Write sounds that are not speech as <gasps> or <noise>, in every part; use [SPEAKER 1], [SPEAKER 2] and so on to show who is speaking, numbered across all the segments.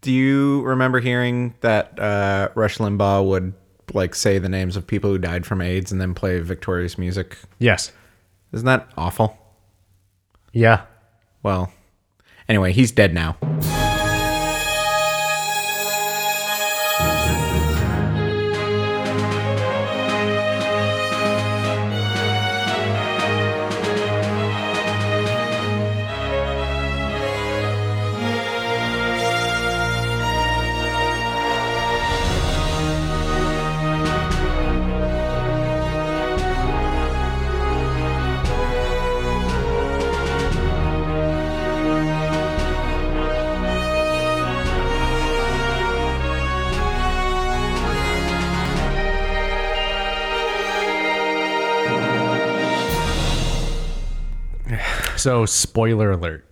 [SPEAKER 1] do you remember hearing that uh, Rush Limbaugh would like say the names of people who died from AIDS and then play victorious music?
[SPEAKER 2] Yes.
[SPEAKER 1] Isn't that awful?
[SPEAKER 2] Yeah.
[SPEAKER 1] Well, anyway, he's dead now.
[SPEAKER 2] So
[SPEAKER 1] <laughs>
[SPEAKER 2] spoiler alert.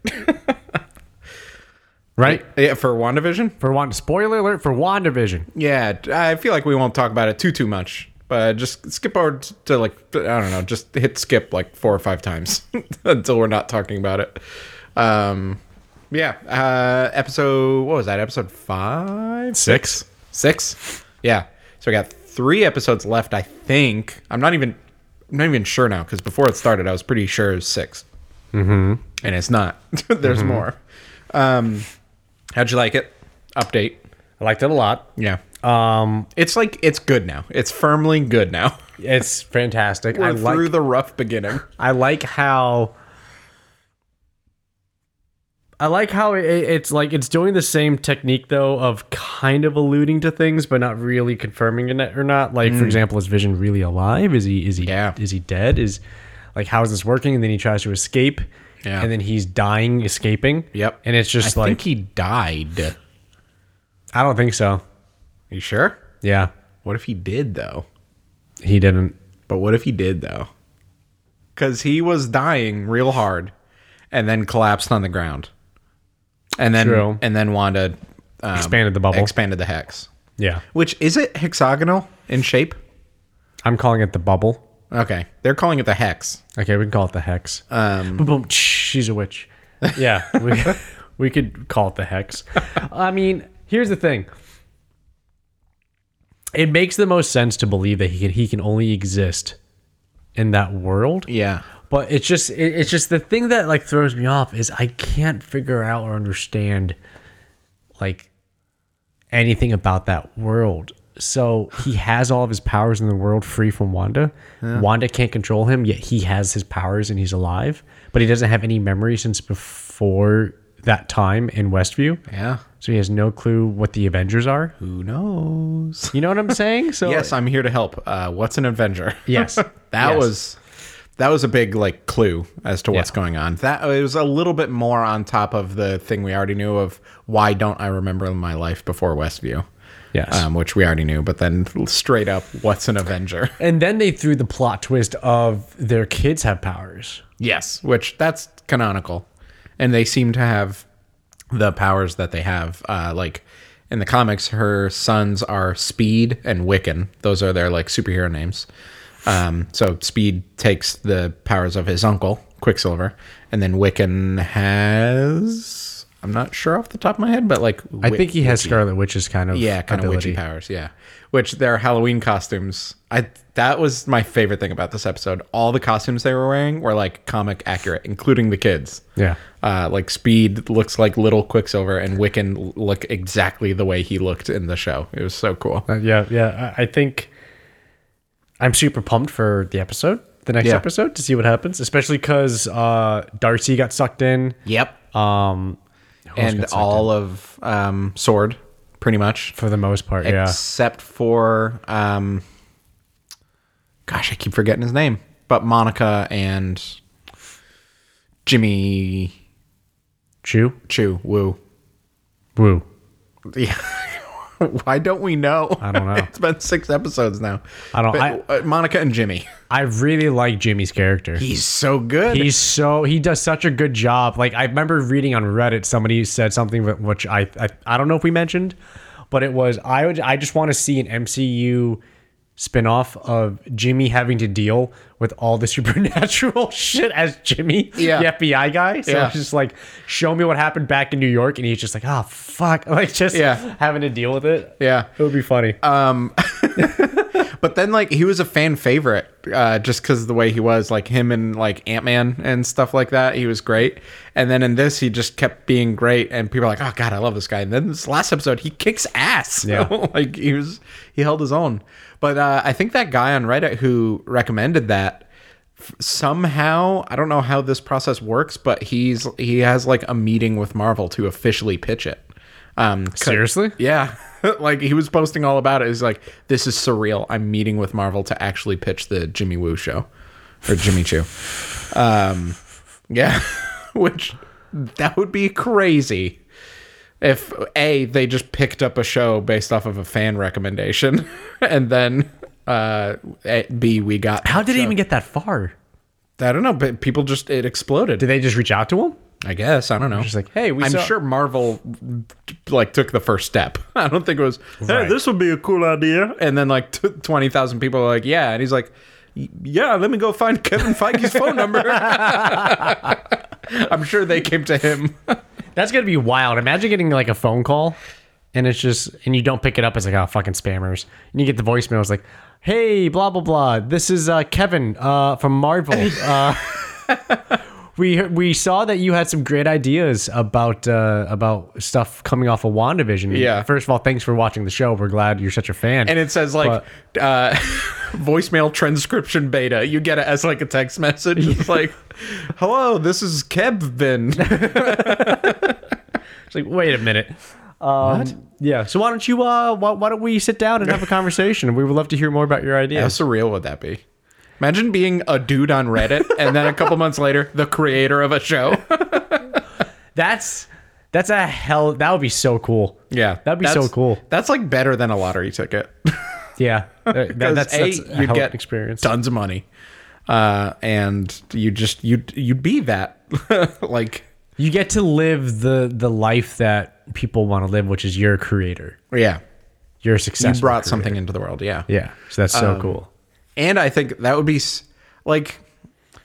[SPEAKER 2] right?
[SPEAKER 1] Yeah, for WandaVision?
[SPEAKER 2] For Wanda spoiler alert for WandaVision.
[SPEAKER 1] Yeah, I feel like we won't talk about it too too much. But just skip over to like I don't know, just hit skip like four or five times <laughs> until we're not talking about it. Um yeah, uh episode what was that? Episode five?
[SPEAKER 2] Six.
[SPEAKER 1] Six? Yeah. So we got three episodes left, I think. I'm not even I'm not even sure now because before it started, I was pretty sure it was 6 Mm-hmm. And it's not. <laughs> There's
[SPEAKER 2] Mm-hmm.
[SPEAKER 1] more. Um, how'd you like it? Update.
[SPEAKER 2] I liked it a lot.
[SPEAKER 1] Yeah.
[SPEAKER 2] Um
[SPEAKER 1] It's like it's good now. It's firmly good now.
[SPEAKER 2] it's fantastic.
[SPEAKER 1] We're
[SPEAKER 2] I like
[SPEAKER 1] through the rough beginning.
[SPEAKER 2] I like how I like how it, it's like it's doing the same technique though of kind of alluding to things but not really confirming it or not. Like for example, is Vision really alive? Is he is he
[SPEAKER 1] Hmm. Yeah.
[SPEAKER 2] is he dead? Is like how is this working? And then he tries to escape,
[SPEAKER 1] Yeah.
[SPEAKER 2] and then he's dying escaping.
[SPEAKER 1] Yep.
[SPEAKER 2] and it's just
[SPEAKER 1] I
[SPEAKER 2] like
[SPEAKER 1] think he died. Are
[SPEAKER 2] I don't think so.
[SPEAKER 1] you sure?
[SPEAKER 2] Yeah,
[SPEAKER 1] What if he did though?
[SPEAKER 2] he didn't.
[SPEAKER 1] But what if he did though? Cause he was dying real hard, and then collapsed on the ground, and then
[SPEAKER 2] True.
[SPEAKER 1] and then Wanda um,
[SPEAKER 2] Expanded the bubble.
[SPEAKER 1] expanded the hex.
[SPEAKER 2] Yeah,
[SPEAKER 1] Which is it hexagonal in shape?
[SPEAKER 2] I'm calling it the bubble.
[SPEAKER 1] Okay, they're calling it the hex.
[SPEAKER 2] Okay, we can call it the hex. Um, boom, boom, tsh, she's a witch. Yeah, we, <laughs> we could call it the hex. I mean, here's the thing. It makes the most sense to believe that he can, he can only exist in that world,
[SPEAKER 1] Yeah,
[SPEAKER 2] but it's just it, it's just the thing that like throws me off is I can't figure out or understand like anything about that world. So he has all of his powers in the world free from Wanda. Wanda can't control him, yet he has his powers and he's alive. But he doesn't have any memory since before that time in Westview.
[SPEAKER 1] yeah.
[SPEAKER 2] So he has no clue what the Avengers are.
[SPEAKER 1] Who knows?
[SPEAKER 2] You know what I'm saying?
[SPEAKER 1] <laughs>
[SPEAKER 2] So
[SPEAKER 1] Yes, I'm here to help. Uh, what's an Avenger? <laughs>
[SPEAKER 2] Yes.
[SPEAKER 1] that
[SPEAKER 2] Yes.
[SPEAKER 1] was that was a big like clue as to what's
[SPEAKER 2] Yeah.
[SPEAKER 1] going on. That it was a little bit more on top of the thing we already knew of. Why don't I remember my life before Westview?
[SPEAKER 2] Yes.
[SPEAKER 1] um, which we already knew. But then straight up, what's an Avenger?
[SPEAKER 2] and then they threw the plot twist of their kids have powers.
[SPEAKER 1] yes, which that's canonical, and they seem to have the powers that they have. Uh, like in the comics, her sons are Speed and Wiccan. Those are their like superhero names. Um, so Speed takes the powers of his uncle Quicksilver, and then Wiccan has. I'm not sure off the top of my head, but like
[SPEAKER 2] I think he has Scarlet Witch's kind of
[SPEAKER 1] yeah kind of
[SPEAKER 2] ability.
[SPEAKER 1] witchy powers yeah which their halloween costumes i that was my favorite thing about this episode all the costumes they were wearing were like comic accurate including the kids
[SPEAKER 2] Yeah.
[SPEAKER 1] uh, like speed looks like little quicksilver and wiccan look exactly the way he looked in the show it was so cool
[SPEAKER 2] Uh, yeah, yeah. I, I think I'm super pumped for the episode, the next
[SPEAKER 1] Yeah.
[SPEAKER 2] episode, to see what happens, especially because uh, Darcy got sucked in.
[SPEAKER 1] yep
[SPEAKER 2] Um, who else
[SPEAKER 1] and
[SPEAKER 2] got sucked
[SPEAKER 1] all of um, sword pretty much
[SPEAKER 2] in? for the most part, yeah.
[SPEAKER 1] except for um, gosh i keep forgetting his name but monica and jimmy
[SPEAKER 2] Chew,
[SPEAKER 1] Chew, woo.
[SPEAKER 2] woo.
[SPEAKER 1] Yeah. <laughs> Why don't we know?
[SPEAKER 2] I don't
[SPEAKER 1] <laughs>
[SPEAKER 2] know.
[SPEAKER 1] it's been six episodes now.
[SPEAKER 2] I don't-
[SPEAKER 1] uh, Monica and Jimmy.
[SPEAKER 2] I really like Jimmy's character.
[SPEAKER 1] He's so good.
[SPEAKER 2] He's so he does such a good job. Like I remember reading on Reddit, somebody said something wh- which I I, I don't know if we mentioned, but it was I would I just want to see an MCU spinoff of Jimmy having to deal with all the <laughs> supernatural <laughs> shit as Jimmy,
[SPEAKER 1] Yeah.
[SPEAKER 2] the FBI guy. So
[SPEAKER 1] Yeah.
[SPEAKER 2] it's just like, show me what happened back in New York, and he's just like, oh fuck, <laughs> like just
[SPEAKER 1] Yeah.
[SPEAKER 2] having to deal with it.
[SPEAKER 1] Yeah. Uh,
[SPEAKER 2] It would be funny.
[SPEAKER 1] But then, like, he was a fan favorite uh, just because of the way he was, like him and like Ant Man and stuff like that. He was great. And then in this, he just kept being great, and people are like, "Oh God, I love this guy." And then this last episode, he kicks ass. <laughs>
[SPEAKER 2] Yeah.
[SPEAKER 1] like he was, he held his own. But uh, I think that guy on Reddit who recommended that f- somehow I don't know how this process works, but he's he has like a meeting with Marvel to officially pitch it. Um, 'cause-
[SPEAKER 2] Seriously?
[SPEAKER 1] yeah. <laughs> like he was posting all about it. He's like, this is surreal. I'm meeting with Marvel to actually pitch the Jimmy Woo show or Jimmy Choo. Um, yeah. <laughs> Which that would be crazy if A, they just picked up a show based off of a fan recommendation <laughs> and then uh A- B we got
[SPEAKER 2] How did he even get that far?
[SPEAKER 1] I don't know, but people just it exploded.
[SPEAKER 2] Did they just reach out to him?
[SPEAKER 1] I guess I don't know. Just
[SPEAKER 2] like, hey, we
[SPEAKER 1] I'm
[SPEAKER 2] saw-
[SPEAKER 1] sure Marvel like took the first step. <laughs> I don't think it was. Hey, this would be a cool idea. And then like t- twenty thousand people are like, yeah, and he's like, "Y- yeah, let me go find Kevin Feige's phone number. <laughs> I'm sure they came to him.
[SPEAKER 2] That's gonna be wild. Imagine getting like a phone call, and it's just and you don't pick it up. It's like oh fucking spammers. And you get the voicemail. It's like, hey, blah blah blah. This is uh, Kevin uh, from
[SPEAKER 1] <laughs>
[SPEAKER 2] Marvel. Uh, we we saw that you had some great ideas about uh, about stuff coming off of Wandavision.
[SPEAKER 1] Yeah.
[SPEAKER 2] First of all, thanks for watching the show. We're glad you're such a fan.
[SPEAKER 1] And it says like uh, <laughs> voicemail transcription beta. You get it as like a text message. It's like, hello, this is Kevin.
[SPEAKER 2] It's like, wait a minute. Um, Yeah. So why don't you uh why, why don't we sit down and have a conversation? We would love to hear more about your
[SPEAKER 1] How
[SPEAKER 2] ideas.
[SPEAKER 1] surreal would that be? Imagine being a dude on Reddit and then a couple months later, the creator of a
[SPEAKER 2] <laughs>
[SPEAKER 1] show.
[SPEAKER 2] That's that's a hell. That would be so cool.
[SPEAKER 1] Yeah.
[SPEAKER 2] That'd be so
[SPEAKER 1] That's-
[SPEAKER 2] cool.
[SPEAKER 1] That's like better than a lottery ticket.
[SPEAKER 2] <laughs>
[SPEAKER 1] <laughs>
[SPEAKER 2] Yeah, Uh, that- that's,
[SPEAKER 1] A,
[SPEAKER 2] that's a
[SPEAKER 1] you'd
[SPEAKER 2] hell of
[SPEAKER 1] get
[SPEAKER 2] an experience.
[SPEAKER 1] Tons of money. Uh, and you just you'd you'd be that. <laughs> like
[SPEAKER 2] You get to live the the life that people want to live, which is you're a creator.
[SPEAKER 1] yeah.
[SPEAKER 2] You're a
[SPEAKER 1] You
[SPEAKER 2] successful.
[SPEAKER 1] brought Um,
[SPEAKER 2] creator.
[SPEAKER 1] something into the world, yeah.
[SPEAKER 2] Yeah. So that's so cool.
[SPEAKER 1] And I think that would be s- like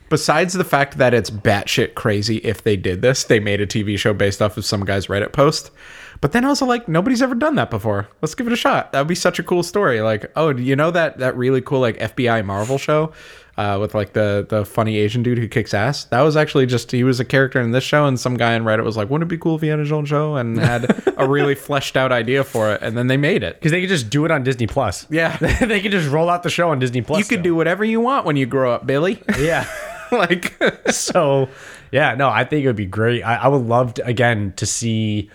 [SPEAKER 1] besides the fact that it's batshit crazy if they did this, they made a TV show based off of some guy's Reddit post. But then also like nobody's ever done that before. Let's give it a shot. That would be such a cool story. Like, oh, do you know that that really cool like FBI Marvel show uh, with like the the funny Asian dude who kicks ass? That was actually just he was a character in this show, and some guy in Reddit was like, "Wouldn't it be cool if he had his own show?" and had a really <laughs> fleshed out idea for it, and then they made it.
[SPEAKER 2] Because they could just do it on Disney Plus.
[SPEAKER 1] Yeah.
[SPEAKER 2] <laughs> they could just roll out the show on Disney Plus.
[SPEAKER 1] You could do whatever you want when you grow up, Billy. <laughs>
[SPEAKER 2] Yeah.
[SPEAKER 1] like
[SPEAKER 2] <laughs> so yeah no i think it would be great i, I would love to, again to see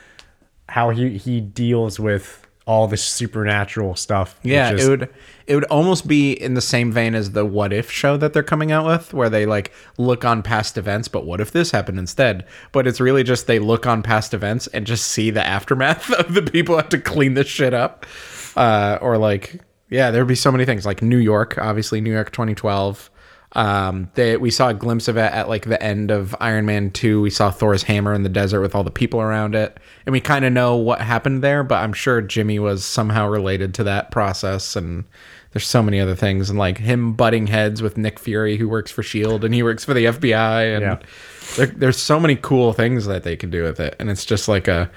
[SPEAKER 2] how he, he deals with all this supernatural stuff
[SPEAKER 1] Yeah,
[SPEAKER 2] which is-
[SPEAKER 1] it would it would almost be in the same vein as the what if show that they're coming out with where they like look on past events but what if this happened instead? But it's really just they look on past events and just see the aftermath <laughs> of the people who have to clean this shit up. Uh or like yeah, there'd be so many things like New York, obviously New York 2012. Um, they, we saw a glimpse of it at like the end of Iron Man 2. We saw Thor's hammer in the desert with all the people around it. And we kind of know what happened there, but I'm sure Jimmy was somehow related to that process. And there's so many other things. And like him butting heads with Nick Fury, who works for S.H.I.E.L.D. E and he works for the FBI. And
[SPEAKER 2] Yeah.
[SPEAKER 1] there, there's so many cool things that they can do with it. And it's just like a.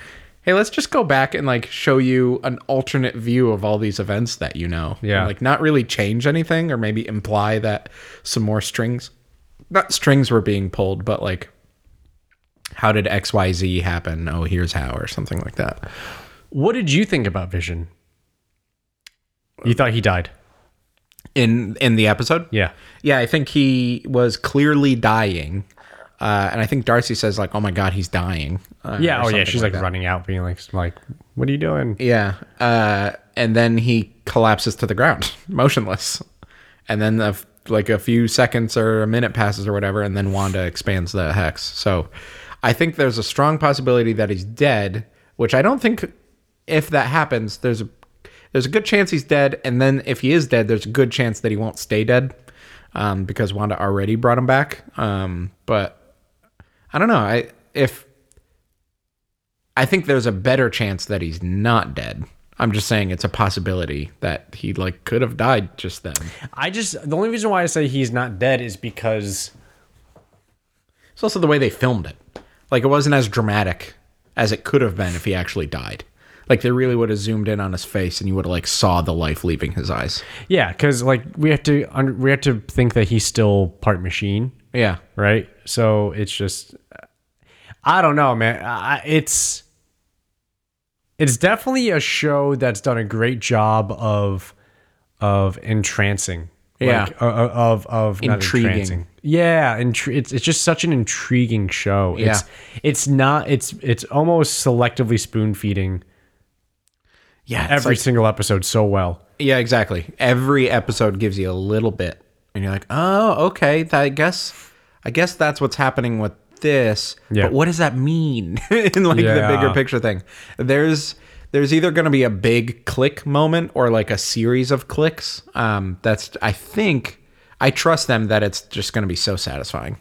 [SPEAKER 1] Hey, let's just go back and like show you an alternate view of all these events that you know.
[SPEAKER 2] Yeah.
[SPEAKER 1] And, like not really change anything or maybe imply that some more strings not strings were being pulled but like how did xyz happen oh here's how or something like that
[SPEAKER 2] what did you think about vision you thought he died
[SPEAKER 1] in in the episode
[SPEAKER 2] yeah
[SPEAKER 1] yeah i think he was clearly dying uh, and i think darcy says like oh my god he's dying uh,
[SPEAKER 2] yeah
[SPEAKER 1] or
[SPEAKER 2] oh yeah
[SPEAKER 1] something
[SPEAKER 2] she's like,
[SPEAKER 1] that.
[SPEAKER 2] running out being like like what are you doing
[SPEAKER 1] Yeah. Uh, and then he collapses to the ground, <laughs> motionless. And then the, like a few seconds or a minute passes or whatever, and then Wanda expands the hex. So I think there's a strong possibility that he's dead, which I don't think if that happens, there's a there's a good chance he's dead, and then if he is dead, there's a good chance that he won't stay dead. Um, because Wanda already brought him back. Um, but I don't know. I if I think there's a better chance that he's not dead. I'm just saying it's a possibility that he like could have died just then.
[SPEAKER 2] I just the only reason why I say he's not dead is because
[SPEAKER 1] It's also the way they filmed it. Like it wasn't as dramatic as it could have been if he actually died. Like they really would have zoomed in on his face and you would have like saw the life leaving his eyes.
[SPEAKER 2] yeah, because like we have to un- we have to think that he's still part machine,
[SPEAKER 1] Yeah.
[SPEAKER 2] right? So it's just I don't know, man. I, I- it's it's definitely a show that's done a great job of of entrancing,
[SPEAKER 1] Yeah.
[SPEAKER 2] like, uh, uh, of of not
[SPEAKER 1] Intriguing.
[SPEAKER 2] entrancing. Yeah, intri- it's it's just such an intriguing show. It's it's not it's it's almost selectively spoon feeding
[SPEAKER 1] Yeah. it's
[SPEAKER 2] every
[SPEAKER 1] like-
[SPEAKER 2] single episode so well.
[SPEAKER 1] yeah, exactly. Every episode gives you a little bit and you're like, "Oh, okay, that, I guess I guess that's what's happening with this."
[SPEAKER 2] Yeah.
[SPEAKER 1] But what does that mean <laughs> in like the bigger
[SPEAKER 2] Yeah.
[SPEAKER 1] picture thing? There's there's either going to be a big click moment or like a series of clicks. Um that's I think I trust them that it's just going to be so satisfying.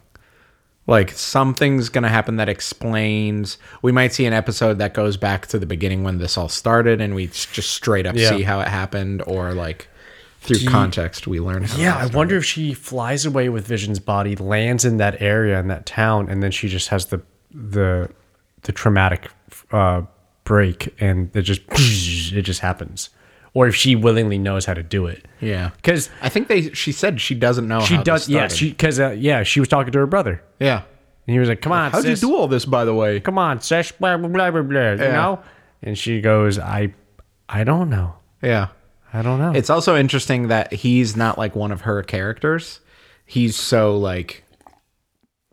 [SPEAKER 1] Like something's going to happen that explains. We might see an episode that goes back to the beginning when this all started, and we s- just straight up
[SPEAKER 2] Yeah.
[SPEAKER 1] see how it happened, or like through context we learn. How
[SPEAKER 2] Yeah,
[SPEAKER 1] it
[SPEAKER 2] I wonder if she flies away with Vision's body, lands in that area in that town, and then she just has the the the traumatic uh, break, and it just it just happens. Or if she willingly knows how to do it,
[SPEAKER 1] yeah.
[SPEAKER 2] because
[SPEAKER 1] I think they. She said she doesn't know.
[SPEAKER 2] she
[SPEAKER 1] how
[SPEAKER 2] does.
[SPEAKER 1] This
[SPEAKER 2] Yeah,
[SPEAKER 1] started.
[SPEAKER 2] she because uh, yeah, she was talking to her brother,
[SPEAKER 1] Yeah.
[SPEAKER 2] and he was like, "Come on,
[SPEAKER 1] How'd you
[SPEAKER 2] sis.
[SPEAKER 1] do all this, by the way?
[SPEAKER 2] Come on, sesh, blah blah blah blah blah." You know? And she goes, "I, I don't know.
[SPEAKER 1] Yeah.
[SPEAKER 2] I don't know."
[SPEAKER 1] It's also interesting that he's not like one of her characters. He's so like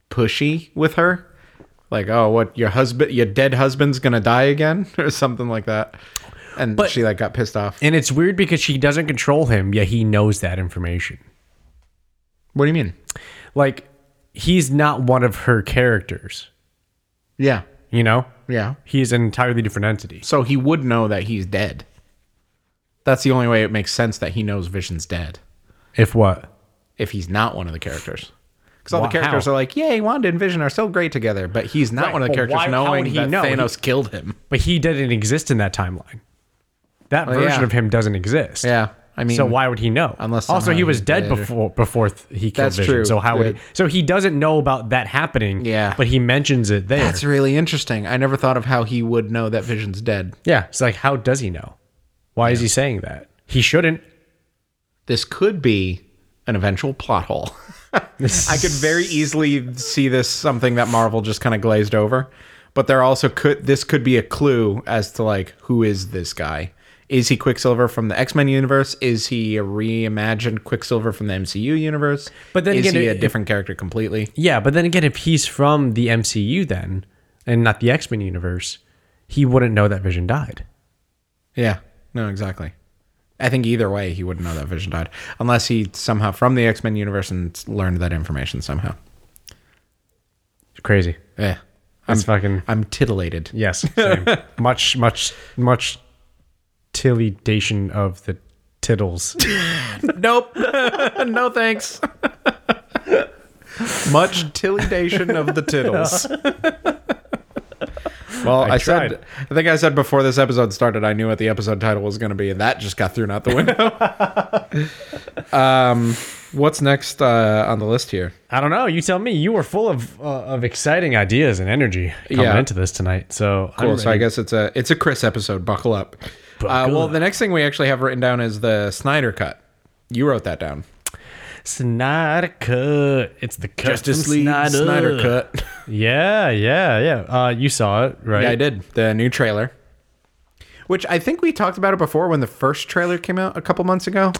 [SPEAKER 1] pushy with her. Like, oh, what your husband, your dead husband's gonna die again, <laughs> or something like that. And she like got pissed off.
[SPEAKER 2] and it's weird because she doesn't control him, yet he knows that information.
[SPEAKER 1] What do you mean?
[SPEAKER 2] like he's not one of her characters
[SPEAKER 1] Yeah,
[SPEAKER 2] you know
[SPEAKER 1] yeah.
[SPEAKER 2] he's an entirely different entity
[SPEAKER 1] So he would know that he's dead. That's the only way it makes sense that he knows Vision's dead
[SPEAKER 2] if what
[SPEAKER 1] if he's not one of the characters. Because all
[SPEAKER 2] Wha-
[SPEAKER 1] the characters
[SPEAKER 2] how?
[SPEAKER 1] are like, yay, Wanda and Vision are still great together, but he's not
[SPEAKER 2] Right,
[SPEAKER 1] one of the
[SPEAKER 2] but
[SPEAKER 1] characters
[SPEAKER 2] why- how
[SPEAKER 1] knowing
[SPEAKER 2] would he
[SPEAKER 1] that
[SPEAKER 2] know? He-
[SPEAKER 1] Thanos killed him.
[SPEAKER 2] but he didn't exist in that timeline that version
[SPEAKER 1] Oh, yeah.
[SPEAKER 2] of him doesn't exist
[SPEAKER 1] Yeah, I mean,
[SPEAKER 2] so why would he know
[SPEAKER 1] Unless
[SPEAKER 2] also
[SPEAKER 1] somehow
[SPEAKER 2] he was
[SPEAKER 1] he
[SPEAKER 2] dead
[SPEAKER 1] did or-
[SPEAKER 2] before before th- he killed
[SPEAKER 1] That's
[SPEAKER 2] vision
[SPEAKER 1] true.
[SPEAKER 2] so how would
[SPEAKER 1] Yeah.
[SPEAKER 2] he so he doesn't know about that happening
[SPEAKER 1] Yeah.
[SPEAKER 2] but he mentions it there
[SPEAKER 1] That's really interesting. I never thought of how he would know that Vision's dead.
[SPEAKER 2] yeah it's like how does he know why is he saying that he shouldn't
[SPEAKER 1] This could be an eventual plot hole. <laughs> I could very easily see this something that Marvel just kind of glazed over, but there also could this could be a clue as to like who is this guy? Is he Quicksilver from the X Men universe? Is he a reimagined Quicksilver from the MCU universe?
[SPEAKER 2] But then
[SPEAKER 1] is
[SPEAKER 2] again,
[SPEAKER 1] he a
[SPEAKER 2] it-
[SPEAKER 1] different character completely?
[SPEAKER 2] Yeah, but then again, if he's from the MCU then and not the X Men universe, he wouldn't know that Vision died.
[SPEAKER 1] Yeah. No, exactly. I think either way he wouldn't know that Vision died, unless he somehow from the X Men universe and learned that information somehow.
[SPEAKER 2] It's crazy.
[SPEAKER 1] Yeah. I'm
[SPEAKER 2] That's fucking
[SPEAKER 1] I'm titillated. <laughs>
[SPEAKER 2] yes. Same. much, much, much tillidation of the tittles.
[SPEAKER 1] Nope. <laughs> no thanks. <laughs> Much tillidation of the <laughs> tittles. Well, I, said,
[SPEAKER 2] tried.
[SPEAKER 1] I think I said before this episode started, I knew what the episode title was going to be, and that just got thrown out the window. <laughs> um, what's next uh, on the list here?
[SPEAKER 2] I don't know. You tell me. You were full of uh, of exciting ideas and energy coming
[SPEAKER 1] Yeah.
[SPEAKER 2] into this tonight. So I'm
[SPEAKER 1] Cool. So I
[SPEAKER 2] ready.
[SPEAKER 1] guess it's a it's a Chris episode. Buckle up. uh, well, the next thing we actually have written down is the Snyder cut. You wrote that down.
[SPEAKER 2] Snyder cut. It's the cut from Snyder.
[SPEAKER 1] Snyder cut.
[SPEAKER 2] Yeah, yeah, yeah. Uh, you saw it, <laughs> right?
[SPEAKER 1] Yeah, I did. The new trailer. Which I think we talked about it before when the first trailer came out a couple months ago.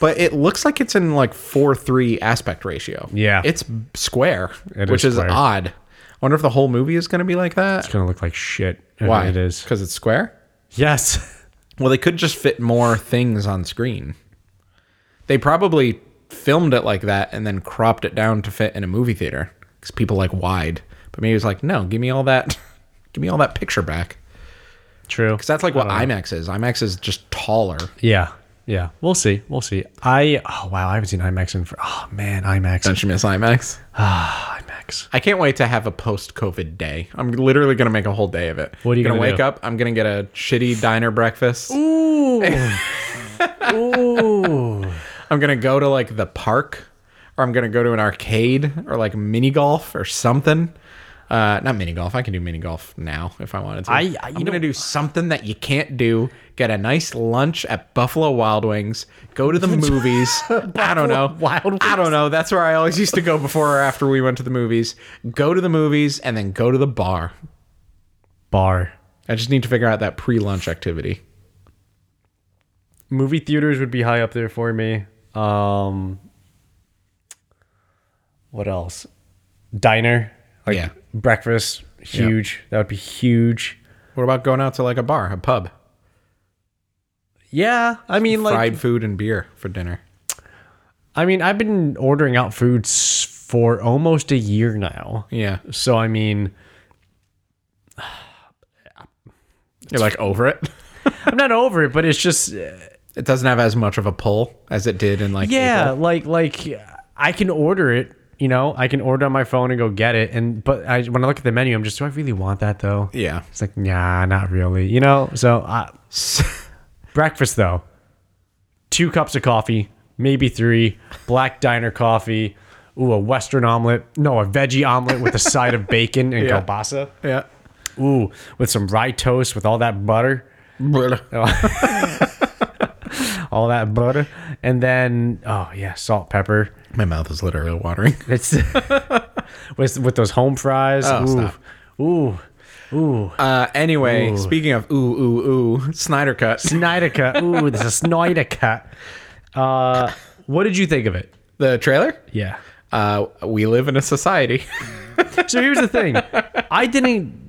[SPEAKER 1] But it looks like it's in like 4 3 aspect ratio.
[SPEAKER 2] Yeah.
[SPEAKER 1] It's square,
[SPEAKER 2] It
[SPEAKER 1] which
[SPEAKER 2] is
[SPEAKER 1] is,
[SPEAKER 2] square.
[SPEAKER 1] odd. I wonder if the whole movie is going to be like that.
[SPEAKER 2] It's gonna look like shit. Uh,
[SPEAKER 1] Why? <laughs>
[SPEAKER 2] it is?
[SPEAKER 1] Because it's square?
[SPEAKER 2] Yes.
[SPEAKER 1] Well, they could just fit more things on screen. They probably filmed it like that and then cropped it down to fit in a movie theater because people like wide. But maybe it's like, no, give me all that, <laughs> give me all that picture back.
[SPEAKER 2] True.
[SPEAKER 1] Because that's like
[SPEAKER 2] Uh.
[SPEAKER 1] what IMAX is. IMAX is just taller.
[SPEAKER 2] Yeah. Yeah. We'll see. We'll see. I oh wow, I haven't seen IMAX in for oh man, IMAX.
[SPEAKER 1] Don't you miss IMAX?
[SPEAKER 2] Ah, IMAX. relax.
[SPEAKER 1] I can't wait to have a post-COVID day. I'm literally gonna make a whole day of it.
[SPEAKER 2] What are you
[SPEAKER 1] gonna,
[SPEAKER 2] gonna
[SPEAKER 1] wake
[SPEAKER 2] do?
[SPEAKER 1] up? I'm gonna get a shitty diner breakfast.
[SPEAKER 2] Ooh. Ooh.
[SPEAKER 1] I'm gonna go to like the park, or I'm gonna go to an arcade, or like mini golf or something. Uh, not mini golf. I can do mini golf now if I wanted to.
[SPEAKER 2] I- I- you
[SPEAKER 1] am
[SPEAKER 2] know-
[SPEAKER 1] gonna do something that you can't do. Get a nice lunch at Buffalo Wild Wings. Go
[SPEAKER 2] <laughs>
[SPEAKER 1] to the movies. I don't know.
[SPEAKER 2] Wild Wings.
[SPEAKER 1] I don't know. That's where I always used to go before or after we went to the movies. Go to the movies and then go to the bar.
[SPEAKER 2] Bar.
[SPEAKER 1] I just need to figure out that pre-lunch activity.
[SPEAKER 2] Movie theaters would be high up there for me. Um what else? Diner. Like
[SPEAKER 1] Yeah.
[SPEAKER 2] breakfast. Huge. That would be huge.
[SPEAKER 1] What about going out to like a bar, a pub,
[SPEAKER 2] Yeah. I mean like
[SPEAKER 1] fried food and beer for dinner?
[SPEAKER 2] I mean I've been ordering out foods for almost a year now.
[SPEAKER 1] Yeah,
[SPEAKER 2] So I mean
[SPEAKER 1] you're like over it.
[SPEAKER 2] <laughs> I'm not over it, but it's just
[SPEAKER 1] it doesn't have as much of a pull as it did in like
[SPEAKER 2] yeah
[SPEAKER 1] April.
[SPEAKER 2] like like i can order it you know i can order on my phone and go get it and but i when i look at the menu i'm just do i really want that though
[SPEAKER 1] yeah
[SPEAKER 2] it's like nah not really you know so uh, breakfast though two cups of coffee maybe three black diner coffee ooh a western omelet no a veggie
[SPEAKER 1] <laughs>
[SPEAKER 2] omelet with a side of bacon and
[SPEAKER 1] Yeah.
[SPEAKER 2] kielbasa
[SPEAKER 1] <laughs> yeah
[SPEAKER 2] ooh with some rye toast with all that butter all that butter and then oh yeah salt pepper
[SPEAKER 1] my mouth is literally watering
[SPEAKER 2] It's <laughs> with with those home fries.
[SPEAKER 1] Oh, stop.
[SPEAKER 2] ooh, ooh, ooh.
[SPEAKER 1] uh anyway speaking of ooh ooh ooh snyder cut
[SPEAKER 2] Snyder cut. Ooh, there's a Snyder cut. Uh, what did you think of it?
[SPEAKER 1] the trailer
[SPEAKER 2] Yeah.
[SPEAKER 1] uh we live in a society <laughs>
[SPEAKER 2] So here's the thing. I didn't.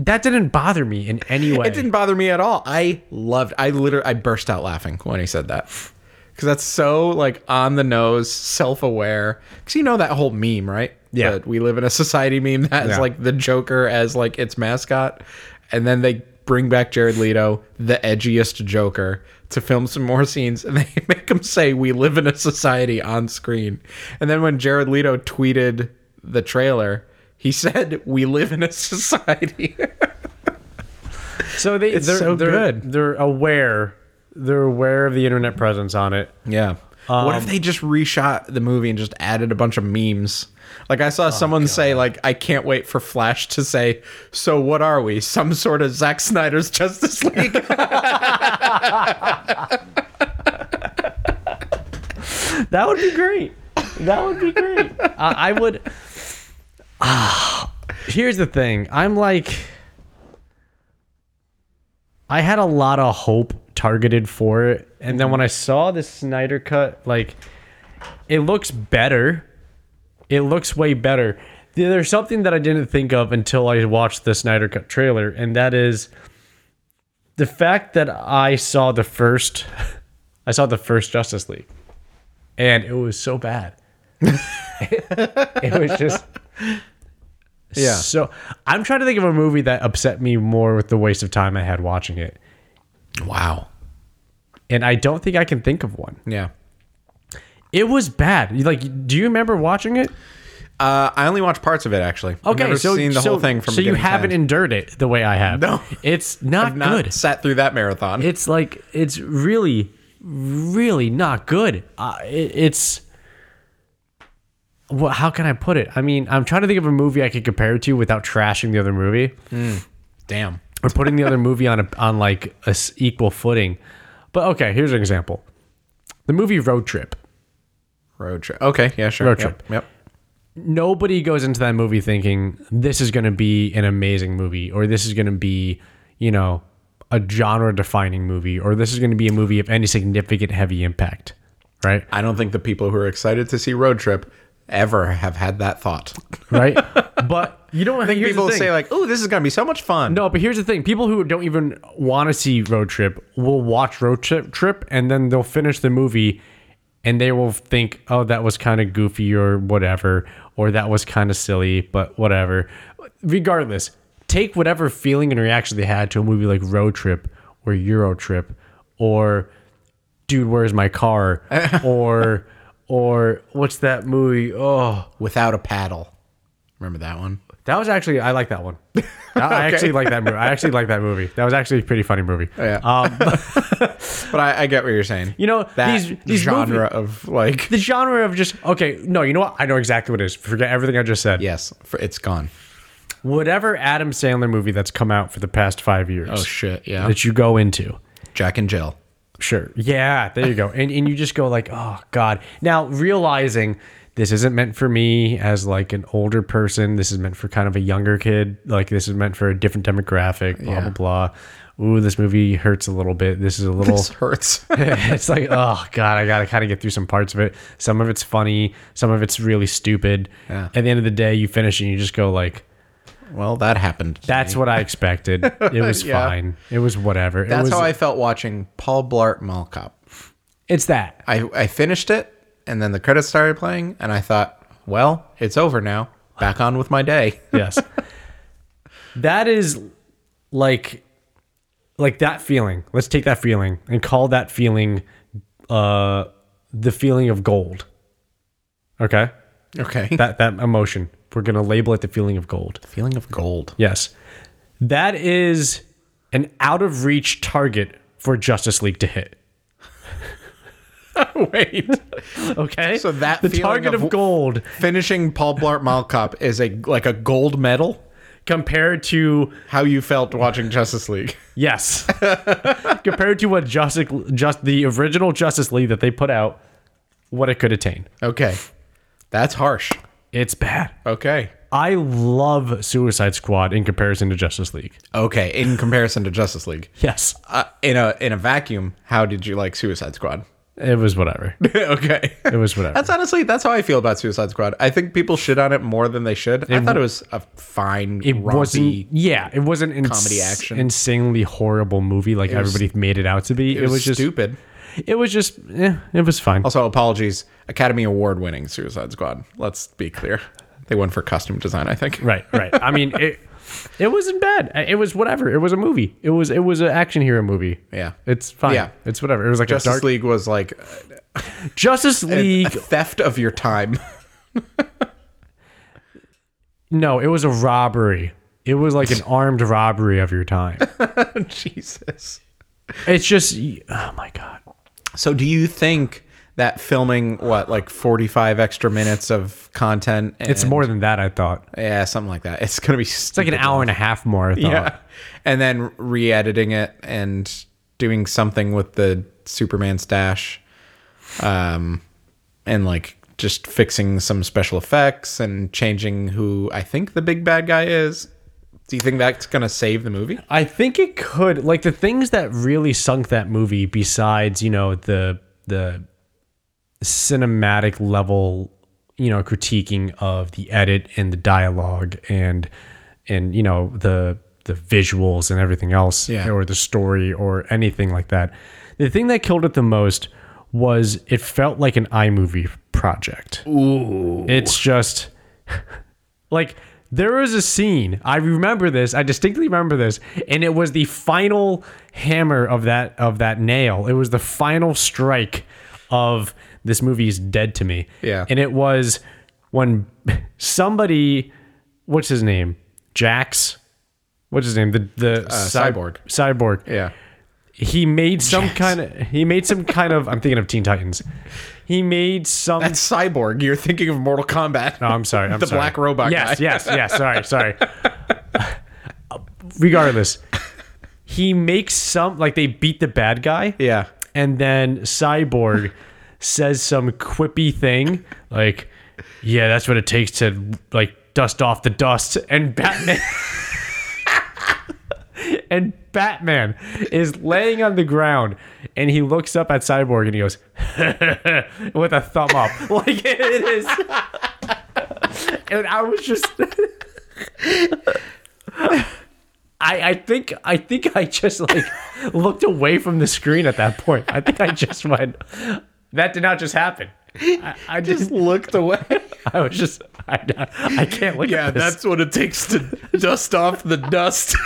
[SPEAKER 2] That didn't bother me in any way.
[SPEAKER 1] it didn't bother me at all i loved i literally i burst out laughing when he said that because that's so like on the nose self-aware because you know that whole meme right
[SPEAKER 2] Yeah.
[SPEAKER 1] The we live in a society meme that has
[SPEAKER 2] Yeah.
[SPEAKER 1] like the joker as like its mascot and then they bring back jared leto the edgiest joker to film some more scenes and they <laughs> make him say we live in a society on screen and then when jared leto tweeted the trailer he said we live in a <laughs> society
[SPEAKER 2] So they.
[SPEAKER 1] It's
[SPEAKER 2] they're,
[SPEAKER 1] so
[SPEAKER 2] they're,
[SPEAKER 1] good.
[SPEAKER 2] They're aware. They're aware of the internet presence on it.
[SPEAKER 1] Yeah. what
[SPEAKER 2] Um,
[SPEAKER 1] if they just reshot the movie and just added a bunch of memes? Like I
[SPEAKER 2] Oh,
[SPEAKER 1] saw someone say, like, I can't wait for Flash to say, "So what are we? Some sort of Zack Snyder's Justice League?"
[SPEAKER 2] <laughs> That would be great. That would be great. I I would. <sighs> Ah, here's the thing. I'm like, I had a lot of hope targeted for it, and then when I saw the Snyder cut, like, it looks better. It looks way better. There- There's something that I didn't think of until I watched the Snyder cut trailer, and that is the fact that I saw the first, <laughs> I saw the first Justice League and it was so bad. <laughs> it was just
[SPEAKER 1] Yeah.
[SPEAKER 2] So I'm trying to think of a movie that upset me more with the waste of time I had watching it,
[SPEAKER 1] wow.
[SPEAKER 2] and I don't think I can think of one.
[SPEAKER 1] Yeah.
[SPEAKER 2] It was bad. You- Like, do you remember watching it?
[SPEAKER 1] Uh, I only watched parts of it actually. I've never seen the whole thing from
[SPEAKER 2] so you
[SPEAKER 1] beginning to
[SPEAKER 2] haven't
[SPEAKER 1] end.
[SPEAKER 2] endured it the way I have.
[SPEAKER 1] No.
[SPEAKER 2] <laughs> it's not
[SPEAKER 1] I've not
[SPEAKER 2] good.
[SPEAKER 1] sat through that marathon.
[SPEAKER 2] It's like it's really, really not good. Uh, it, it's well, how can I put it? I mean, I'm trying to think of a movie I could compare it to without trashing the other movie
[SPEAKER 1] Damn.
[SPEAKER 2] or putting the other movie on a, on like a s- equal footing. But okay, here's an example: the movie Road Trip.
[SPEAKER 1] Road trip. Okay. Yeah. Sure.
[SPEAKER 2] Road
[SPEAKER 1] Yep,
[SPEAKER 2] trip.
[SPEAKER 1] Yep.
[SPEAKER 2] nobody goes into that movie thinking this is going to be an amazing movie or this is going to be, you know, a genre defining movie or this is going to be a movie of any significant heavy impact, right?
[SPEAKER 1] I don't think the people who are excited to see Road Trip ever have had that thought. <laughs>
[SPEAKER 2] Right? but you don't think
[SPEAKER 1] People say like, "Oh, this is gonna be so much fun."
[SPEAKER 2] no, but here's the thing. People who don't even want to see Road Trip will watch Road Trip Trip and then they'll finish the movie and they will think, "Oh, that was kind of goofy or whatever, or that was kind of silly, but whatever." Regardless, take whatever feeling and reaction they had to a movie like Road Trip or Euro Trip or Dude, where's my car? or or what's that movie? Oh,
[SPEAKER 1] Without a paddle. Remember that one?
[SPEAKER 2] That was actually I like that
[SPEAKER 1] <laughs>
[SPEAKER 2] one. I- I actually like that movie. I actually like that movie. That was actually a pretty funny movie.
[SPEAKER 1] Oh, yeah.
[SPEAKER 2] Um,
[SPEAKER 1] But I, I get what you're saying.
[SPEAKER 2] you know
[SPEAKER 1] <laughs> that
[SPEAKER 2] these these
[SPEAKER 1] genre
[SPEAKER 2] movie-
[SPEAKER 1] of like
[SPEAKER 2] the genre of just okay. No, you know what? I know exactly what it is. Forget everything I just said.
[SPEAKER 1] yes, for, it's gone.
[SPEAKER 2] Whatever Adam Sandler movie that's come out for the past five years
[SPEAKER 1] Oh shit, yeah.
[SPEAKER 2] that you go into.
[SPEAKER 1] Jack and Jill.
[SPEAKER 2] Sure. Yeah, there you go. And and you just go like, "Oh god." Now, realizing this isn't meant for me as like an older person. This is meant for kind of a younger kid. Like this is meant for a different demographic, blah
[SPEAKER 1] Yeah.
[SPEAKER 2] blah blah. Ooh, this movie hurts a little bit. This is
[SPEAKER 1] <laughs>
[SPEAKER 2] a little
[SPEAKER 1] This hurts.
[SPEAKER 2] <laughs> it's like, "Oh god, I got to kind of get through some parts of it. Some of it's funny, some of it's really stupid."
[SPEAKER 1] Yeah.
[SPEAKER 2] At the end of the day, you finish and you just go like,
[SPEAKER 1] well, that happened.
[SPEAKER 2] "That's what I
[SPEAKER 1] <laughs>
[SPEAKER 2] expected. It was
[SPEAKER 1] Yeah.
[SPEAKER 2] fine. It was whatever." it
[SPEAKER 1] That's
[SPEAKER 2] was,
[SPEAKER 1] how I felt watching Paul Blart Mall Cop.
[SPEAKER 2] It's that.
[SPEAKER 1] I, I finished it, and then the credits started playing, and I thought, well, it's over now. Back on with my day.
[SPEAKER 2] yes that is like like that feeling let's take that feeling and call that feeling uh the feeling of gold <laughs> okay
[SPEAKER 1] <laughs> Okay.
[SPEAKER 2] that that emotion we're gonna label it the feeling of gold
[SPEAKER 1] feeling of gold.
[SPEAKER 2] yes that is an out of reach target for justice league to hit <laughs>
[SPEAKER 1] Wait.
[SPEAKER 2] okay
[SPEAKER 1] So that
[SPEAKER 2] the
[SPEAKER 1] feeling
[SPEAKER 2] target
[SPEAKER 1] of-
[SPEAKER 2] of gold
[SPEAKER 1] Finishing Paul Blart Mall Cop is a like a gold medal.
[SPEAKER 2] compared to
[SPEAKER 1] How you felt watching Justice League? <laughs>
[SPEAKER 2] Yes. <laughs> Compared to what Justice just the original Justice League that they put out, what it could attain.
[SPEAKER 1] Okay, that's harsh.
[SPEAKER 2] It's bad.
[SPEAKER 1] Okay.
[SPEAKER 2] I love Suicide Squad in comparison to Justice League.
[SPEAKER 1] Okay. In comparison to Justice League,
[SPEAKER 2] Yes.
[SPEAKER 1] uh, in a in a vacuum, how did you like Suicide Squad? <laughs>
[SPEAKER 2] It was whatever.
[SPEAKER 1] okay.
[SPEAKER 2] It was whatever.
[SPEAKER 1] That's honestly that's how I feel about Suicide Squad. I think people shit on it more than they should. I thought it was a fine,
[SPEAKER 2] it
[SPEAKER 1] rompy-
[SPEAKER 2] wasn't yeah, it wasn't an
[SPEAKER 1] comedy action.
[SPEAKER 2] insanely horrible movie like everybody made it out to be.
[SPEAKER 1] It
[SPEAKER 2] It, was,
[SPEAKER 1] was,
[SPEAKER 2] just
[SPEAKER 1] stupid.
[SPEAKER 2] it was just eh, it was fine.
[SPEAKER 1] Also, apologies. Academy Award winning Suicide Squad. Let's be clear. They won for costume design, I think.
[SPEAKER 2] Right, right. I mean, it <laughs> it wasn't bad. It was whatever. It was a movie. It was it was an action hero movie.
[SPEAKER 1] Yeah.
[SPEAKER 2] It's fine.
[SPEAKER 1] Yeah.
[SPEAKER 2] It's whatever. It was like
[SPEAKER 1] Justice
[SPEAKER 2] a dark
[SPEAKER 1] League was like
[SPEAKER 2] Justice
[SPEAKER 1] a
[SPEAKER 2] League.
[SPEAKER 1] theft of your time. <laughs>
[SPEAKER 2] No, it was a robbery. It was <laughs> like an armed robbery of your time.
[SPEAKER 1] Jesus.
[SPEAKER 2] It's just, oh my god.
[SPEAKER 1] So, do you think that filming what like forty five extra minutes of content? And,
[SPEAKER 2] It's more than that. I thought
[SPEAKER 1] yeah, something like that. <laughs> It's gonna be
[SPEAKER 2] it's like an hour and a half more. I thought.
[SPEAKER 1] yeah, and then re-editing it and doing something with the Superman stash, um, and like just fixing some special effects and changing who I think the big bad guy is. Do you think that's gonna save the movie?
[SPEAKER 2] I think it could. Like the things that really sunk that movie, besides you know the the cinematic level, you know, critiquing of the edit and the dialogue and and you know the the visuals and everything else,
[SPEAKER 1] Yeah.
[SPEAKER 2] or the story or anything like that. The thing that killed it the most was it felt like an iMovie project. It's just <laughs> like there was a scene. I remember this. I distinctly remember this, and it was the final hammer of that of that nail. It was the final strike of this movie is dead to me.
[SPEAKER 1] Yeah.
[SPEAKER 2] and it was when <laughs> somebody, what's his name, Jax, what's his name, the the cy-
[SPEAKER 1] Uh, Cyborg.
[SPEAKER 2] cyborg
[SPEAKER 1] Yeah.
[SPEAKER 2] he made some kind of he made some kind of I'm thinking of Teen Titans. He made some
[SPEAKER 1] That's Cyborg. You're thinking of Mortal Kombat.
[SPEAKER 2] No, Oh, I'm sorry. I'm
[SPEAKER 1] The
[SPEAKER 2] sorry.
[SPEAKER 1] black robot
[SPEAKER 2] Yes,
[SPEAKER 1] guy.
[SPEAKER 2] yes, yes. Sorry, sorry. <laughs> Regardless, he makes some like they beat the bad guy.
[SPEAKER 1] <laughs> Yeah.
[SPEAKER 2] and then Cyborg says some quippy thing like, "Yeah, that's what it takes to like dust off the dust." And Batman <laughs> and Batman is laying on the ground and he looks up at Cyborg and he goes <laughs> with a thumb up <laughs> like it is. and I was just I, I think I think I just like <laughs> looked away from the screen at that point. I think I just went that did not just happen. I, I just
[SPEAKER 1] Just looked away.
[SPEAKER 2] <laughs>
[SPEAKER 1] <laughs>
[SPEAKER 2] I was just I, I can't look
[SPEAKER 1] Yeah,
[SPEAKER 2] at this.
[SPEAKER 1] that's <laughs> what it takes to dust off the dust.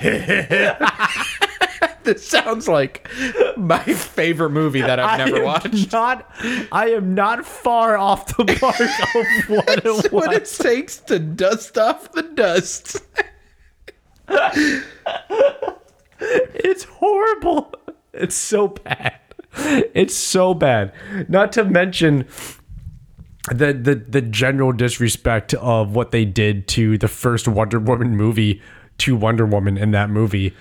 [SPEAKER 1] <laughs> this sounds like my favorite movie that I've
[SPEAKER 2] I
[SPEAKER 1] never
[SPEAKER 2] am
[SPEAKER 1] watched.
[SPEAKER 2] Not, I am not far off the mark of
[SPEAKER 1] <laughs>
[SPEAKER 2] what it
[SPEAKER 1] What
[SPEAKER 2] was.
[SPEAKER 1] it takes to dust off the dust.
[SPEAKER 2] It's horrible. It's so bad. It's so bad. Not to mention the the the general disrespect of what they did to the first Wonder Woman movie to Wonder Woman in that movie.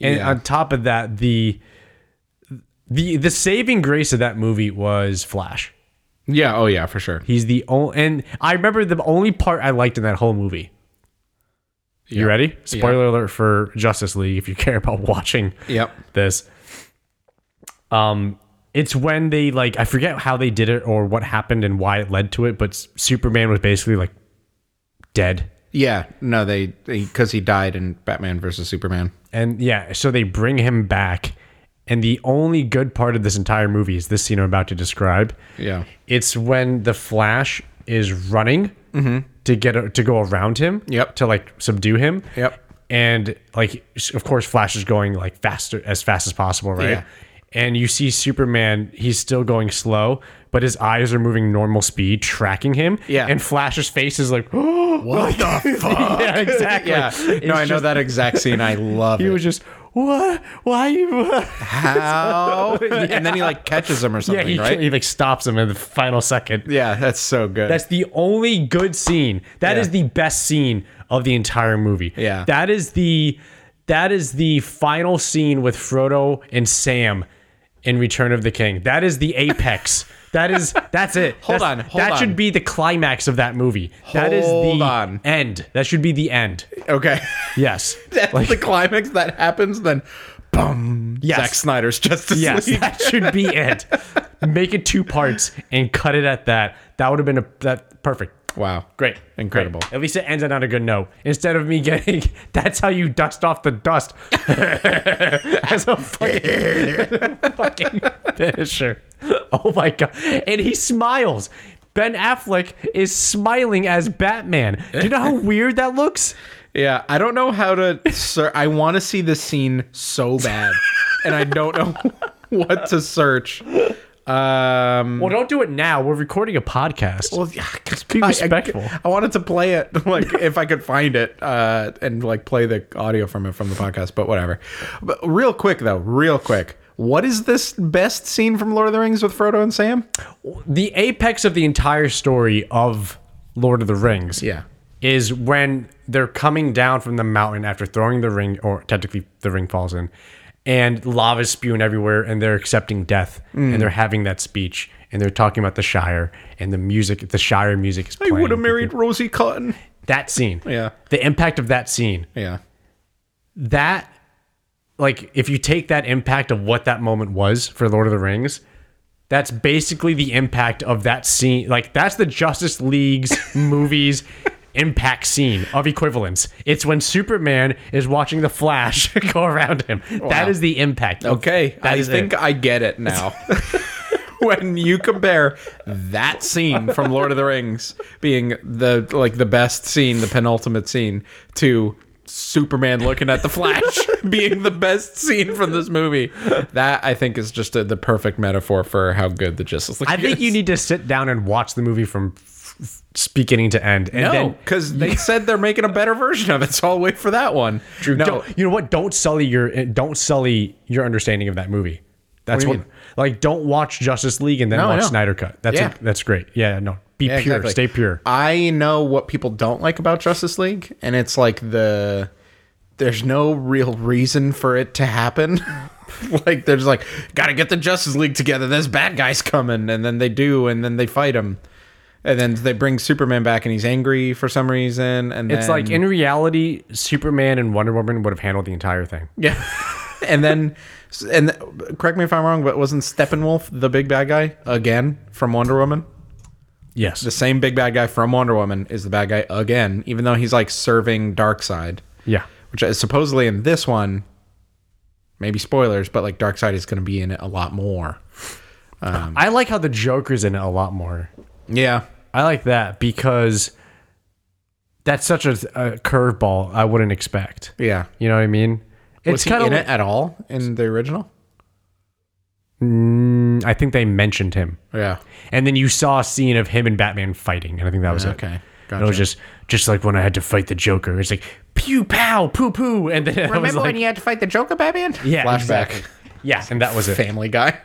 [SPEAKER 2] And
[SPEAKER 1] Yeah.
[SPEAKER 2] on top of that, the the the saving grace of that movie was Flash.
[SPEAKER 1] Yeah, oh yeah, for sure.
[SPEAKER 2] He's the only and I remember the only part I liked in that whole movie. You
[SPEAKER 1] Yeah.
[SPEAKER 2] ready? Spoiler alert for Justice League if you <laughs> care about watching
[SPEAKER 1] Yep.
[SPEAKER 2] this. Um, it's when they like I forget how they did it or what happened and why it led to it, but S- Superman was basically like dead,
[SPEAKER 1] Yeah, no, they because he died in Batman versus Superman.
[SPEAKER 2] and yeah, so they bring him back, and the only good part of this entire movie is this scene I'm about to describe.
[SPEAKER 1] Yeah,
[SPEAKER 2] It's when the Flash is running to get a, to go around him,
[SPEAKER 1] Mm-hmm. Yep.
[SPEAKER 2] to like subdue him,
[SPEAKER 1] Yep.
[SPEAKER 2] and like s- of course Flash is going like faster as fast as possible, right?
[SPEAKER 1] Yeah.
[SPEAKER 2] And you see Superman, he's still going slow, but his eyes are moving normal speed, tracking him.
[SPEAKER 1] Yeah.
[SPEAKER 2] And Flash's face is like, <gasps> what
[SPEAKER 1] <laughs> the fuck?
[SPEAKER 2] <laughs> yeah, exactly.
[SPEAKER 1] yeah.
[SPEAKER 2] It's
[SPEAKER 1] no, I know
[SPEAKER 2] just-
[SPEAKER 1] that exact scene. I love <laughs>
[SPEAKER 2] He
[SPEAKER 1] it.
[SPEAKER 2] was just, what? Why you?
[SPEAKER 1] How? And then he like catches him or
[SPEAKER 2] <laughs> yeah,
[SPEAKER 1] something,
[SPEAKER 2] he,
[SPEAKER 1] right?
[SPEAKER 2] he like stops him in the final second.
[SPEAKER 1] yeah, that's so good.
[SPEAKER 2] That's the only good scene. That
[SPEAKER 1] Yeah.
[SPEAKER 2] is the best scene of the entire movie.
[SPEAKER 1] Yeah.
[SPEAKER 2] That is the that is the final scene with Frodo and Sam in Return of the King. That is the
[SPEAKER 1] <laughs>
[SPEAKER 2] apex. that is that's it.
[SPEAKER 1] Hold
[SPEAKER 2] That's-
[SPEAKER 1] on, hold
[SPEAKER 2] that
[SPEAKER 1] on.
[SPEAKER 2] should be the climax of that movie. that is
[SPEAKER 1] Hold
[SPEAKER 2] the
[SPEAKER 1] on.
[SPEAKER 2] end. That should be the end.
[SPEAKER 1] okay. <laughs>
[SPEAKER 2] Yes.
[SPEAKER 1] that's the climax that happens. Then, boom.
[SPEAKER 2] Yes.
[SPEAKER 1] Zack Snyder's Justice
[SPEAKER 2] <laughs> Yes,
[SPEAKER 1] League.
[SPEAKER 2] that should be it. Make it two parts and cut it at that. That would have been a that perfect.
[SPEAKER 1] <laughs> Wow.
[SPEAKER 2] Great.
[SPEAKER 1] Incredible.
[SPEAKER 2] Great. At least it ends on a good note. Instead of me <laughs> getting, that's how you dust off the dust. <laughs> As a fucking, <laughs> fucking finisher. Oh my God. And he smiles. Ben Affleck is smiling as Batman. Do you know how weird that looks?
[SPEAKER 1] Yeah, I don't know how to. Sir, I want to see this scene so
[SPEAKER 2] <laughs>
[SPEAKER 1] bad, and I don't know what to search. Um,
[SPEAKER 2] Well, don't do it now. We're recording a podcast.
[SPEAKER 1] well, yeah, 'cause
[SPEAKER 2] Be
[SPEAKER 1] I- I-
[SPEAKER 2] respectful.
[SPEAKER 1] I, wanted to play it, <laughs> like if I could find it, uh, and like play the audio from it from the podcast, but whatever. But real quick though, real quick, what is this best scene from Lord of the Rings with Frodo and Sam?
[SPEAKER 2] the apex of the entire story of Lord of the Rings.
[SPEAKER 1] Yeah.
[SPEAKER 2] Is when they're coming down from the mountain after throwing the ring, or technically the ring falls in, and lava is spewing everywhere, and they're accepting death,
[SPEAKER 1] Mm.
[SPEAKER 2] and they're having that speech, and they're talking about the Shire, and the music, the Shire music is
[SPEAKER 1] I
[SPEAKER 2] playing.
[SPEAKER 1] would have married Rosie Cotton.
[SPEAKER 2] that scene.
[SPEAKER 1] Yeah.
[SPEAKER 2] The impact of that scene
[SPEAKER 1] Yeah,
[SPEAKER 2] that like if you take that impact of what that moment was for Lord of the Rings, that's basically the impact of that scene. Like that's the Justice
[SPEAKER 1] <laughs>
[SPEAKER 2] League's movies impact scene of equivalence. It's when Superman is watching the Flash <laughs> go around him. That is the impact. of-
[SPEAKER 1] Okay,
[SPEAKER 2] that
[SPEAKER 1] I
[SPEAKER 2] is
[SPEAKER 1] think
[SPEAKER 2] it.
[SPEAKER 1] I get
[SPEAKER 2] <laughs>
[SPEAKER 1] it now. when you compare that scene from Lord of the Rings being the like the best scene, the penultimate scene to Superman looking at the Flash
[SPEAKER 2] <laughs>
[SPEAKER 1] being the best scene from this movie, that I think is just a, the perfect metaphor for how good the Justice League
[SPEAKER 2] I think
[SPEAKER 1] is.
[SPEAKER 2] you need to sit down and watch the movie from f- f- s- beginning to end. And
[SPEAKER 1] no,
[SPEAKER 2] then
[SPEAKER 1] because they said they're making a better version of it, so I'll wait for that one. Drew, no,
[SPEAKER 2] Don't- you know what? Don't sully your eh, don't sully your understanding of that movie. That's
[SPEAKER 1] What
[SPEAKER 2] what,
[SPEAKER 1] do you
[SPEAKER 2] like don't watch Justice League and then
[SPEAKER 1] No, I
[SPEAKER 2] watch
[SPEAKER 1] know.
[SPEAKER 2] Snyder Cut. That's
[SPEAKER 1] Yeah.
[SPEAKER 2] that's great. Yeah, no, be
[SPEAKER 1] Yeah,
[SPEAKER 2] pure,
[SPEAKER 1] exactly.
[SPEAKER 2] stay pure.
[SPEAKER 1] I know what people don't like about Justice League, and it's like the there's no real reason for it to happen. <laughs> like they're just like, gotta get the Justice League together. This bad guy's coming, and then they do, and then they fight him, and then they bring Superman back, and he's angry for some reason, and
[SPEAKER 2] It's
[SPEAKER 1] then-
[SPEAKER 2] like in reality, Superman and Wonder Woman would have handled the entire thing.
[SPEAKER 1] <laughs> yeah, and then. And correct me if I'm wrong, but wasn't Steppenwolf the big bad guy again from Wonder Woman?
[SPEAKER 2] Yes,
[SPEAKER 1] the same big bad guy from Wonder Woman is the bad guy again, even though he's like serving Darkseid,
[SPEAKER 2] yeah,
[SPEAKER 1] which is supposedly in this one, maybe spoilers, but like Darkseid is going to be in it a lot more. Um,
[SPEAKER 2] I like how the Joker's in it a lot more.
[SPEAKER 1] Yeah.
[SPEAKER 2] I like that because that's such a, a curveball I wouldn't expect.
[SPEAKER 1] Yeah.
[SPEAKER 2] You know what I mean?
[SPEAKER 1] Was
[SPEAKER 2] It's
[SPEAKER 1] he
[SPEAKER 2] kind
[SPEAKER 1] in
[SPEAKER 2] of.
[SPEAKER 1] it at all in the original?
[SPEAKER 2] I think they mentioned him,
[SPEAKER 1] Yeah.
[SPEAKER 2] and then you saw a scene of him and Batman fighting, and I think that was it.
[SPEAKER 1] Okay.
[SPEAKER 2] And It was just just like when I had to fight the Joker. It's like pew pow poo poo, and then I was
[SPEAKER 1] Remember
[SPEAKER 2] like,
[SPEAKER 1] when you had to fight the Joker, Batman?
[SPEAKER 2] <laughs> yeah,
[SPEAKER 1] Flashback. <laughs>
[SPEAKER 2] exactly. Yeah, and that was it.
[SPEAKER 1] Family Guy.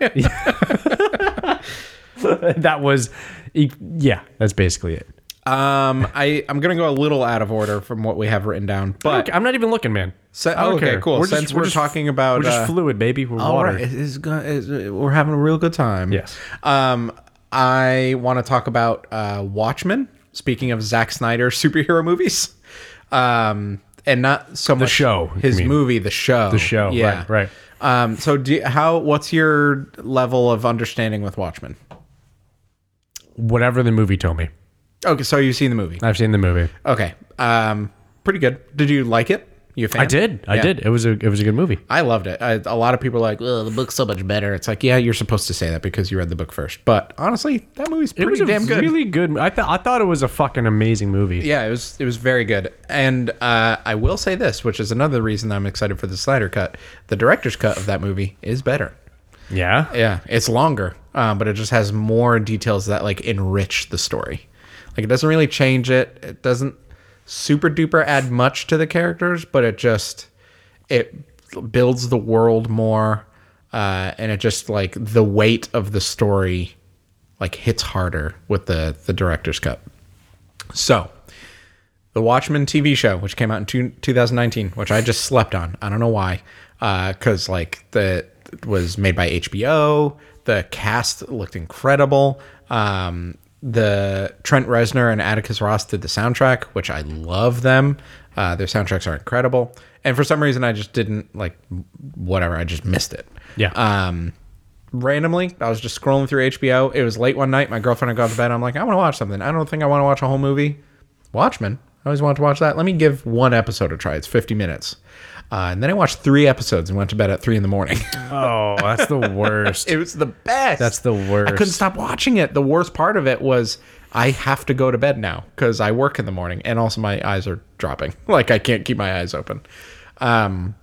[SPEAKER 2] that was, e, yeah, that's basically it.
[SPEAKER 1] <laughs> um, I I'm gonna go a little out of order from what we have written down, but
[SPEAKER 2] Okay, I'm not even looking, man.
[SPEAKER 1] So-
[SPEAKER 2] I don't
[SPEAKER 1] okay,
[SPEAKER 2] care.
[SPEAKER 1] cool. Since we're talking about,
[SPEAKER 2] we're just
[SPEAKER 1] uh,
[SPEAKER 2] fluid, baby. We're
[SPEAKER 1] all
[SPEAKER 2] water.
[SPEAKER 1] right, it's go- it's- we're having a real good time.
[SPEAKER 2] Yes.
[SPEAKER 1] Um, I want to talk about uh, Watchmen. Speaking of Zack Snyder <laughs> superhero movies, um, and not so much
[SPEAKER 2] show, you
[SPEAKER 1] his
[SPEAKER 2] mean.
[SPEAKER 1] movie, the show, the
[SPEAKER 2] show, right, right.
[SPEAKER 1] Um, so do you- how? What's your level of understanding with Watchmen?
[SPEAKER 2] Whatever the movie told me,
[SPEAKER 1] Okay, so you've seen the movie.
[SPEAKER 2] I've seen the movie.
[SPEAKER 1] Okay, um, pretty good. Did you like it? You a fan?
[SPEAKER 2] I did. I
[SPEAKER 1] Yeah.
[SPEAKER 2] did. It was a it was a good movie.
[SPEAKER 1] I loved it. I, a lot of people are like, "Well, the book's so much better." It's like, yeah, you're supposed to say that because you read the book first. But honestly, that movie's
[SPEAKER 2] It
[SPEAKER 1] pretty
[SPEAKER 2] was a
[SPEAKER 1] damn good.
[SPEAKER 2] really good. I thought I thought it was a fucking amazing movie.
[SPEAKER 1] yeah, it was it was very good. And uh, I will say this, which is another reason I'm excited for the Snyder cut. The director's cut of that movie is better. <laughs>
[SPEAKER 2] Yeah.
[SPEAKER 1] Yeah, it's longer, um, but it just has more details that like enrich the story. Like it doesn't really change it. It doesn't super duper add much to the characters, but it just it builds the world more, uh, and it just like the weight of the story like hits harder with the the director's cut. So. The Watchmen TV show, which came out in two, 2019, which I just slept on. I don't know why, because like the it was made by HBO. The cast looked incredible. Um, the Trent Reznor and Atticus Ross did the soundtrack, which I love them. Uh, their soundtracks are incredible, and for some reason I just didn't like whatever. I just missed it
[SPEAKER 2] Yeah.
[SPEAKER 1] um, randomly. I was just scrolling through HBO. It was late one night. My girlfriend had gone to bed. I'm like, I want to watch something. I don't think I want to watch a whole movie. Watchmen. I always wanted to watch that. Let me give one episode a try. It's 50 minutes. Uh, and then I watched three episodes and went to bed at three in the morning. <laughs>
[SPEAKER 2] oh, that's the worst.
[SPEAKER 1] it was the best.
[SPEAKER 2] That's the worst.
[SPEAKER 1] I couldn't stop watching it. The worst part of it was I have to go to bed now because I work in the morning and also my eyes are dropping. <laughs> Like I can't keep my eyes open. Um,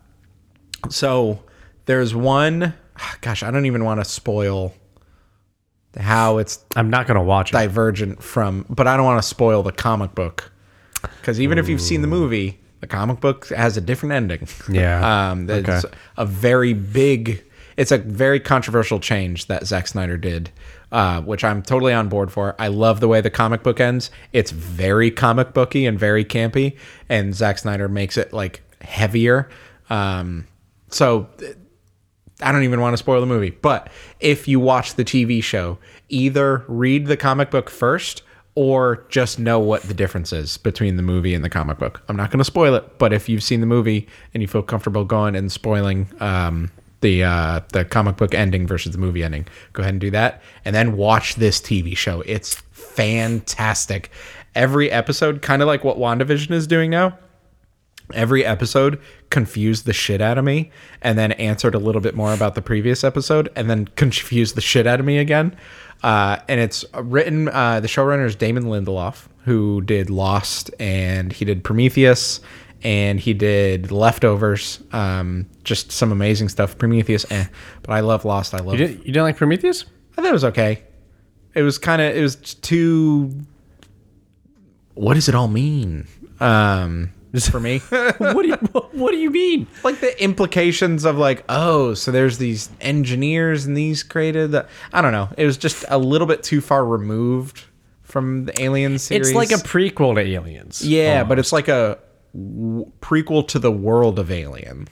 [SPEAKER 1] so there's one. <sighs> Gosh, I don't even want to spoil how it's
[SPEAKER 2] I'm not gonna watch it.
[SPEAKER 1] divergent from, but I don't want to spoil the comic book because even if you've seen the movie, the comic book has a different ending.
[SPEAKER 2] Yeah.
[SPEAKER 1] um, it's a very big. It's a very controversial change that Zack Snyder did, uh, which I'm totally on board for. I love the way the comic book ends. It's very comic booky and very campy, and Zack Snyder makes it like heavier. Um, so I don't even want to spoil the movie, but if you watch the TV show, either read the comic book first or just know what the difference is between the movie and the comic book. I'm not going to spoil it, but if you've seen the movie and you feel comfortable going and spoiling um, the uh, the comic book ending versus the movie ending, go ahead and do that, and then watch this TV show. It's fantastic. Every episode, kind of like what WandaVision is doing now, every episode confused the shit out of me and then answered a little bit more about the previous episode and then confused the shit out of me again uh, and it's written uh, the showrunner is damon lindelof who did lost and he did prometheus and he did leftovers um, just some amazing stuff prometheus eh. but i love lost i love
[SPEAKER 2] You didn't, you didn't like Prometheus?
[SPEAKER 1] I thought it was okay. It was kind of it was too. What does it all mean? Um, for me,
[SPEAKER 2] <laughs> what do you What do you mean?
[SPEAKER 1] like the implications of like, oh, so there's these engineers and these created. The, I don't know. It was just a little bit too far removed from the Alien series.
[SPEAKER 2] It's like a prequel to Aliens.
[SPEAKER 1] yeah, but it's like a w- prequel to the world of Alien.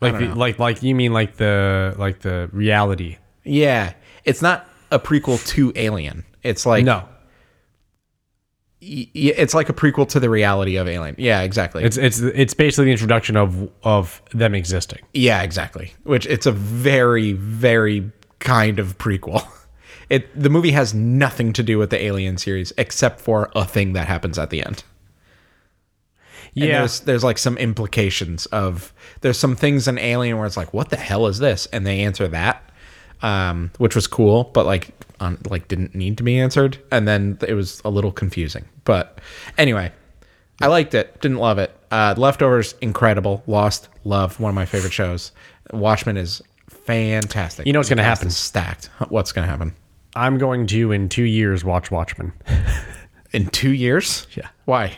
[SPEAKER 2] like the, like like you mean like the like the reality.
[SPEAKER 1] Yeah, it's not a prequel to Alien. It's like
[SPEAKER 2] No,
[SPEAKER 1] y- y- it's like a prequel to the reality of Alien. Yeah, exactly.
[SPEAKER 2] it's it's it's basically the introduction of of them existing.
[SPEAKER 1] Yeah, exactly. Which it's a very, very kind of prequel. <laughs> It the movie has nothing to do with the Alien series except for a thing that happens at the end. And
[SPEAKER 2] Yeah,
[SPEAKER 1] there's there's like some implications of there's some things in Alien where it's like, what the hell is this? And they answer that, um, which was cool, but like on like didn't need to be answered. And then it was a little confusing. But anyway, I liked it. Didn't love it. Uh, Leftovers, incredible. Lost, love. One of my favorite shows. Watchmen is fantastic.
[SPEAKER 2] You know what's gonna
[SPEAKER 1] The cast
[SPEAKER 2] happen.
[SPEAKER 1] is Stacked. What's going to happen
[SPEAKER 2] I'm going to in two years watch Watchmen <laughs>
[SPEAKER 1] in two years?
[SPEAKER 2] Yeah.
[SPEAKER 1] Why?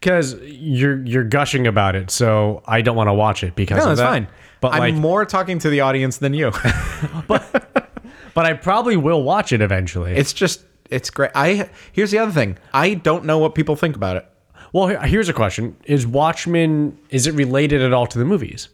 [SPEAKER 2] because you're you're gushing about it, so I don't want to watch it because
[SPEAKER 1] No,
[SPEAKER 2] of
[SPEAKER 1] that's
[SPEAKER 2] that.
[SPEAKER 1] fine.
[SPEAKER 2] But
[SPEAKER 1] I'm
[SPEAKER 2] like,
[SPEAKER 1] more talking to the audience than you. <laughs>
[SPEAKER 2] but I probably will watch it eventually.
[SPEAKER 1] it's just, it's great. I here's the other thing. I don't know what people think about it.
[SPEAKER 2] well, here- here's a question: Is Watchmen is it related at all to the movies?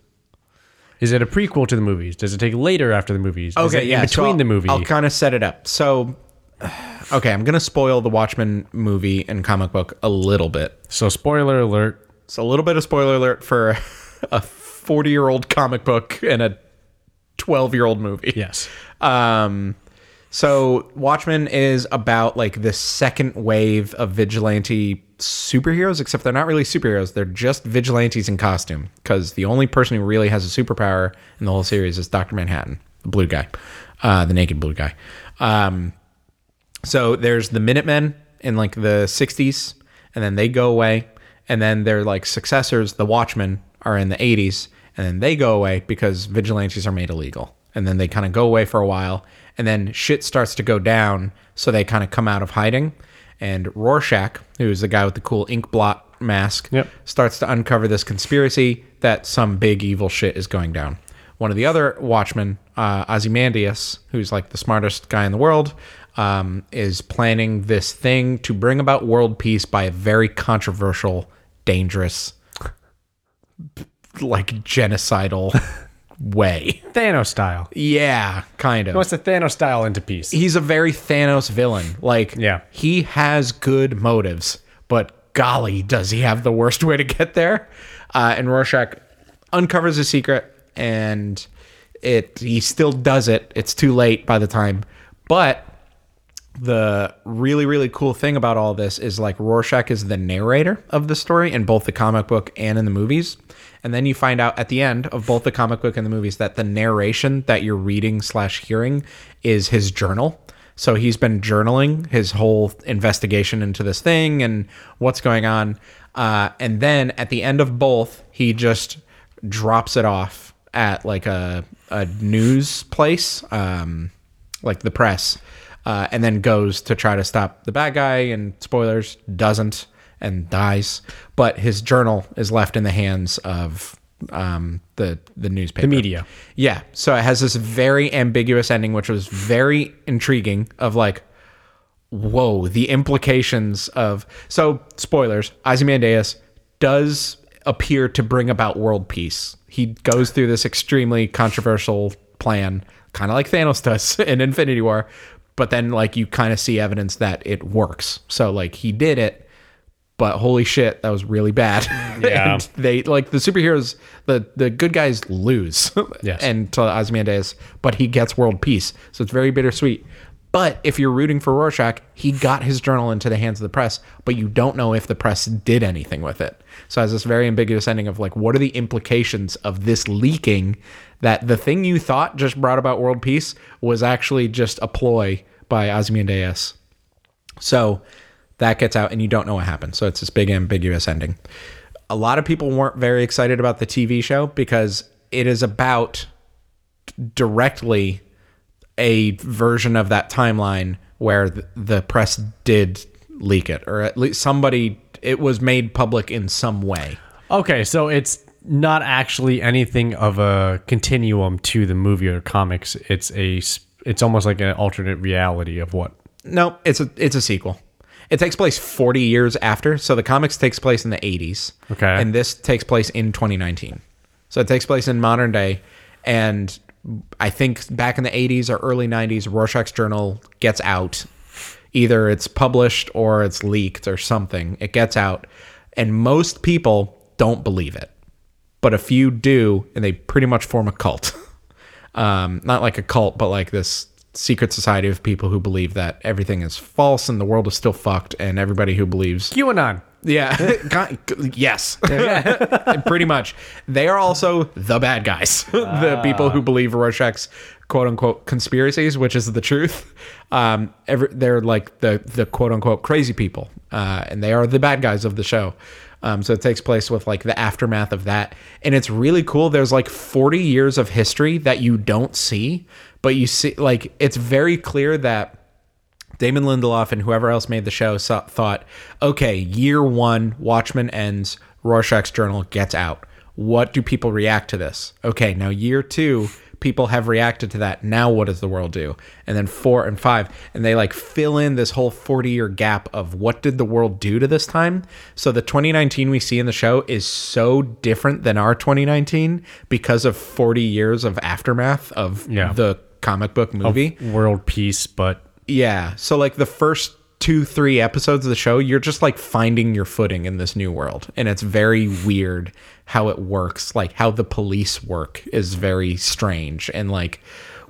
[SPEAKER 2] Is it a prequel to the movies? Does it take later after the movies? Is it in
[SPEAKER 1] so
[SPEAKER 2] between
[SPEAKER 1] I'll-
[SPEAKER 2] the movie.
[SPEAKER 1] I'll kind of set it up. So, <sighs> okay, I'm gonna spoil the Watchmen movie and comic book a little bit.
[SPEAKER 2] so spoiler alert.
[SPEAKER 1] It's a little bit of spoiler alert for <laughs> a 40 year old comic book and a 12 year old movie.
[SPEAKER 2] Yes.
[SPEAKER 1] Um, so Watchmen is about like the second wave of vigilante superheroes, except they're not really superheroes. They're just vigilantes in costume because the only person who really has a superpower in the whole series is Dr. Manhattan, the blue guy, uh, the naked blue guy. Um, so there's the Minutemen in like the 60s, and then they go away. And then their like successors, the Watchmen, are in the 80s, and then they go away because vigilantes are made illegal. And then they kind of go away for a while, and then shit starts to go down, so they kind of come out of hiding. And Rorschach, who's the guy with the cool ink blot mask,
[SPEAKER 2] Yep.
[SPEAKER 1] starts to uncover this conspiracy that some big evil shit is going down. One of the other Watchmen, uh, Ozymandias, who's like the smartest guy in the world, um, is planning this thing to bring about world peace by a very controversial, dangerous, <laughs> like genocidal way.
[SPEAKER 2] Thanos style.
[SPEAKER 1] Yeah, kind of
[SPEAKER 2] What's the Thanos style into peace?
[SPEAKER 1] he's a very Thanos villain. Like,
[SPEAKER 2] Yeah.
[SPEAKER 1] he has good motives, but golly, does he have the worst way to get there? Uh, and Rorschach uncovers a secret, and it he still does it. It's too late by the time, but the really really cool thing about all this is like Rorschach is the narrator of the story in both the comic book and in the movies. And then you find out at the end of both the comic book and the movies that the narration that you're reading slash hearing is his journal. So he's been journaling his whole investigation into this thing and what's going on. Uh, and then at the end of both, he just drops it off at like a a news place. Um, like the press, uh, and then goes to try to stop the bad guy. And spoilers, doesn't and dies. But his journal is left in the hands of um, the the newspaper, the
[SPEAKER 2] media.
[SPEAKER 1] Yeah, so it has this very ambiguous ending, which was very intriguing. Of like, whoa, the implications of so spoilers. Ozymandias does appear to bring about world peace. He goes through this extremely controversial plan, kind of like Thanos does <laughs> in Infinity War, but then like you kind of see evidence that it works. So like he did it, but holy shit, that was really bad. <laughs>
[SPEAKER 2] Yeah.
[SPEAKER 1] and they like the superheroes, the the good guys lose. <laughs>
[SPEAKER 2] Yes.
[SPEAKER 1] and to Ozymandias, but he gets world peace. So it's very bittersweet. But if you're rooting for Rorschach, he got his journal into the hands of the press, but you don't know if the press did anything with it. So it has this very ambiguous ending of like, what are the implications of this leaking that the thing you thought just brought about world peace was actually just a ploy by Ozymandias so that gets out, and you don't know what happened. So it's this big ambiguous ending. A lot of people weren't very excited about the TV show because it is about directly a version of that timeline where th- the press did leak it, or at least somebody, it was made public in some way.
[SPEAKER 2] Okay, so it's not actually anything of a continuum to the movie or comics. It's a s- it's almost like an alternate reality of what.
[SPEAKER 1] No, it's a it's a sequel. It takes place 40 years after, so the comics takes place in the 80s.
[SPEAKER 2] Okay.
[SPEAKER 1] And this takes place in 2019. So it takes place in modern day and I think back in the 80s or early 90s Rorschach's journal gets out. Either it's published or it's leaked or something. It gets out and most people don't believe it. But a few do and they pretty much form a cult. <laughs> um, not like a cult, but like this secret society of people who believe that everything is false and the world is still fucked, and everybody who believes,
[SPEAKER 2] QAnon.
[SPEAKER 1] yeah, Con- yes, <laughs> pretty much. They are also the bad guys, <laughs> the people who believe Rorschach's quote unquote conspiracies, which is the truth. Um, every, they're like the the quote unquote crazy people, uh, and they are the bad guys of the show. Um, so it takes place with like the aftermath of that, and it's really cool. There's like 40 years of history that you don't see, but you see like it's very clear that Damon Lindelof and whoever else made the show so- thought, okay, year one, Watchmen ends, Rorschach's Journal gets out. What do people react to this? Okay, now year two, people have reacted to that. Now what does the world do? And then four and five, and they like fill in this whole 40 year gap of what did the world do to this time? So the 2019 we see in the show is so different than our 2019 because of 40 years of aftermath of
[SPEAKER 2] Yeah.
[SPEAKER 1] the comic book movie.
[SPEAKER 2] World peace, but
[SPEAKER 1] Yeah. So like the first two, three episodes of the show, you're just like finding your footing in this new world. And it's very weird how it works. Like how the police work is very strange. And like,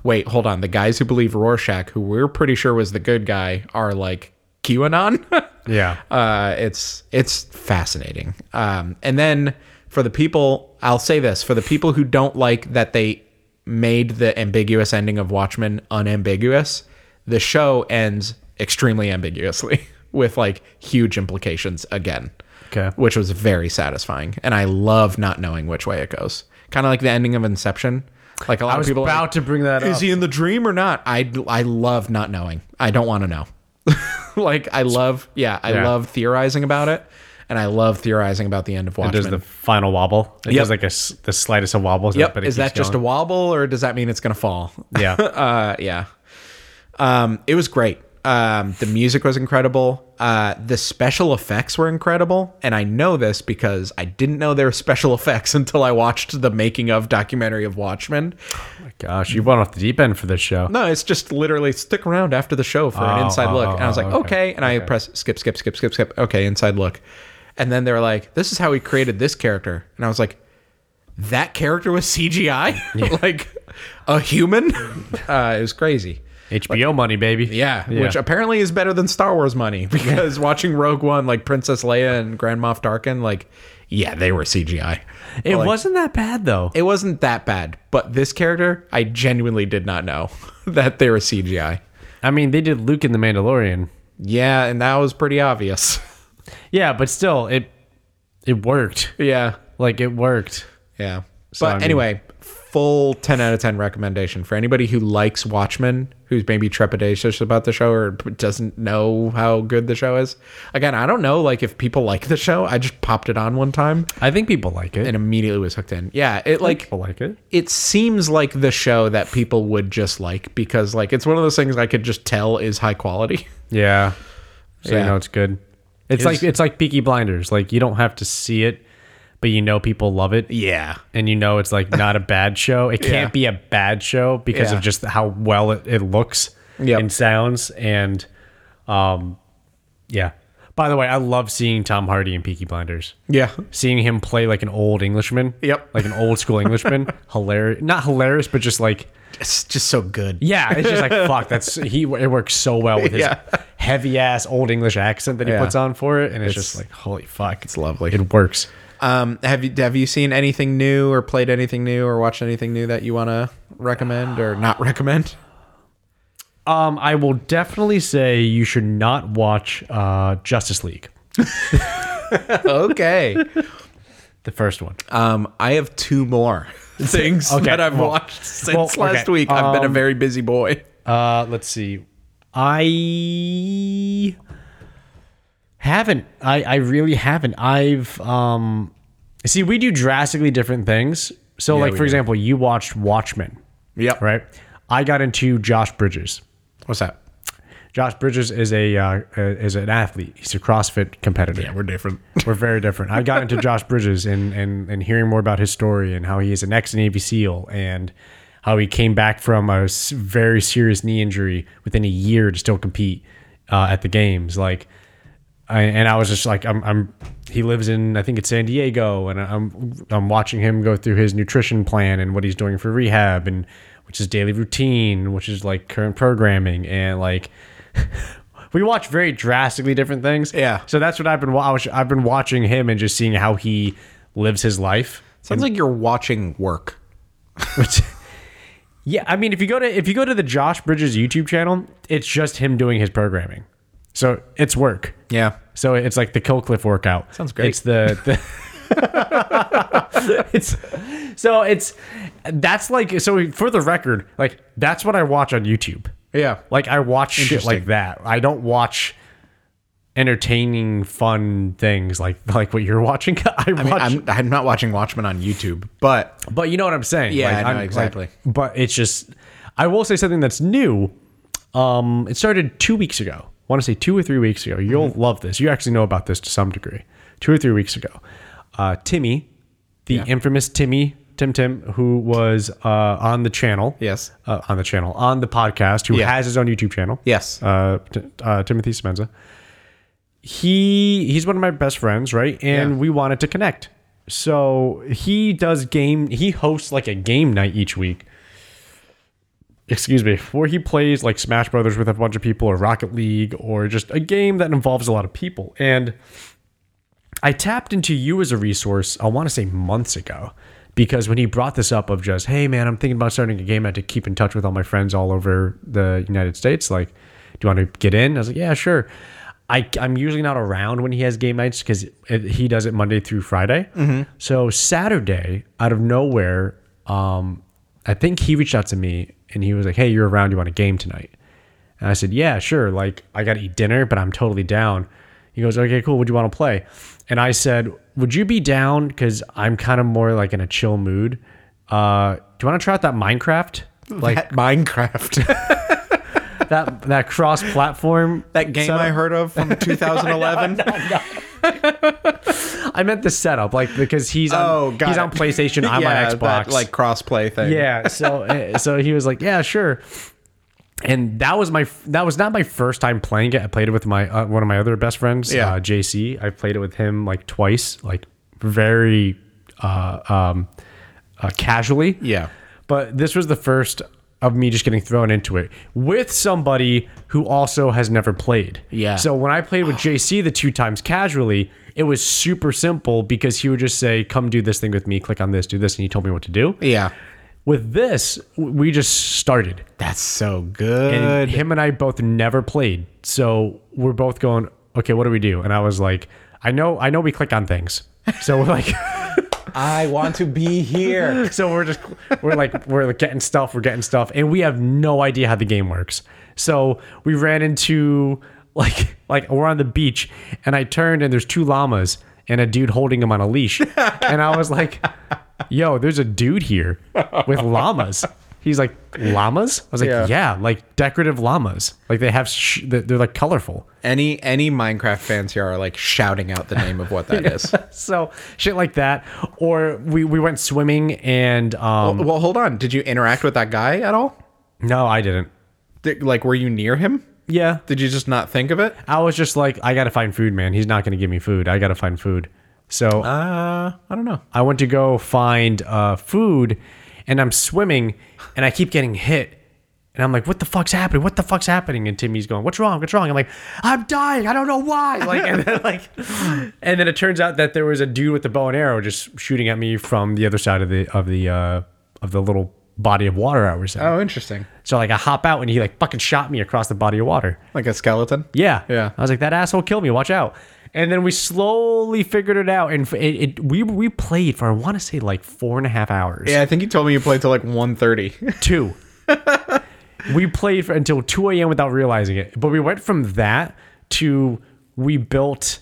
[SPEAKER 1] wait, hold on. The guys who believe Rorschach, who we're pretty sure was the good guy, are like QAnon. <laughs>
[SPEAKER 2] yeah,
[SPEAKER 1] uh, it's it's fascinating. Um, and then for the people, I'll say this: for the people who don't like that they made the ambiguous ending of Watchmen unambiguous, the show ends extremely ambiguously <laughs> with like huge implications again.
[SPEAKER 2] Okay.
[SPEAKER 1] which was very satisfying, and I love not knowing which way it goes. Kind of like the ending of Inception. Like a lot
[SPEAKER 2] I was
[SPEAKER 1] of people, are
[SPEAKER 2] about
[SPEAKER 1] like,
[SPEAKER 2] to bring that
[SPEAKER 1] is
[SPEAKER 2] up.
[SPEAKER 1] he in the dream or not? I I love not knowing. I don't want to know. <laughs> like I love, yeah, I
[SPEAKER 2] Yeah.
[SPEAKER 1] love theorizing about it, and I love theorizing about the end of Watchmen.
[SPEAKER 2] Does the final wobble? It
[SPEAKER 1] Yep.
[SPEAKER 2] does like a s the slightest of wobbles.
[SPEAKER 1] yep,
[SPEAKER 2] but it
[SPEAKER 1] is that just a wobble or does that mean it's gonna fall?
[SPEAKER 2] a yeah?
[SPEAKER 1] uh, yeah. Um, it was great. Um, the music was incredible. Uh, the special effects were incredible, and I know this because I didn't know there were special <laughs> effects until I watched the making of documentary of Watchmen.
[SPEAKER 2] <laughs> Gosh, you went off the deep end for this show.
[SPEAKER 1] No, it's just literally stick around after the show for an
[SPEAKER 2] Oh,
[SPEAKER 1] inside
[SPEAKER 2] oh,
[SPEAKER 1] look.
[SPEAKER 2] oh,
[SPEAKER 1] And I was
[SPEAKER 2] oh,
[SPEAKER 1] like, okay.
[SPEAKER 2] okay.
[SPEAKER 1] And I press skip, skip, skip, skip, skip. Okay, inside look. And then they're like, this is how we created this character. And I was like, that character was <laughs> CGI? like a human?
[SPEAKER 2] <laughs>
[SPEAKER 1] uh, it was crazy.
[SPEAKER 2] HBO money, baby.
[SPEAKER 1] Yeah, which apparently is better than Star Wars
[SPEAKER 2] <laughs>
[SPEAKER 1] money because watching Rogue One, like Princess Leia and Grand Moff Tarkin, like, yeah, they were CGI.
[SPEAKER 2] it
[SPEAKER 1] Like,
[SPEAKER 2] wasn't that bad though.
[SPEAKER 1] It wasn't that bad, but this character, I genuinely did not know <laughs> that they were CGI.
[SPEAKER 2] I mean, they did Luke in the Mandalorian.
[SPEAKER 1] Yeah, and that was pretty obvious. <laughs>
[SPEAKER 2] Yeah, but still, it it worked.
[SPEAKER 1] yeah.
[SPEAKER 2] Like it worked.
[SPEAKER 1] Yeah.
[SPEAKER 2] I
[SPEAKER 1] but
[SPEAKER 2] mean-
[SPEAKER 1] anyway, full 10 out of 10 recommendation for anybody who likes Watchmen, who's maybe trepidatious about the show or doesn't know how good the show is. Again, I don't know like if people like the show. I just popped it on one time
[SPEAKER 2] I think people like it.
[SPEAKER 1] and immediately was hooked in. Yeah, it like
[SPEAKER 2] people like it.
[SPEAKER 1] it seems like the show that people would just like because like it's one of those things I could just tell is high quality. <laughs>
[SPEAKER 2] Yeah. So
[SPEAKER 1] Yeah.
[SPEAKER 2] you know it's good. It's
[SPEAKER 1] It's-
[SPEAKER 2] like it's like Peaky Blinders. Like you don't have to see it, but you know people love it.
[SPEAKER 1] Yeah.
[SPEAKER 2] And you know it's like not a bad show.
[SPEAKER 1] <laughs>
[SPEAKER 2] It can't be a bad show because
[SPEAKER 1] Yeah.
[SPEAKER 2] of just how well it, it looks
[SPEAKER 1] Yep.
[SPEAKER 2] and sounds and um yeah. By the way, I love seeing Tom Hardy in Peaky Blinders.
[SPEAKER 1] Yeah.
[SPEAKER 2] Seeing him play like an old Englishman.
[SPEAKER 1] Yep.
[SPEAKER 2] Like an old
[SPEAKER 1] <laughs>
[SPEAKER 2] school Englishman. hilarious not hilarious, but just like
[SPEAKER 1] It's just so good.
[SPEAKER 2] yeah, it's just like fuck. That's he. It works so well with his
[SPEAKER 1] Yeah.
[SPEAKER 2] heavy ass old English accent that he
[SPEAKER 1] Yeah.
[SPEAKER 2] puts on for it, and it's,
[SPEAKER 1] It's-
[SPEAKER 2] just like holy fuck. It's
[SPEAKER 1] lovely.
[SPEAKER 2] It works.
[SPEAKER 1] Um, have you have you seen anything new or played anything new or watched anything new that you want to recommend or not recommend?
[SPEAKER 2] Um, I will definitely say you should not watch uh Justice League,
[SPEAKER 1] <laughs> okay.
[SPEAKER 2] the first one.
[SPEAKER 1] Um, I have two <laughs> more things
[SPEAKER 2] Okay,
[SPEAKER 1] that I've
[SPEAKER 2] well-
[SPEAKER 1] watched since
[SPEAKER 2] well,
[SPEAKER 1] last
[SPEAKER 2] okay,
[SPEAKER 1] week. I've been a very busy boy.
[SPEAKER 2] Uh, let's see. I haven't. I I really haven't. I've um. See, we do drastically different things. So, like
[SPEAKER 1] we
[SPEAKER 2] for
[SPEAKER 1] do.
[SPEAKER 2] example, you watched Watchmen,
[SPEAKER 1] Yep.
[SPEAKER 2] right? I got into Josh Bridges.
[SPEAKER 1] What's that?
[SPEAKER 2] Josh Bridges is a uh, uh, is an athlete. He's a CrossFit competitor. we're,
[SPEAKER 1] different.
[SPEAKER 2] very different. I got into Josh Bridges and and and hearing more about his story and how he is an ex Navy SEAL and how he came back from a s- very serious knee injury within a year to still compete uh, at the games. Like, I, and I was just like, I'm, I'm. He lives in I think it's San Diego, and I'm I'm watching him go through his nutrition plan and what he's doing for rehab and which is daily routine, which is like current programming and like <laughs> we watch very drastically different things.
[SPEAKER 1] Yeah.
[SPEAKER 2] So that's what I've been. wa- I was- I've been watching him and just seeing how he lives his life. <laughs>
[SPEAKER 1] Sounds like you're watching work.
[SPEAKER 2] Which- yeah, I mean, if you go to if you go to the Josh Bridges YouTube channel, it's just him doing his programming. So it's work.
[SPEAKER 1] Yeah.
[SPEAKER 2] So it's like the Killcliff workout.
[SPEAKER 1] Sounds great.
[SPEAKER 2] It's the, <laughs> the it's so it's that's like so for the record, like that's what I watch on YouTube.
[SPEAKER 1] Yeah.
[SPEAKER 2] Like I watch shit like
[SPEAKER 1] Interesting.
[SPEAKER 2] that. I don't watch entertaining fun things like like what you're watching. <laughs> I watch
[SPEAKER 1] I mean, I'm, I'm not watching Watchmen on YouTube, but
[SPEAKER 2] but you know what I'm saying.
[SPEAKER 1] Yeah, I know,
[SPEAKER 2] I'm,
[SPEAKER 1] exactly.
[SPEAKER 2] but it's just, I will say something that's new. Um, it started two weeks ago. I want to say two or three weeks ago. You'll
[SPEAKER 1] Mm-hmm.
[SPEAKER 2] love this. You actually know about this to some degree. Two or three weeks ago, uh, Timmy, the infamous Timmy Tim Tim, who was uh, on the channel.
[SPEAKER 1] Yes.
[SPEAKER 2] uh, on the channel on the podcast, who
[SPEAKER 1] Yeah.
[SPEAKER 2] has his own YouTube channel.
[SPEAKER 1] yes.
[SPEAKER 2] Uh, T- uh, Timothy Spenza. He he's one of my best friends, right? And
[SPEAKER 1] Yeah.
[SPEAKER 2] we wanted to connect. So he does game. He hosts like a game night each week. Excuse me, where he plays like Smash Brothers with a bunch of people, or Rocket League, or just a game that involves a lot of people. And I tapped into you as a resource, I want to say months ago, because when he brought this up of just, hey man, I'm thinking about starting a game I had to keep in touch with all my friends all over the United States. Like, do you want to get in? I was like, yeah, sure. I, I'm usually not around when he has game nights because he does it Monday through Friday. So Saturday, out of nowhere, um, I think he reached out to me and he was like, hey, you're around. You want a game tonight? And I said, Yeah, sure. Like, I got to eat dinner, but I'm totally down. He goes, Okay, cool. Would you want to play? And I said, Would you be down? Because I'm kind of more like in a chill mood. Uh, do you want to try out that
[SPEAKER 1] <laughs>
[SPEAKER 2] Minecraft? Like
[SPEAKER 1] At Minecraft,
[SPEAKER 2] that that cross platform
[SPEAKER 1] <laughs> that game <laughs> I heard of from <laughs> 2011.
[SPEAKER 2] I meant the setup, like because he's on,
[SPEAKER 1] Oh, got
[SPEAKER 2] he's
[SPEAKER 1] it.
[SPEAKER 2] on PlayStation,
[SPEAKER 1] <laughs>
[SPEAKER 2] I'm
[SPEAKER 1] Yeah,
[SPEAKER 2] on Xbox,
[SPEAKER 1] that, like crossplay thing. <laughs>
[SPEAKER 2] yeah so uh, so he was like yeah sure and that was my f- that was not my first time playing it i played it with my uh, one of my other best friends
[SPEAKER 1] Yeah.
[SPEAKER 2] uh, jc i played it with him like twice like very uh, um, uh, casually
[SPEAKER 1] Yeah.
[SPEAKER 2] but this was the first of me just getting thrown into it with somebody who also has never played.
[SPEAKER 1] Yeah.
[SPEAKER 2] So when I played with JC the two times casually, it was super simple because he would just say, "Come do this thing with me. Click on this, do this," and he told me what to do.
[SPEAKER 1] Yeah.
[SPEAKER 2] With this, w- we just started.
[SPEAKER 1] That's so
[SPEAKER 2] And
[SPEAKER 1] good.
[SPEAKER 2] him and I both never played. So we're both going, okay, what do we do? And I was like, I know, I know we click on things. So we're like, <laughs>
[SPEAKER 1] I want to be here.
[SPEAKER 2] so we're just, we're like, we're like getting stuff, we're getting stuff, and we have no idea how the game works. So we ran into like, like we're on the beach, and I turned and there's two llamas and a dude holding him on a leash, and I was like, yo, there's a dude here with llamas. He's like, llamas? I was like, yeah,
[SPEAKER 1] Yeah.
[SPEAKER 2] like decorative llamas. Like they have, sh- they're they're, like colorful.
[SPEAKER 1] <laughs> Any any Minecraft fans here are like shouting out the name of what that <laughs> is.
[SPEAKER 2] So shit like that. Or we, we went swimming and, um,
[SPEAKER 1] Well, hold on. Did you interact with that guy at all?
[SPEAKER 2] no, I didn't.
[SPEAKER 1] Did, like, were you near him?
[SPEAKER 2] Yeah.
[SPEAKER 1] Did you just not think of it?
[SPEAKER 2] I was just like, I gotta find food, man. He's not gonna give me food. I gotta find food. So
[SPEAKER 1] Uh, I don't know.
[SPEAKER 2] I went to go find uh, food, and I'm swimming, and I keep getting hit, and I'm like, what the fuck's happening? What the fuck's happening? And Timmy's going, what's wrong? What's wrong? I'm like, I'm dying. I don't know why. <laughs> Like, and then like, and then it turns out that there was a dude with the bow and arrow just shooting at me from the other side of the of the uh, of the little body of water I was in.
[SPEAKER 1] Oh, interesting.
[SPEAKER 2] So like, I hop out, and he like fucking shot me across the body of water.
[SPEAKER 1] Like a skeleton.
[SPEAKER 2] Yeah.
[SPEAKER 1] Yeah.
[SPEAKER 2] I was like, that asshole killed me. Watch out. And then we slowly figured it out, and f- it, it we we played for I want to say like four and a half hours.
[SPEAKER 1] Yeah, I think you told me you played till like <laughs> 1.30.
[SPEAKER 2] Two. <laughs> we played for until two a.m. without realizing it. But we went from that to we built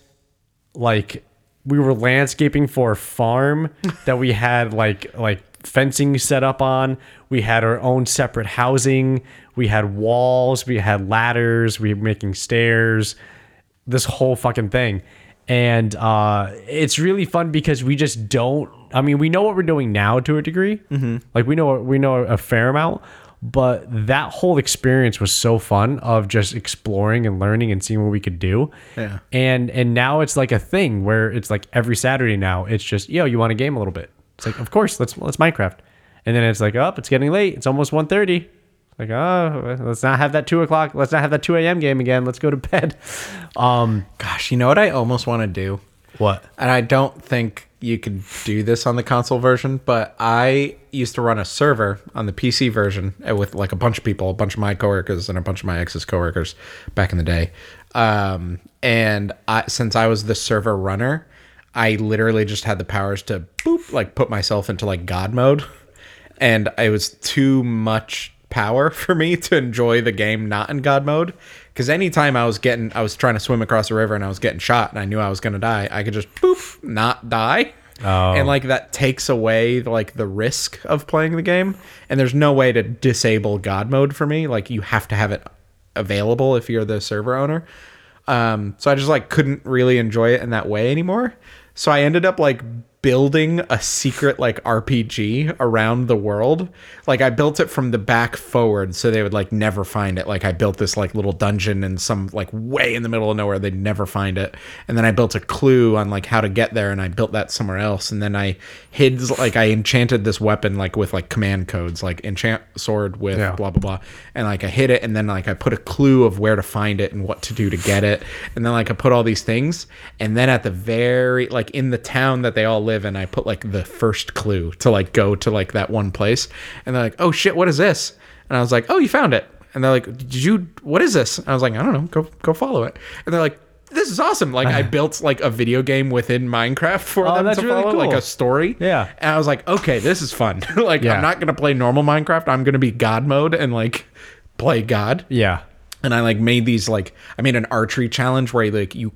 [SPEAKER 2] like we were landscaping for a farm that we had like like fencing set up on. We had our own separate housing. We had walls. We had ladders. We were making stairs. This whole fucking thing. And uh, it's really fun because we just don't. I mean, we know what we're doing now to a degree. Like we know we know a fair amount, but that whole experience was so fun of just exploring and learning and seeing what we could do
[SPEAKER 1] Yeah.
[SPEAKER 2] and and now it's like a thing where it's like every saturday now it's just yo you want to game a little bit it's like of course let's let's minecraft and then it's like oh it's getting late it's almost 1.30 like oh let's not have that 2 o'clock let's not have that 2 a.m game again let's go to bed <laughs> um
[SPEAKER 1] Gosh, you know what I almost want to do?
[SPEAKER 2] what
[SPEAKER 1] And I don't think you can do this on the console version, but I used to run a server on the PC version uh, with like a bunch of people, a bunch of my coworkers and a bunch of my ex's coworkers back in the day. Um, and I, since I was the server runner, I literally just had the powers to boop, like put myself into like God mode. <laughs> And it was too much power <laughs> for me to enjoy the game not in God mode. Because anytime I was getting, I was trying to swim across a river and I was getting shot and I knew I was going to die, I could just poof, not die.
[SPEAKER 2] Oh.
[SPEAKER 1] And like that takes away like the risk of playing the game. And there's no way to disable God mode for me. Like you have to have it available if you're the server owner. Um, so I just like couldn't really enjoy it in that way anymore. So I ended up like building a secret like RPG around the world. Like I built it from the back forward so they would like never find it. Like I built this like little dungeon in some like way in the middle of nowhere they'd never find it. And then I built a clue on like how to get there and I built that somewhere else and then I hid like I enchanted this weapon like with like command codes like enchant sword with
[SPEAKER 2] Yeah.
[SPEAKER 1] blah blah blah and like i hit it and then like i put a clue of where to find it and what to do to get it and then like i put all these things and then at the very like in the town that they all live in i put like the first clue to like go to like that one place and they're like oh shit what is this and i was like oh you found it and they're like did you what is this and i was like i don't know go go follow it and they're like this is awesome like
[SPEAKER 2] <laughs>
[SPEAKER 1] i built like a video game within minecraft for
[SPEAKER 2] Oh,
[SPEAKER 1] them
[SPEAKER 2] that's
[SPEAKER 1] to
[SPEAKER 2] really
[SPEAKER 1] follow like
[SPEAKER 2] cool.
[SPEAKER 1] a story
[SPEAKER 2] Yeah.
[SPEAKER 1] and I was like, okay, this is fun. <laughs> like,
[SPEAKER 2] Yeah.
[SPEAKER 1] I'm not gonna play normal Minecraft. I'm gonna be God mode and like play God.
[SPEAKER 2] Yeah.
[SPEAKER 1] And I like made these like I made an archery challenge where like you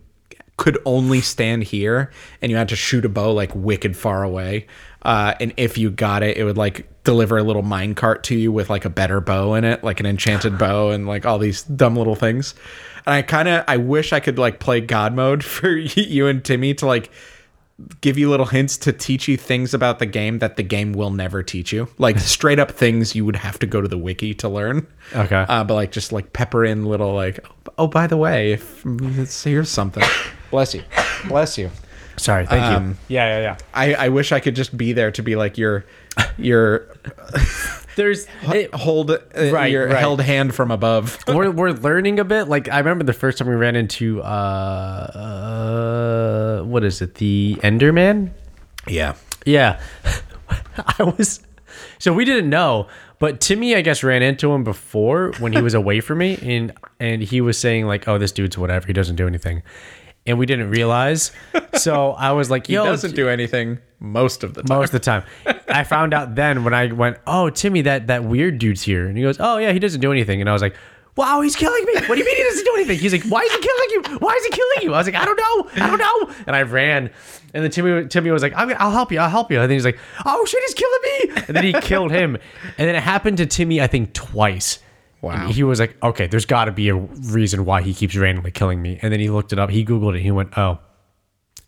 [SPEAKER 1] could only stand here and you had to shoot a bow like wicked far away. Uh, and if you got it, it would like deliver a little minecart to you with like a better bow in it, like an enchanted bow and like all these dumb little things. And I kind of I wish I could like play God mode <laughs> for you and Timmy to like give you little hints to teach you things about the game that the game will never teach you. Like straight up things you would have to go to the wiki to learn.
[SPEAKER 2] Okay.
[SPEAKER 1] Uh, but like just like pepper in little like oh by the way if let's- here's something. Bless you. Bless you.
[SPEAKER 2] Sorry. Thank
[SPEAKER 1] Um,
[SPEAKER 2] you. Yeah. Yeah. Yeah.
[SPEAKER 1] I, I wish I could just be there to be like your your
[SPEAKER 2] There's <laughs> it,
[SPEAKER 1] hold uh,
[SPEAKER 2] Right,
[SPEAKER 1] your
[SPEAKER 2] right.
[SPEAKER 1] held hand from above.
[SPEAKER 2] we're we're learning a bit. Like I remember the first time we ran into uh, uh what is it? The Enderman.
[SPEAKER 1] Yeah.
[SPEAKER 2] Yeah. <laughs> I was so we didn't know, but Timmy I guess ran into him before when he was away from me and and he was saying like, "Oh, this dude's whatever. He doesn't do anything." And we didn't realize. So I was like, "Yo,
[SPEAKER 1] Doesn't do anything most of the time.
[SPEAKER 2] most of the time. I found out then when I went, "Oh, Timmy, that that weird dude's here," and he goes, "Oh yeah, he doesn't do anything," and I was like. Wow, he's killing me. What do you mean he doesn't do anything? He's like, why is he killing you? Why is he killing you? I was like, I don't know. I don't know. And I ran. And then Timmy Timmy was like, I'm, I'll help you. I'll help you. And then he's like, oh shit, he's killing me. And then he killed him. And then it happened to Timmy, I think, twice.
[SPEAKER 1] Wow.
[SPEAKER 2] And he was like, okay, there's got to be a reason why he keeps randomly killing me. And then he looked it up. He Googled it. And he went, oh,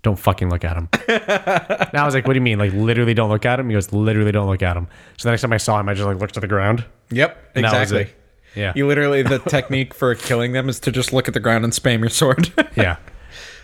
[SPEAKER 2] don't fucking look
[SPEAKER 1] <laughs>
[SPEAKER 2] at him. and I was like, what do you mean? Like, literally don't look at him? He goes, literally don't look at him. So the next time I saw him, I just like looked at the ground.
[SPEAKER 1] Yep.
[SPEAKER 2] And that was
[SPEAKER 1] Exactly.
[SPEAKER 2] it. Yeah.
[SPEAKER 1] You literally the <laughs> technique for killing them is to just look at the ground and spam your sword. <laughs>
[SPEAKER 2] yeah.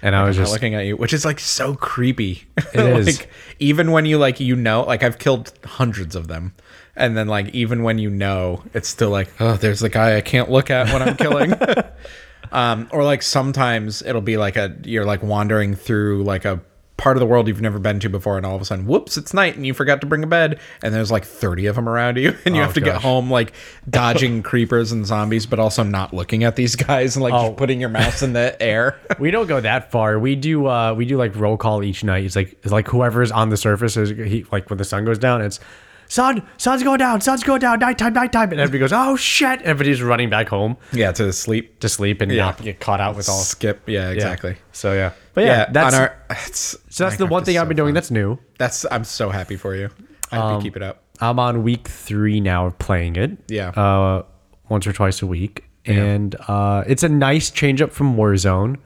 [SPEAKER 2] And I was
[SPEAKER 1] not
[SPEAKER 2] just,
[SPEAKER 1] looking at you, which is like so creepy. <laughs> It
[SPEAKER 2] is.
[SPEAKER 1] like even when you like you know, like I've killed hundreds of them. And then like even when you know, it's still like, oh, there's the guy I can't look at when I'm killing.
[SPEAKER 2] <laughs>
[SPEAKER 1] um or like sometimes it'll be like a you're like wandering through like a part of the world you've never been to before and all of a sudden whoops it's night and you forgot to bring a bed and there's like 30 of them around you <laughs> and you
[SPEAKER 2] Oh,
[SPEAKER 1] have to get
[SPEAKER 2] gosh.
[SPEAKER 1] home like dodging <laughs> creepers and zombies but also not looking at these guys and like
[SPEAKER 2] Oh.
[SPEAKER 1] just putting your mouse in the
[SPEAKER 2] <laughs>
[SPEAKER 1] air
[SPEAKER 2] we don't go that far. We do, uh, we do like roll call each night. It's like, it's like whoever's on the surface is he, like when the sun goes down, it's sun, sun's going down, sun's going down, nighttime, nighttime. And everybody goes, oh shit. Everybody's running back home
[SPEAKER 1] yeah to sleep
[SPEAKER 2] to sleep and
[SPEAKER 1] Yeah.
[SPEAKER 2] not get caught out with all.
[SPEAKER 1] skip. Yeah,
[SPEAKER 2] Yeah.
[SPEAKER 1] exactly.
[SPEAKER 2] So yeah. But
[SPEAKER 1] Yeah,
[SPEAKER 2] yeah, that's,
[SPEAKER 1] on our. <sighs> It's,
[SPEAKER 2] so that's the one thing I've been Um, doing that's new.
[SPEAKER 1] That's I'm so happy for you. I hope you keep it up.
[SPEAKER 2] I'm on week three now of playing it.
[SPEAKER 1] Yeah.
[SPEAKER 2] Uh, once or twice a week. And uh, it's a nice change up from <laughs> Warzone.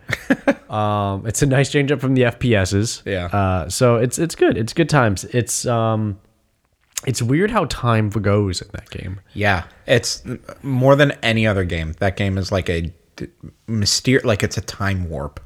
[SPEAKER 2] um, it's a nice change up from the FPSs.
[SPEAKER 1] Yeah.
[SPEAKER 2] Uh, so it's it's good. It's good times. It's um, it's weird how time goes in that game.
[SPEAKER 1] Yeah, it's more than any other game. That game is like a myster like it's a time warp.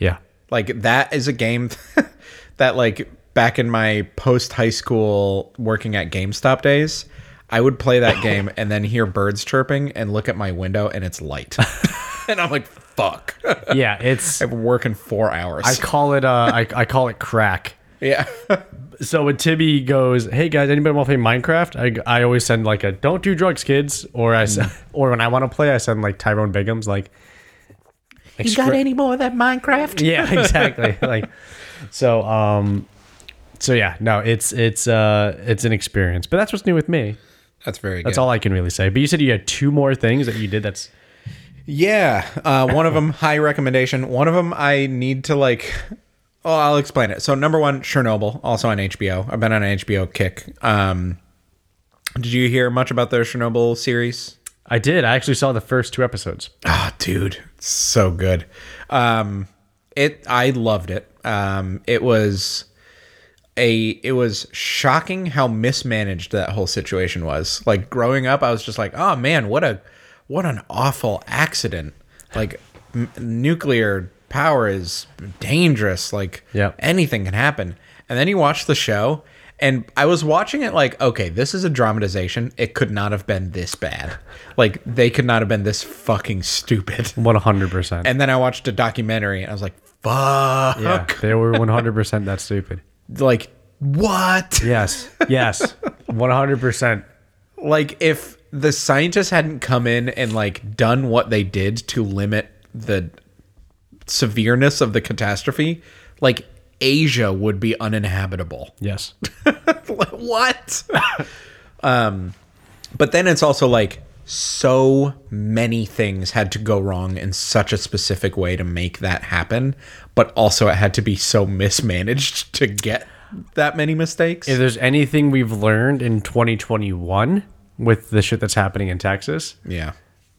[SPEAKER 2] Yeah.
[SPEAKER 1] Like that is a game <laughs> that like back in my post high school working at GameStop days, I would play that
[SPEAKER 2] <laughs>
[SPEAKER 1] game and then hear birds chirping and look at my window and it's
[SPEAKER 2] <laughs>
[SPEAKER 1] light. <laughs> and I'm like, fuck. <laughs>
[SPEAKER 2] Yeah. It's <laughs>
[SPEAKER 1] I've been working four hours.
[SPEAKER 2] I call it uh, I, I call it crack.
[SPEAKER 1] <laughs> Yeah.
[SPEAKER 2] So when Tibby goes, "Hey guys, anybody want to play Minecraft?" I, I always send like a "Don't do drugs, kids," or I s-
[SPEAKER 1] Mm.
[SPEAKER 2] <laughs> or when I want to play, I send like Tyrone Bigum's like.
[SPEAKER 1] you got any more of that Minecraft? <laughs>
[SPEAKER 2] <laughs> yeah exactly like so um so yeah no it's it's uh it's an experience but that's what's new with me
[SPEAKER 1] That's very
[SPEAKER 2] that's
[SPEAKER 1] good.
[SPEAKER 2] all i can really say but you said you had two more things that you did that's
[SPEAKER 1] Yeah. Uh, one of them, <laughs> high recommendation. One of them, I need to like. Oh, I'll explain it. So, number one, Chernobyl, also on HBO. I've been on an HBO kick. Um, did you hear much about the Chernobyl series?
[SPEAKER 2] i did i actually saw the first two episodes
[SPEAKER 1] Ah, dude, it's so good. Um, it I loved it. Um, it was a it was shocking how mismanaged that whole situation was. Like growing up, I was just like, oh man, what a what an awful accident. Like m- nuclear power is dangerous. Like
[SPEAKER 2] Yep.
[SPEAKER 1] anything can happen. And then you watch the show. And I was watching it like, okay, this is a dramatization. It could not have been this bad. Like, they could not have been this fucking stupid. <laughs>
[SPEAKER 2] 100%
[SPEAKER 1] And then I watched a documentary and I was like, fuck.
[SPEAKER 2] yeah they were 100% that stupid
[SPEAKER 1] Like, what?
[SPEAKER 2] yes
[SPEAKER 1] <laughs>
[SPEAKER 2] yes 100%
[SPEAKER 1] Like, if the scientists hadn't come in and, like, done what they did to limit the severeness of the catastrophe, like, Asia would be uninhabitable. <laughs>
[SPEAKER 2] yes
[SPEAKER 1] Like, what? <laughs> um, but then it's also like so many things had to go wrong in such a specific way to make that happen, but also it had to be so mismanaged <laughs> to get that many mistakes.
[SPEAKER 2] if there's anything we've learned in 2021 with the shit that's happening in texas
[SPEAKER 1] yeah.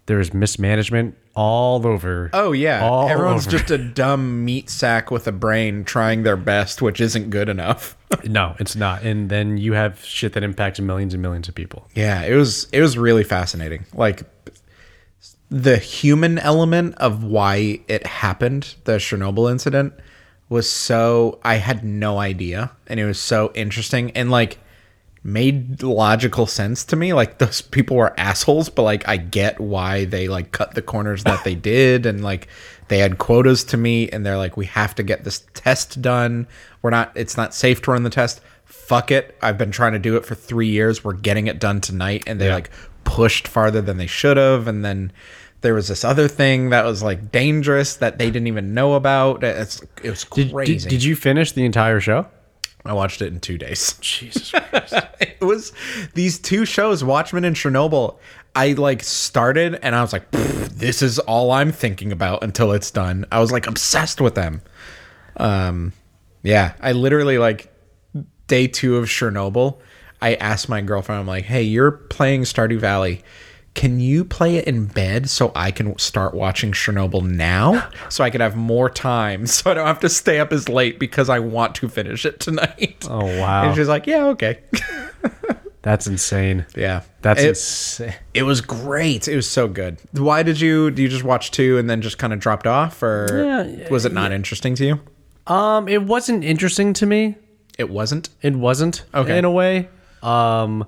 [SPEAKER 2] there's mismanagement all over
[SPEAKER 1] Oh yeah,
[SPEAKER 2] All
[SPEAKER 1] everyone's
[SPEAKER 2] over.
[SPEAKER 1] just a dumb meat sack with a brain trying their best, which isn't good enough.
[SPEAKER 2] No, it's not. And then you have shit that impacts millions and millions of people.
[SPEAKER 1] Yeah, it was it was really fascinating. Like the human element of why it happened, the Chernobyl incident was so I had no idea and it was so interesting and like made logical sense to me like <laughs> those people were assholes but like I get why they like cut the corners that they did and like they had quotas to meet and they're like we have to get this test done we're not it's not safe to run the test fuck it I've been trying to do it for 3 years we're getting it done tonight and they like pushed farther than they should have and then there was this other thing that was like dangerous that they didn't even know about it's, it was
[SPEAKER 2] Did,
[SPEAKER 1] crazy
[SPEAKER 2] did- did you finish the entire show?
[SPEAKER 1] i watched it in two days
[SPEAKER 2] Jesus.
[SPEAKER 1] <laughs> it was these two shows watchmen and chernobyl i like started and i was like "Pfft, this is all i'm thinking about until it's done i was like obsessed with them um yeah i literally like day two of chernobyl i asked my girlfriend i'm like hey you're playing stardew valley can you play it in bed so i can start watching chernobyl now so i could have more time <laughs> so i don't have to stay up as late because i want to finish it tonight
[SPEAKER 2] Oh, wow.
[SPEAKER 1] and she's like yeah okay <laughs>
[SPEAKER 2] That's insane.
[SPEAKER 1] yeah,
[SPEAKER 2] That's
[SPEAKER 1] it.
[SPEAKER 2] insane.
[SPEAKER 1] It was great. It was so good. Why did you? Do you just watch two and then just kind of dropped off, or
[SPEAKER 2] Yeah,
[SPEAKER 1] was it not interesting to you?
[SPEAKER 2] Um, it wasn't interesting to me.
[SPEAKER 1] It wasn't.
[SPEAKER 2] It wasn't
[SPEAKER 1] Okay.
[SPEAKER 2] in a way. Um,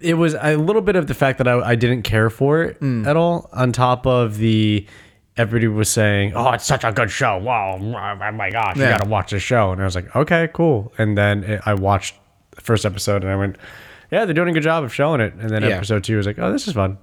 [SPEAKER 2] it was a little bit of the fact that I, I didn't care for it
[SPEAKER 1] Mm.
[SPEAKER 2] at all. On top of the, everybody was saying, "Oh, it's such a good show! Wow, oh my gosh, you
[SPEAKER 1] Yeah.
[SPEAKER 2] gotta watch the show!" And I was like, "Okay, cool." And then it, I watched the first episode, and I went, "Yeah, they're doing a good job of showing it." And then
[SPEAKER 1] Yeah.
[SPEAKER 2] episode two was like, "Oh, this is fun."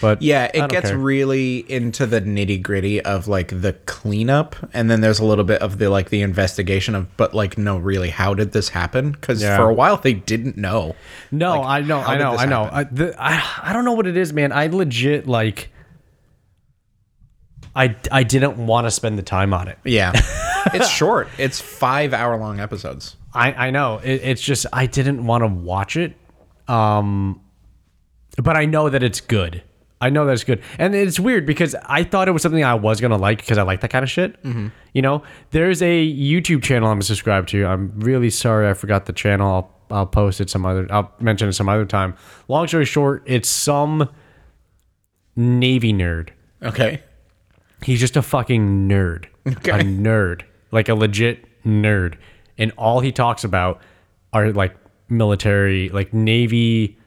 [SPEAKER 2] But
[SPEAKER 1] Yeah,
[SPEAKER 2] I
[SPEAKER 1] it
[SPEAKER 2] don't
[SPEAKER 1] gets
[SPEAKER 2] care.
[SPEAKER 1] really into the nitty gritty of like the cleanup, and then there's a little bit of the like the investigation of, but like no, really, how did this happen? Because
[SPEAKER 2] Yeah.
[SPEAKER 1] for a while they didn't know.
[SPEAKER 2] No, I know,
[SPEAKER 1] how
[SPEAKER 2] I
[SPEAKER 1] did
[SPEAKER 2] know,
[SPEAKER 1] this
[SPEAKER 2] I know.
[SPEAKER 1] happen?
[SPEAKER 2] I, the, I, I don't know what it is, man. I legit like. I, I didn't want to spend the time on it. <laughs>
[SPEAKER 1] Yeah, it's short. It's five hour long episodes.
[SPEAKER 2] I, I know. It, it's just I didn't want to watch it. Um but I know that it's good. I know that it's good. And it's weird because I thought it was something I was gonna like because I like that kind of shit. You know, there's a YouTube channel I'm subscribed to. I'm really sorry I forgot the channel. I'll, I'll post it some other. I'll mention it some other time. Long story short, it's some Navy nerd.
[SPEAKER 1] Okay.
[SPEAKER 2] He's just a fucking nerd.
[SPEAKER 1] Okay.
[SPEAKER 2] A nerd. Like a legit nerd. And all he talks about are like military, like Navy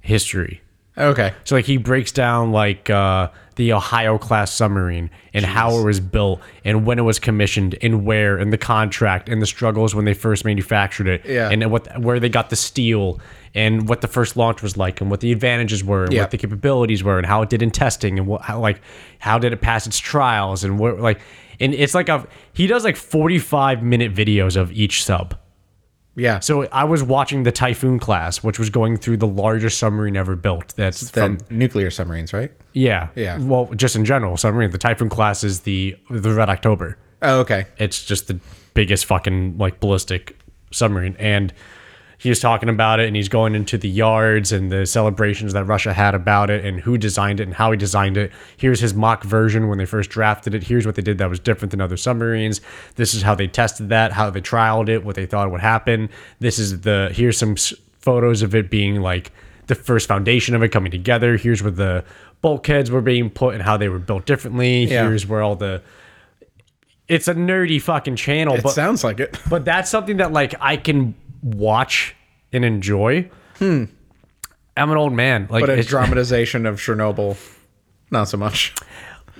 [SPEAKER 2] history.
[SPEAKER 1] Okay.
[SPEAKER 2] So like he breaks down like uh, the Ohio class submarine and how it was built and when it was commissioned and where and the contract and the struggles when they first manufactured it
[SPEAKER 1] Yeah.
[SPEAKER 2] and what where they got the steel and what the first launch was like and what the advantages were and
[SPEAKER 1] Yeah.
[SPEAKER 2] what the capabilities were and how it did in testing and what how, like how did it pass its trials and what like and it's like a he does like 45 minute videos of each sub.
[SPEAKER 1] Yeah.
[SPEAKER 2] So I was watching the Typhoon class, which was going through the largest submarine ever built. That's from
[SPEAKER 1] then nuclear submarines, right?
[SPEAKER 2] yeah.
[SPEAKER 1] Yeah.
[SPEAKER 2] Well, just in general, submarine. The Typhoon class is the the Red October.
[SPEAKER 1] Oh, okay.
[SPEAKER 2] It's just the biggest fucking like ballistic submarine. And he was talking about it and he's going into the yards and the celebrations that Russia had about it and who designed it and how he designed it. Here's his mock version when they first drafted it. Here's what they did that was different than other submarines. This is how they tested that, how they trialed it, what they thought would happen. This is the here's some s- photos of it being like the first foundation of it coming together. Here's where the bulkheads were being put and how they were built differently.
[SPEAKER 1] Yeah.
[SPEAKER 2] Here's where all the it's a nerdy fucking channel,
[SPEAKER 1] It
[SPEAKER 2] but
[SPEAKER 1] sounds like it.
[SPEAKER 2] but that's something that like I can watch and enjoy. I'm an old man. Like
[SPEAKER 1] But a
[SPEAKER 2] it's-
[SPEAKER 1] dramatization of Chernobyl, not so much.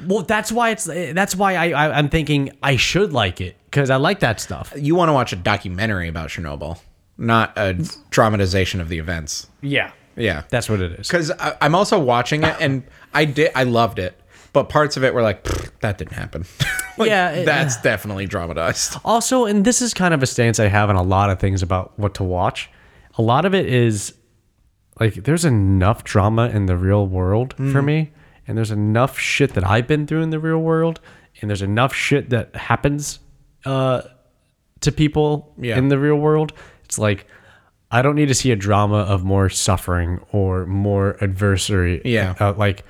[SPEAKER 2] well, that's why it's that's why I, I I'm thinking I should like it because I like that stuff.
[SPEAKER 1] You want to watch a documentary about Chernobyl, not a dramatization of the events.
[SPEAKER 2] Yeah,
[SPEAKER 1] Yeah.
[SPEAKER 2] that's what it is.
[SPEAKER 1] because I'm also watching it, and I did, I loved it, but parts of it were like, "Pfft, that didn't happen. <laughs> Like,
[SPEAKER 2] Yeah, it-
[SPEAKER 1] that's definitely dramatized.
[SPEAKER 2] Also, and this is kind of a stance I have on a lot of things about what to watch. A lot of it is like there's enough drama in the real world
[SPEAKER 1] Mm.
[SPEAKER 2] for me, and there's enough shit that I've been through in the real world, and there's enough shit that happens uh, to people
[SPEAKER 1] Yeah.
[SPEAKER 2] in the real world. It's like I don't need to see a drama of more suffering or more adversary.
[SPEAKER 1] Yeah.
[SPEAKER 2] uh, like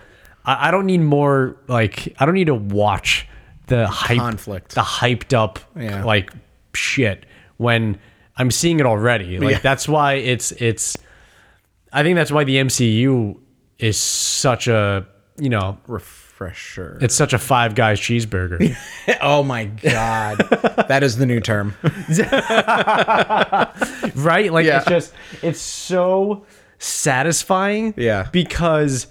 [SPEAKER 2] I, I don't need more. Like I don't need to watch the hype
[SPEAKER 1] Conflict.
[SPEAKER 2] the hyped up
[SPEAKER 1] Yeah.
[SPEAKER 2] like shit when I'm seeing it already. Like
[SPEAKER 1] Yeah.
[SPEAKER 2] that's why it's it's I think that's why the MCU is such a you know
[SPEAKER 1] <laughs> Refresher.
[SPEAKER 2] it's such a five guys cheeseburger.
[SPEAKER 1] oh my <laughs> god, that is the new term.
[SPEAKER 2] right? Like
[SPEAKER 1] Yeah.
[SPEAKER 2] it's just it's so satisfying.
[SPEAKER 1] Yeah.
[SPEAKER 2] Because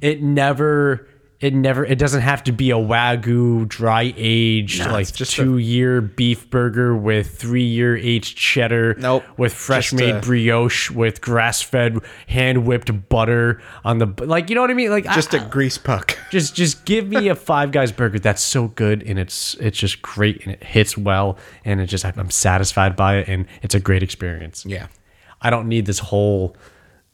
[SPEAKER 2] it never it never it doesn't have to be a wagyu dry aged like
[SPEAKER 1] it's just a-
[SPEAKER 2] two year beef burger with three year aged cheddar
[SPEAKER 1] Nope.
[SPEAKER 2] with fresh
[SPEAKER 1] Just
[SPEAKER 2] made
[SPEAKER 1] a-
[SPEAKER 2] brioche with grass fed hand whipped butter on the bu- like you know what I mean like I-
[SPEAKER 1] Just a grease puck.
[SPEAKER 2] just just give me a five guys burger that's so good and it's it's just great and it hits well and it just I'm satisfied by it and it's a great experience.
[SPEAKER 1] Yeah,
[SPEAKER 2] I don't need this whole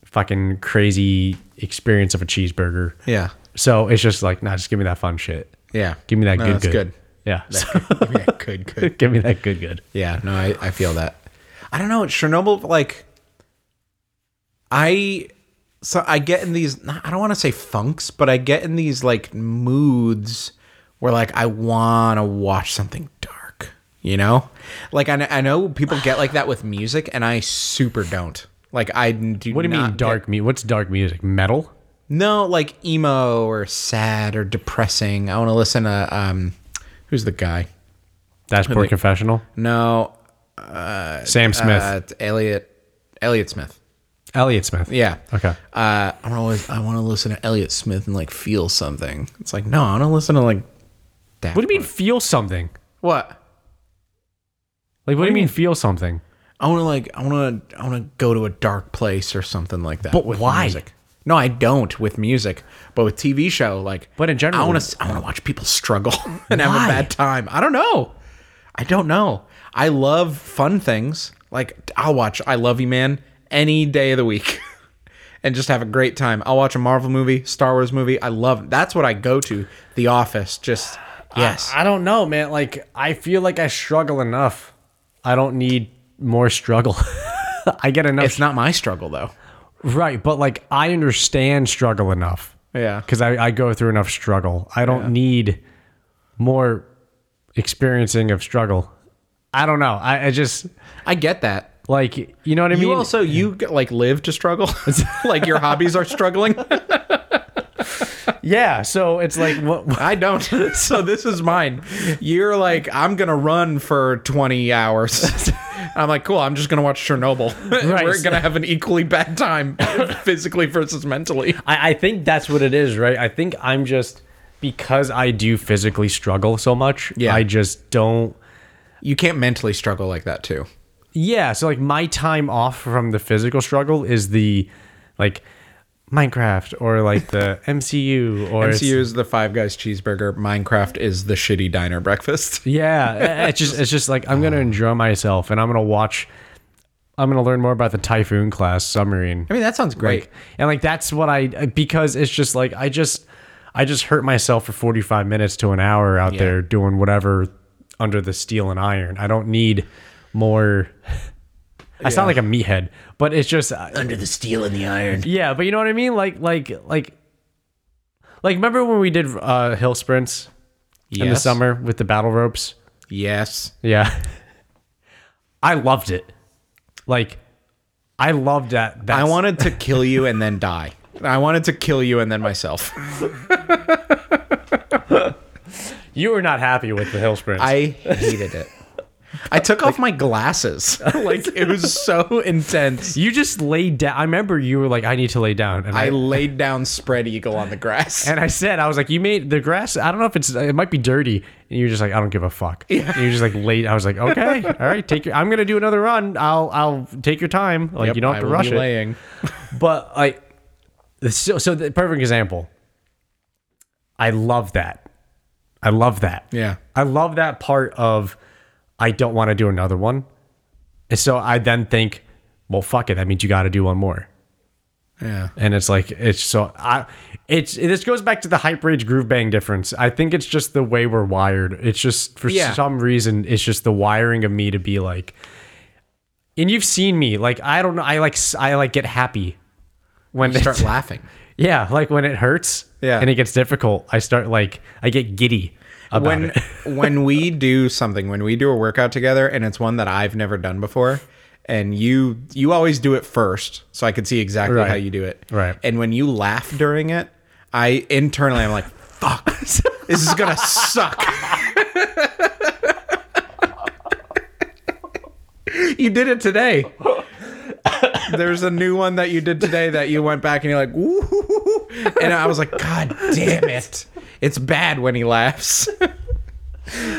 [SPEAKER 2] fucking crazy experience of a cheeseburger.
[SPEAKER 1] yeah,
[SPEAKER 2] So it's just like, nah, just give me that fun shit.
[SPEAKER 1] yeah.
[SPEAKER 2] Give me that
[SPEAKER 1] No,
[SPEAKER 2] good
[SPEAKER 1] that's
[SPEAKER 2] good.
[SPEAKER 1] good. <laughs>
[SPEAKER 2] Yeah.
[SPEAKER 1] Give me that good, good.
[SPEAKER 2] <laughs> give me that good good.
[SPEAKER 1] Yeah, no, I, I feel that. I don't know, Chernobyl like I so I get in these not- I don't want to say funks, but I get in these like moods where like I want to watch something dark, you know? Like I, kn- I know people get like that with music and I super don't. Like I do
[SPEAKER 2] What do you mean dark mu- what's dark music? Metal?
[SPEAKER 1] no, like emo or sad or depressing. I want to listen to um who's the guy?
[SPEAKER 2] Dashboard confessional?
[SPEAKER 1] No,
[SPEAKER 2] Sam Smith.
[SPEAKER 1] uh, it's Elliot Elliot Smith.
[SPEAKER 2] Elliot Smith.
[SPEAKER 1] Yeah.
[SPEAKER 2] Okay.
[SPEAKER 1] Uh, I want to I want to listen to Elliott Smith and like feel something. It's like no, I want to listen to like. That
[SPEAKER 2] What do you mean feel something?
[SPEAKER 1] What?
[SPEAKER 2] Like what, do you mean feel something?
[SPEAKER 1] I want to like I want to I want to go to a dark place or something like that.
[SPEAKER 2] But why?
[SPEAKER 1] No, I don't with music, but with TV show like.
[SPEAKER 2] But in general-
[SPEAKER 1] I want to I want to watch people struggle <laughs> and have
[SPEAKER 2] Why?
[SPEAKER 1] a bad time. I don't know. I don't know. I love fun things. Like I'll watch I Love You Man any day of the week. <laughs> And just have a great time. I'll watch a Marvel movie, Star Wars movie. I love. That's what I go to. The Office. Just yes.
[SPEAKER 2] I don't know, man. Like I feel like I struggle enough. I don't need more struggle. <laughs> I get enough
[SPEAKER 1] it's not my struggle though.
[SPEAKER 2] Right, but like I understand struggle enough.
[SPEAKER 1] Yeah.
[SPEAKER 2] Because I, I go through enough struggle. I don't need more experiencing of struggle. I don't know. I, I just
[SPEAKER 1] I get that.
[SPEAKER 2] like you know what I
[SPEAKER 1] You
[SPEAKER 2] mean?
[SPEAKER 1] also you like live to <laughs> struggle. like your hobbies are struggling.
[SPEAKER 2] yeah. So it's like what,
[SPEAKER 1] <laughs>
[SPEAKER 2] what-
[SPEAKER 1] I <laughs> don't. <laughs> So this is mine. You're like I'm gonna run for 20 hours. I'm like, cool. I'm just gonna watch Chernobyl. <laughs> And
[SPEAKER 2] Right.
[SPEAKER 1] We're gonna have an equally bad <laughs> time, physically versus mentally.
[SPEAKER 2] I, I think that's what it is, right? I think I'm just because I do physically struggle so much.
[SPEAKER 1] Yeah.
[SPEAKER 2] I just don't.
[SPEAKER 1] You can't mentally struggle like that too.
[SPEAKER 2] Yeah, so like my time off from the physical struggle is the like Minecraft or like the <laughs> MCU or it's-
[SPEAKER 1] MCU is the Five Guys cheeseburger. Minecraft is the shitty diner breakfast.
[SPEAKER 2] Yeah, it's just it's just like I'm gonna enjoy myself and I'm gonna watch. I'm gonna learn more about the typhoon class submarine.
[SPEAKER 1] <laughs> I mean, that sounds great.
[SPEAKER 2] like and like that's what i because it's just like i just i just hurt myself for 45 minutes to an hour out there doing whatever under the steel and iron i don't need more i sound like a meathead but it's just
[SPEAKER 1] Under the steel and the iron.
[SPEAKER 2] yeah but you know what i mean like like like like remember when we did uh hill sprints in the
[SPEAKER 1] Yes.
[SPEAKER 2] summer with the battle ropes
[SPEAKER 1] Yes.
[SPEAKER 2] yeah i loved it like i loved that that
[SPEAKER 1] I wanted to kill you and then die. <laughs> I wanted to kill you and then <laughs> myself.
[SPEAKER 2] you were not happy with the hill
[SPEAKER 1] <laughs>
[SPEAKER 2] sprints
[SPEAKER 1] I hated it. I took off my glasses. <laughs> Like it was so intense.
[SPEAKER 2] You just laid down. I remember you were like, "I need to lay down," and I,
[SPEAKER 1] I laid down spread eagle on the <laughs> grass.
[SPEAKER 2] and I said, "I was like, you made the grass. I don't know if it's. It might be dirty." And you're just like, "I don't give a fuck." Yeah. And you're just like laid. I was
[SPEAKER 1] <laughs>
[SPEAKER 2] like, "Okay, all right, take your. I'm gonna do another run. I'll I'll take your time. Like
[SPEAKER 1] Yep,
[SPEAKER 2] you don't have
[SPEAKER 1] I
[SPEAKER 2] to
[SPEAKER 1] will be
[SPEAKER 2] rush it."
[SPEAKER 1] laying.
[SPEAKER 2] But like, so so the perfect example. I love that. I love that.
[SPEAKER 1] Yeah.
[SPEAKER 2] I love that part of I don't want to do another one. And so I then think, well, fuck it. That means you got to do one more.
[SPEAKER 1] Yeah.
[SPEAKER 2] and it's like it's so I it's this goes back to the hype rage groove bang difference. I think it's just the way we're wired. It's just for
[SPEAKER 1] Yeah.
[SPEAKER 2] some reason it's just the wiring of me to be like and you've seen me like I don't know I like s- I like get happy when
[SPEAKER 1] You start
[SPEAKER 2] it's-
[SPEAKER 1] laughing.
[SPEAKER 2] <laughs> yeah like when it hurts
[SPEAKER 1] Yeah.
[SPEAKER 2] and it gets difficult I start like I get giddy about
[SPEAKER 1] When
[SPEAKER 2] it. <laughs>
[SPEAKER 1] when we do something, when we do a workout together and it's one that I've never done before, and you you always do it first, so I could see exactly
[SPEAKER 2] Right.
[SPEAKER 1] how you do it.
[SPEAKER 2] Right.
[SPEAKER 1] And when you laugh during it, I internally I'm like, fuck. This is gonna suck. you did it today. There's a new one that you did today that you went back and you're like, woo And I was like, God damn it. It's bad when he laughs.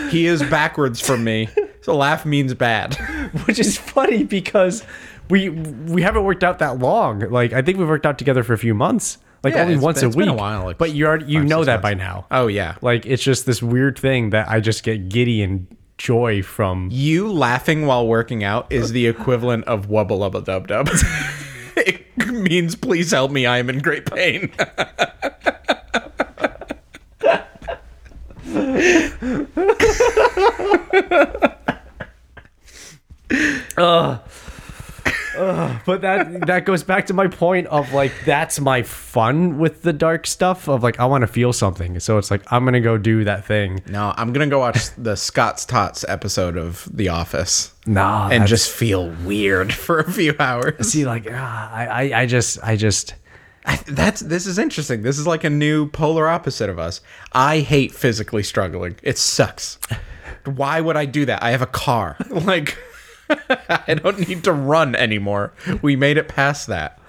[SPEAKER 1] he is backwards from me. So laugh means bad.
[SPEAKER 2] <laughs> which is funny because we we haven't worked out that long. Like I think we've worked out together for a few months, like
[SPEAKER 1] Yeah,
[SPEAKER 2] only
[SPEAKER 1] it's
[SPEAKER 2] once
[SPEAKER 1] been-
[SPEAKER 2] a
[SPEAKER 1] it's
[SPEAKER 2] week.
[SPEAKER 1] been a while, like
[SPEAKER 2] but you already you know that by now.
[SPEAKER 1] Oh, yeah.
[SPEAKER 2] Like it's just this weird thing that I just get giddy and joy from.
[SPEAKER 1] You laughing while working out is the equivalent of wubba lubba dub dub. <laughs> it means please help me, I am in great pain. <laughs>
[SPEAKER 2] But that that goes back to my point of like that's my fun with the dark stuff of like I want to feel something. So it's like I'm gonna go do that thing.
[SPEAKER 1] No, I'm gonna go watch the Scott's Tots episode of The Office
[SPEAKER 2] Nah,
[SPEAKER 1] and
[SPEAKER 2] that's-
[SPEAKER 1] just feel weird <laughs> for a few hours.
[SPEAKER 2] see like ah, I, I I just I just
[SPEAKER 1] I, that's this is interesting. This is like a new polar opposite of us. I hate physically struggling. It sucks. Why would I do that? I have a car. <laughs> Like I don't need to run anymore. We made it past that.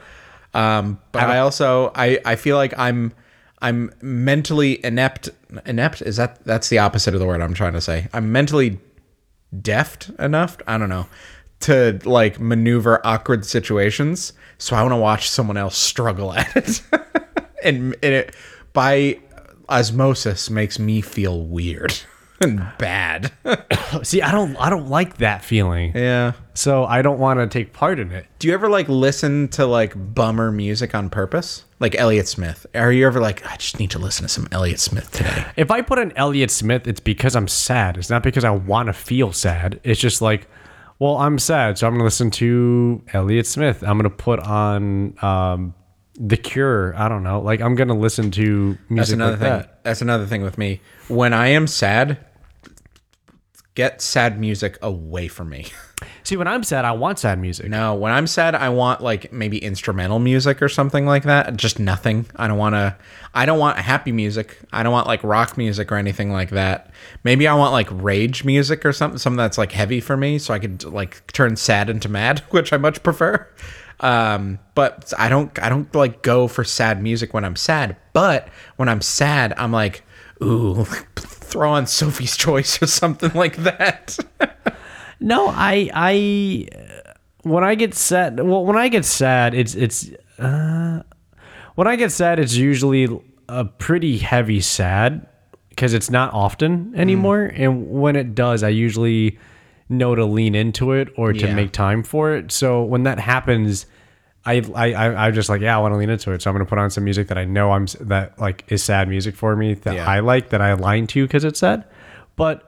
[SPEAKER 1] Um, but I, also I, I feel like I'm I'm mentally inept inept is that that's the opposite of the word I'm trying to say. I'm mentally deft enough, I don't know, to like maneuver awkward situations. So I want to watch someone else struggle at it. <laughs> and, and it by osmosis makes me feel weird <laughs> and bad. <laughs>
[SPEAKER 2] see I don't I don't like that feeling.
[SPEAKER 1] yeah.
[SPEAKER 2] So I don't want to take part in it.
[SPEAKER 1] Do you ever like listen to like bummer music on purpose? Like Elliott Smith. Are you ever like, I just need to listen to some Elliott Smith today?
[SPEAKER 2] If I put on Elliott Smith, it's because I'm sad. It's not because I want to feel sad. It's just like, well, I'm sad, so I'm gonna listen to Elliott Smith. I'm gonna put on um, The Cure. I don't know. Like I'm gonna listen to music
[SPEAKER 1] That's another
[SPEAKER 2] like
[SPEAKER 1] thing.
[SPEAKER 2] that.
[SPEAKER 1] That's another thing with me. When I am sad, Get sad music away from me. <laughs>
[SPEAKER 2] See, when I'm sad, I want sad music.
[SPEAKER 1] No, when I'm sad, I want like maybe instrumental music or something like that. Just nothing. I don't want to. I don't want happy music. I don't want like rock music or anything like that. Maybe I want like rage music or something, something that's like heavy for me, so I could like turn sad into mad, <laughs> which I much prefer. Um, but I don't. I don't like go for sad music when I'm sad. But when I'm sad, I'm like, ooh, <laughs> throw on Sophie's Choice or something like that.
[SPEAKER 2] No, I I when I get sad, well, when I get sad, it's it's uh, when I get sad, it's usually a pretty heavy sad because it's not often anymore.
[SPEAKER 1] Mm.
[SPEAKER 2] And when it does, I usually know to lean into it or to
[SPEAKER 1] Yeah.
[SPEAKER 2] make time for it. So when that happens. I, I I I'm just like yeah I want to lean into it so I'm gonna put on some music that I know I'm s- that like is sad music for me that
[SPEAKER 1] Yeah.
[SPEAKER 2] I like that I align to because it's sad, but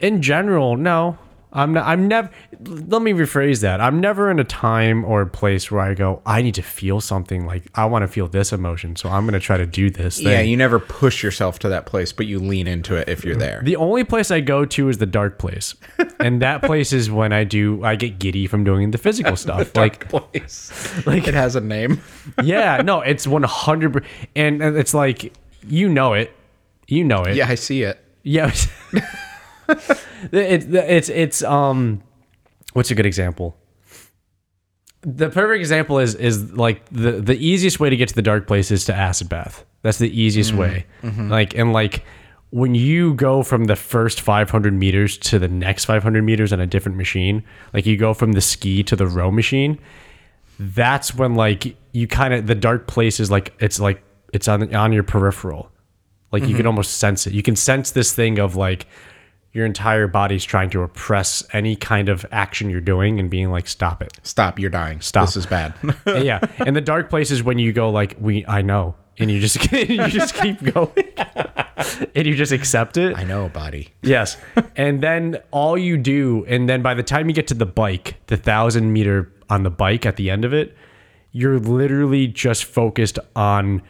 [SPEAKER 2] in general, no. I'm not, I'm never let me rephrase that. I'm never in a time or a place where I go, I need to feel something like I want to feel this emotion, so I'm going to try to do this thing.
[SPEAKER 1] Yeah, you never push yourself to that place, but you lean into it if you're
[SPEAKER 2] <laughs>
[SPEAKER 1] there.
[SPEAKER 2] the only place I go to is the dark place. and that place is when I do I get giddy from doing the physical stuff. like
[SPEAKER 1] place. Like it has a name.
[SPEAKER 2] yeah, no, it's 100 and and it's like you know it. You know it.
[SPEAKER 1] Yeah, I see it.
[SPEAKER 2] Yeah. <laughs> it's- it's it's it's um what's a good example? The perfect example is is like the the easiest way to get to the dark place is to acid bath. That's the easiest way. Like and like when you go from the first 500 meters to the next 500 meters on a different machine, like you go from the ski to the row machine, that's when like you kind of the dark place is like it's like it's on on your peripheral like you can almost sense it you can sense this thing of like your entire body's trying to oppress any kind of action you're doing and being like stop it
[SPEAKER 1] Stop, you're dying. Stop. This is bad.
[SPEAKER 2] And yeah and the dark place is when you go like we i know and you just <laughs> you just keep going and you just accept it
[SPEAKER 1] I know, body.
[SPEAKER 2] Yes. and then all you do, and then by the time you get to the bike, the thousand meter on the bike at the end of it, you're literally just focused on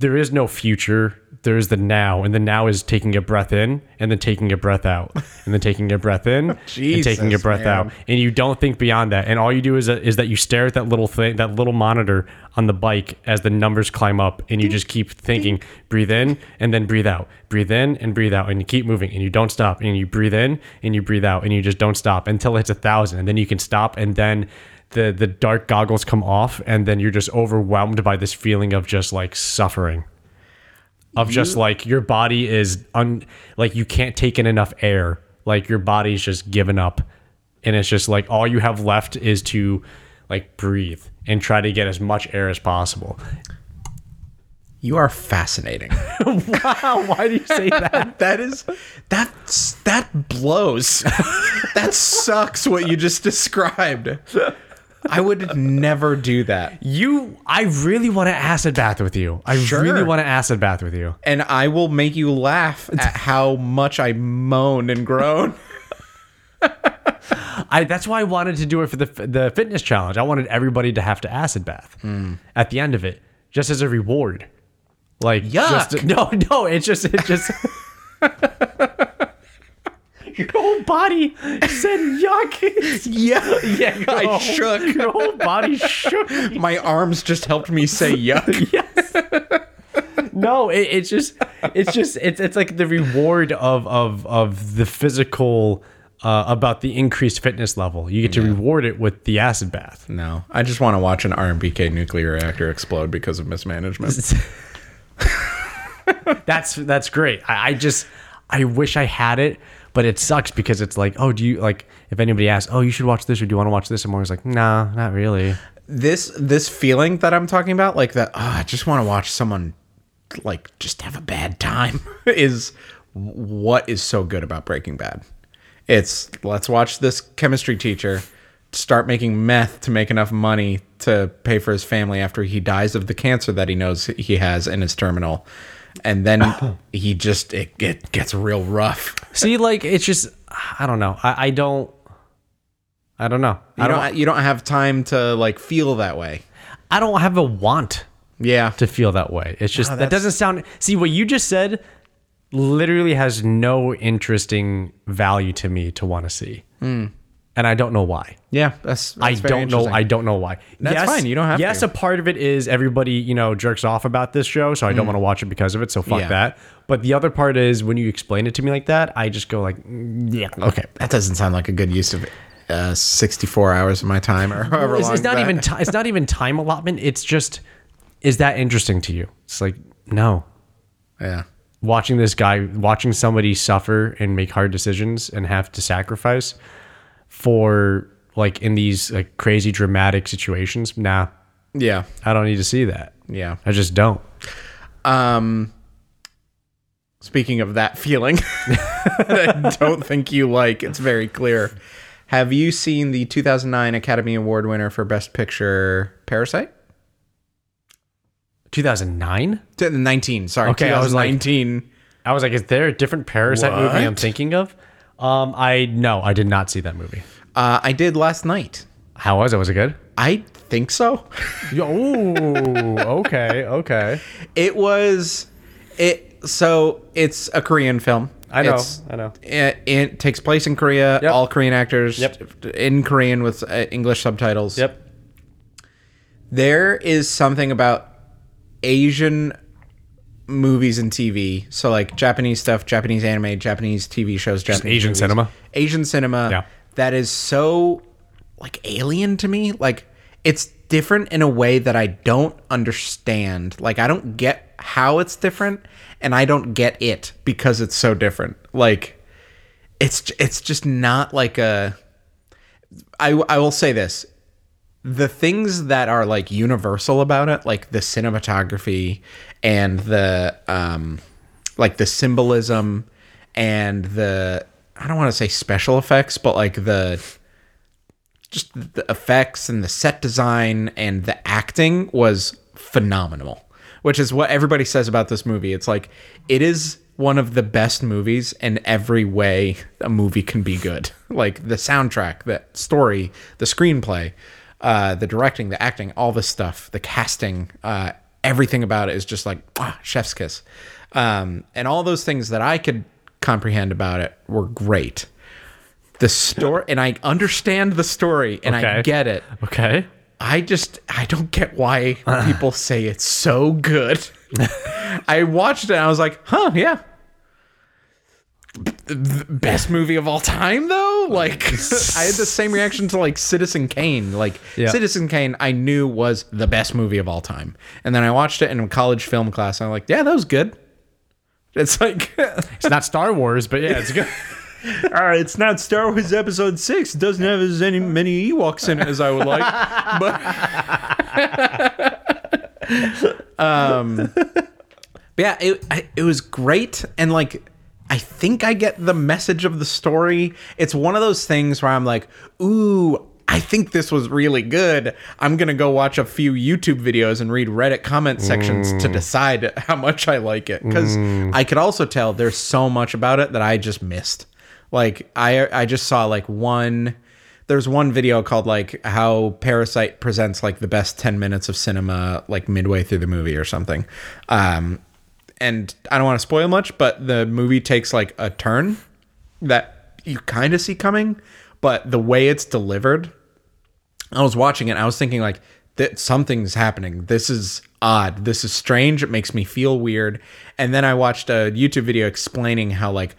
[SPEAKER 2] there is no future. There's the now, and the now is taking a breath in and then taking a breath out, and then taking a breath in and taking a
[SPEAKER 1] Jesus,
[SPEAKER 2] breath
[SPEAKER 1] man.
[SPEAKER 2] out, and you don't think beyond that. And all you do is uh, is that you stare at that little thing, that little monitor on the bike as the numbers climb up, and you just keep thinking, breathe in and then breathe out, breathe in and breathe out, and you keep moving, and you don't stop, and you breathe in and you breathe out, and you just don't stop until it's a thousand, and then you can stop, and then the the dark goggles come off, and then you're just overwhelmed by this feeling of just like suffering of just like your body is un like you can't take in enough air like your body's just given up and it's just like all you have left is to like breathe and try to get as much air as possible
[SPEAKER 1] You are fascinating.
[SPEAKER 2] wow <laughs> why do you say that
[SPEAKER 1] that is that's that blows. that sucks what you just described. I would never do that.
[SPEAKER 2] you i really want to acid bath with you i
[SPEAKER 1] Sure.
[SPEAKER 2] really want to acid bath with you
[SPEAKER 1] And I will make you laugh at how much I moan and groan.
[SPEAKER 2] I that's why I wanted to do it for the the fitness challenge. I wanted everybody to have to acid bath at the end of it, just as a reward. Like just-
[SPEAKER 1] Yuck.
[SPEAKER 2] <laughs> no, no, it's just
[SPEAKER 1] <laughs>
[SPEAKER 2] it just your whole body said
[SPEAKER 1] <laughs>
[SPEAKER 2] yuck.
[SPEAKER 1] Yeah.
[SPEAKER 2] yeah, your <laughs>
[SPEAKER 1] I
[SPEAKER 2] whole-
[SPEAKER 1] shook.
[SPEAKER 2] Your whole
[SPEAKER 1] <laughs>
[SPEAKER 2] body shook.
[SPEAKER 1] My arms just helped me say yuck.
[SPEAKER 2] <laughs> Yes. no, it, it's just it's just it's it's like the reward of of of the physical uh, about the increased fitness level. You get to reward it with the acid bath.
[SPEAKER 1] No, I just want to watch an RMBK nuclear reactor explode because of mismanagement.
[SPEAKER 2] that's that's great. I, I just I wish I had it, but it sucks because it's like, oh, do you like if anybody asks, oh, you should watch this or do you want to watch this? I'm always like, nah, not really.
[SPEAKER 1] This this feeling that I'm talking about, like that, oh, I just want to watch someone like just have a bad time, <laughs> is what is so good about Breaking Bad. It's let's watch this chemistry teacher start making meth to make enough money to pay for his family after he dies of the cancer that he knows he has and is terminal. And then he just it, it gets real rough.
[SPEAKER 2] See, like it's just I don't know. I, I don't I don't know. I
[SPEAKER 1] You
[SPEAKER 2] don't
[SPEAKER 1] don't you don't have time to like feel that way.
[SPEAKER 2] I don't have a want
[SPEAKER 1] Yeah.
[SPEAKER 2] to feel that way. It's just that
[SPEAKER 1] that's-
[SPEAKER 2] doesn't sound see what you just said literally has no interesting value to me to want to see. And I don't know why.
[SPEAKER 1] Yeah, that's,
[SPEAKER 2] I
[SPEAKER 1] Hmm. that's very
[SPEAKER 2] don't know.
[SPEAKER 1] interesting.
[SPEAKER 2] I don't know why.
[SPEAKER 1] That's fine, you don't have
[SPEAKER 2] Yes,
[SPEAKER 1] to.
[SPEAKER 2] a part of it is everybody you know jerks off about this show, so I don't want to watch it because of it. So fuck
[SPEAKER 1] Hmm. Yeah.
[SPEAKER 2] that. But the other part is when you explain it to me like that, I just go like, mm, yeah,
[SPEAKER 1] okay, that doesn't sound like a good use of uh, 64 hours of my time or <laughs> however
[SPEAKER 2] It's,
[SPEAKER 1] long.
[SPEAKER 2] it's not
[SPEAKER 1] that-
[SPEAKER 2] even. T- it's not even time allotment. It's just, is that interesting to you? It's like no.
[SPEAKER 1] yeah.
[SPEAKER 2] Watching this guy, watching somebody suffer and make hard decisions and have to sacrifice for like in these like crazy dramatic situations. Nah,
[SPEAKER 1] Yeah.
[SPEAKER 2] I don't need to see that.
[SPEAKER 1] Yeah.
[SPEAKER 2] I just don't.
[SPEAKER 1] Um, speaking of that feeling, <laughs> that I don't think you like. It's very clear. Have you seen the 2009 Academy Award winner for Best Picture, Parasite?
[SPEAKER 2] 2009?
[SPEAKER 1] T- 19, sorry.
[SPEAKER 2] Okay, I was like-
[SPEAKER 1] 2019.
[SPEAKER 2] I was like, is there a different Parasite movie I'm
[SPEAKER 1] What?
[SPEAKER 2] thinking of? Um, I no, I did not see that movie.
[SPEAKER 1] uh, I did last night.
[SPEAKER 2] How was it? Was it good?
[SPEAKER 1] I think so. <laughs>
[SPEAKER 2] Oh, okay, okay.
[SPEAKER 1] It was it so it's a Korean film.
[SPEAKER 2] I know,
[SPEAKER 1] It's-
[SPEAKER 2] I know.
[SPEAKER 1] It, it takes place in Korea.
[SPEAKER 2] Yep.
[SPEAKER 1] All Korean actors
[SPEAKER 2] Yep.
[SPEAKER 1] in Korean with uh, English subtitles. There is something about Asian movies and TV. So like Japanese stuff, Japanese anime, Japanese TV shows, Japanese
[SPEAKER 2] Asian
[SPEAKER 1] movies,
[SPEAKER 2] cinema.
[SPEAKER 1] Asian cinema.
[SPEAKER 2] Yeah.
[SPEAKER 1] That is so like alien to me. Like it's different in a way that I don't understand. Like I don't get how it's different and I don't get it because it's so different. Like it's it's just not like a I I will say this. The things that are like universal about it, like the cinematography and the um like the symbolism and the I don't want to say special effects, but like the just the effects and the set design and the acting was phenomenal, which is what everybody says about this movie. It's like it is one of the best movies in every way a movie can be good. <laughs> Like the soundtrack, the story, the screenplay, uh, the directing, the acting, all this stuff, the casting, uh, everything about it is just like ah, chef's kiss. Um, and all those things that I could comprehend about it were great. The story, and I understand the story, and I
[SPEAKER 2] Okay.
[SPEAKER 1] get it.
[SPEAKER 2] Okay.
[SPEAKER 1] I just I don't get why
[SPEAKER 2] <laughs>
[SPEAKER 1] people say it's so good. <laughs> I watched it and I was like, huh, yeah. The best movie of all time though? Like <laughs> I had the same reaction to like Citizen Kane. Like
[SPEAKER 2] Yeah.
[SPEAKER 1] Citizen Kane I knew was the best movie of all time. And then I watched it in a college film class and I'm like, yeah, that was good. It's like <laughs>
[SPEAKER 2] It's not Star Wars, but yeah, it's good.
[SPEAKER 1] all right, it's not Star Wars Episode Six. It doesn't have as any, many Ewoks in it as I would like, but um, um, but yeah, it I- it was great, and like I think I get the message of the story. It's one of those things where I'm like, ooh. I think this was really good. I'm going to go watch a few YouTube videos and read Reddit comment sections to decide how much I like it cuz I could also tell there's so much about it that I just missed like i i just saw like one there's one video called like how parasite presents like the best 10 minutes of cinema like midway through the movie or something um and i don't want to spoil much but the movie takes like a turn that you kind of see coming but the way it's delivered I was watching it. I was thinking like that something's happening. This is odd. This is strange. It makes me feel weird. And then I watched a YouTube video explaining how like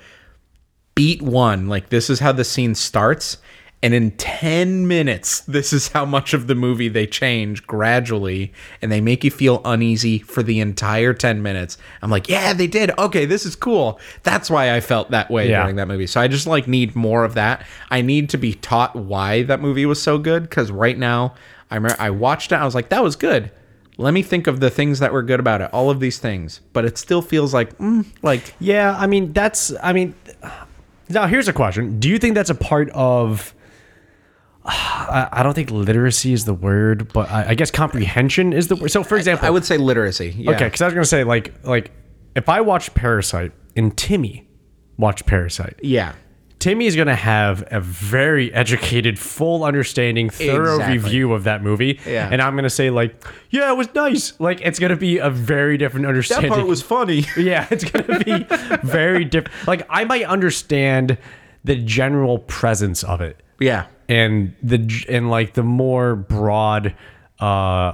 [SPEAKER 1] beat one, like this is how the scene starts. And in 10 minutes, <laughs> this is how much of the movie they change gradually. And they make you feel uneasy for the entire 10 minutes. I'm like, yeah, they did. Okay, this is cool. That's why I felt that way
[SPEAKER 2] Yeah.
[SPEAKER 1] during that movie. So I just like need more of that. I need to be taught why that movie was so good because right now I remember I watched it. I was like, that was good. Let me think of the things that were good about it. All of these things, but it still feels like, mm, like
[SPEAKER 2] Yeah, I mean that's I mean now here's a question. Do you think that's a part of I I don't think literacy is the word, but I, I guess comprehension is the word. So, for example,
[SPEAKER 1] I would say literacy. Yeah.
[SPEAKER 2] Okay, because I was gonna say like like if I watched Parasite and Timmy watched Parasite,
[SPEAKER 1] Yeah.
[SPEAKER 2] Timmy is going to have a very educated, full understanding, thorough
[SPEAKER 1] Exactly.
[SPEAKER 2] review of that movie.
[SPEAKER 1] Yeah.
[SPEAKER 2] And I'm going to say, like, yeah, it was nice. Like, it's going to be a very different
[SPEAKER 1] That
[SPEAKER 2] understanding.
[SPEAKER 1] part was funny.
[SPEAKER 2] yeah, it's going to be very different. Like, I might understand the general presence of it
[SPEAKER 1] <laughs> yeah.
[SPEAKER 2] and the and like the more broad uh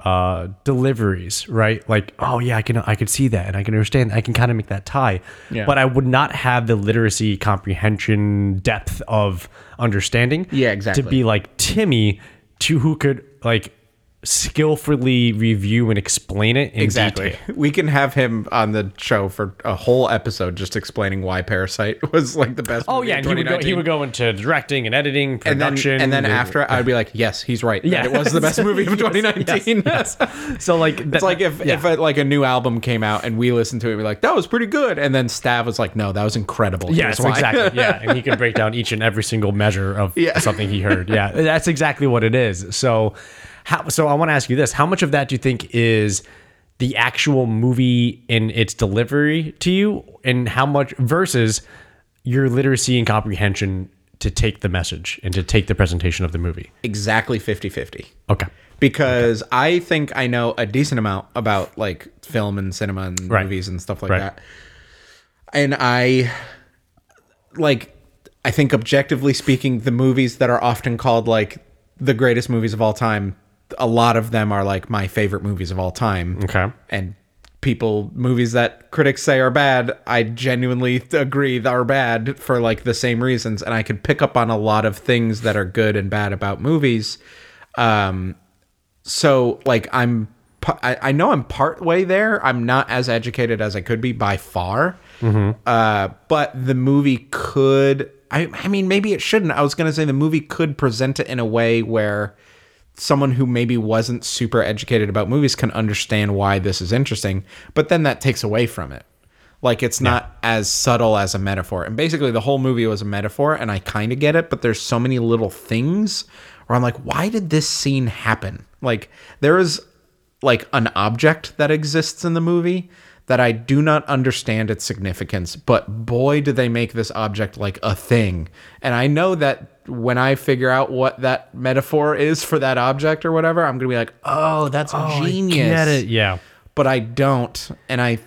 [SPEAKER 2] uh deliveries right like oh yeah i can i could see that and i can understand i can kind of make that tie
[SPEAKER 1] Yeah.
[SPEAKER 2] but i would not have the literacy comprehension depth of understanding
[SPEAKER 1] Yeah, exactly.
[SPEAKER 2] to be like timmy to who could like skillfully review and explain it in
[SPEAKER 1] Exactly. <laughs>
[SPEAKER 2] detail.
[SPEAKER 1] We can have him on the show for a whole episode just explaining why Parasite <laughs> was like the best.
[SPEAKER 2] oh
[SPEAKER 1] movie
[SPEAKER 2] yeah
[SPEAKER 1] of
[SPEAKER 2] and he would go he
[SPEAKER 1] 2019.
[SPEAKER 2] would go into directing and editing
[SPEAKER 1] and then,
[SPEAKER 2] production
[SPEAKER 1] and then after, I'd be like, yes, he's right.
[SPEAKER 2] Yeah.
[SPEAKER 1] That it was the best movie of 2019.
[SPEAKER 2] <laughs> so
[SPEAKER 1] <laughs>
[SPEAKER 2] like
[SPEAKER 1] It's like if if a, like a new album came out and we listened to it, we're like, that was pretty good, and then Stav was like, no, that was incredible.
[SPEAKER 2] Yes,
[SPEAKER 1] Here's why.
[SPEAKER 2] exactly. Yeah, and he can break down each and every single measure
[SPEAKER 1] <laughs>
[SPEAKER 2] of
[SPEAKER 1] Yeah.
[SPEAKER 2] something he heard. Yeah, <laughs> that's exactly what it is. So, how, so I want to ask you this: How much of that do you think is the actual movie in its delivery to you, and how much versus your literacy and comprehension to take the message and to take the presentation of the movie?
[SPEAKER 1] <laughs> exactly 50-50.
[SPEAKER 2] Okay.
[SPEAKER 1] because I think I know a decent amount about like film and cinema and
[SPEAKER 2] Right.
[SPEAKER 1] movies and stuff like
[SPEAKER 2] Right.
[SPEAKER 1] that. And I like I think objectively speaking the movies that are often called like the greatest movies of all time a lot of them are like my favorite movies of all time.
[SPEAKER 2] Okay.
[SPEAKER 1] And people movies that critics say are bad, I genuinely agree that are bad for like the same reasons and I could pick up on a lot of things that are good and bad about movies Um, so like i'm pa- I, I know i'm part way there i'm not as educated as i could be by far uh, but the movie could I, I mean maybe it shouldn't i was going to say the movie could present it in a way where someone who maybe wasn't super educated about movies can understand why this is interesting but then that takes away from it like it's not as subtle as a metaphor. And basically the whole movie was a metaphor and I kind of get it, but there's so many little things where I'm like, why did this scene happen? Like there is like an object that exists in the movie that I do not understand its significance, but boy do they make this object like a thing. And I know that when I figure out what that metaphor is for that object or whatever, I'm going to be like, "Oh, that's genius."
[SPEAKER 2] Get it? Yeah.
[SPEAKER 1] but I don't, and I,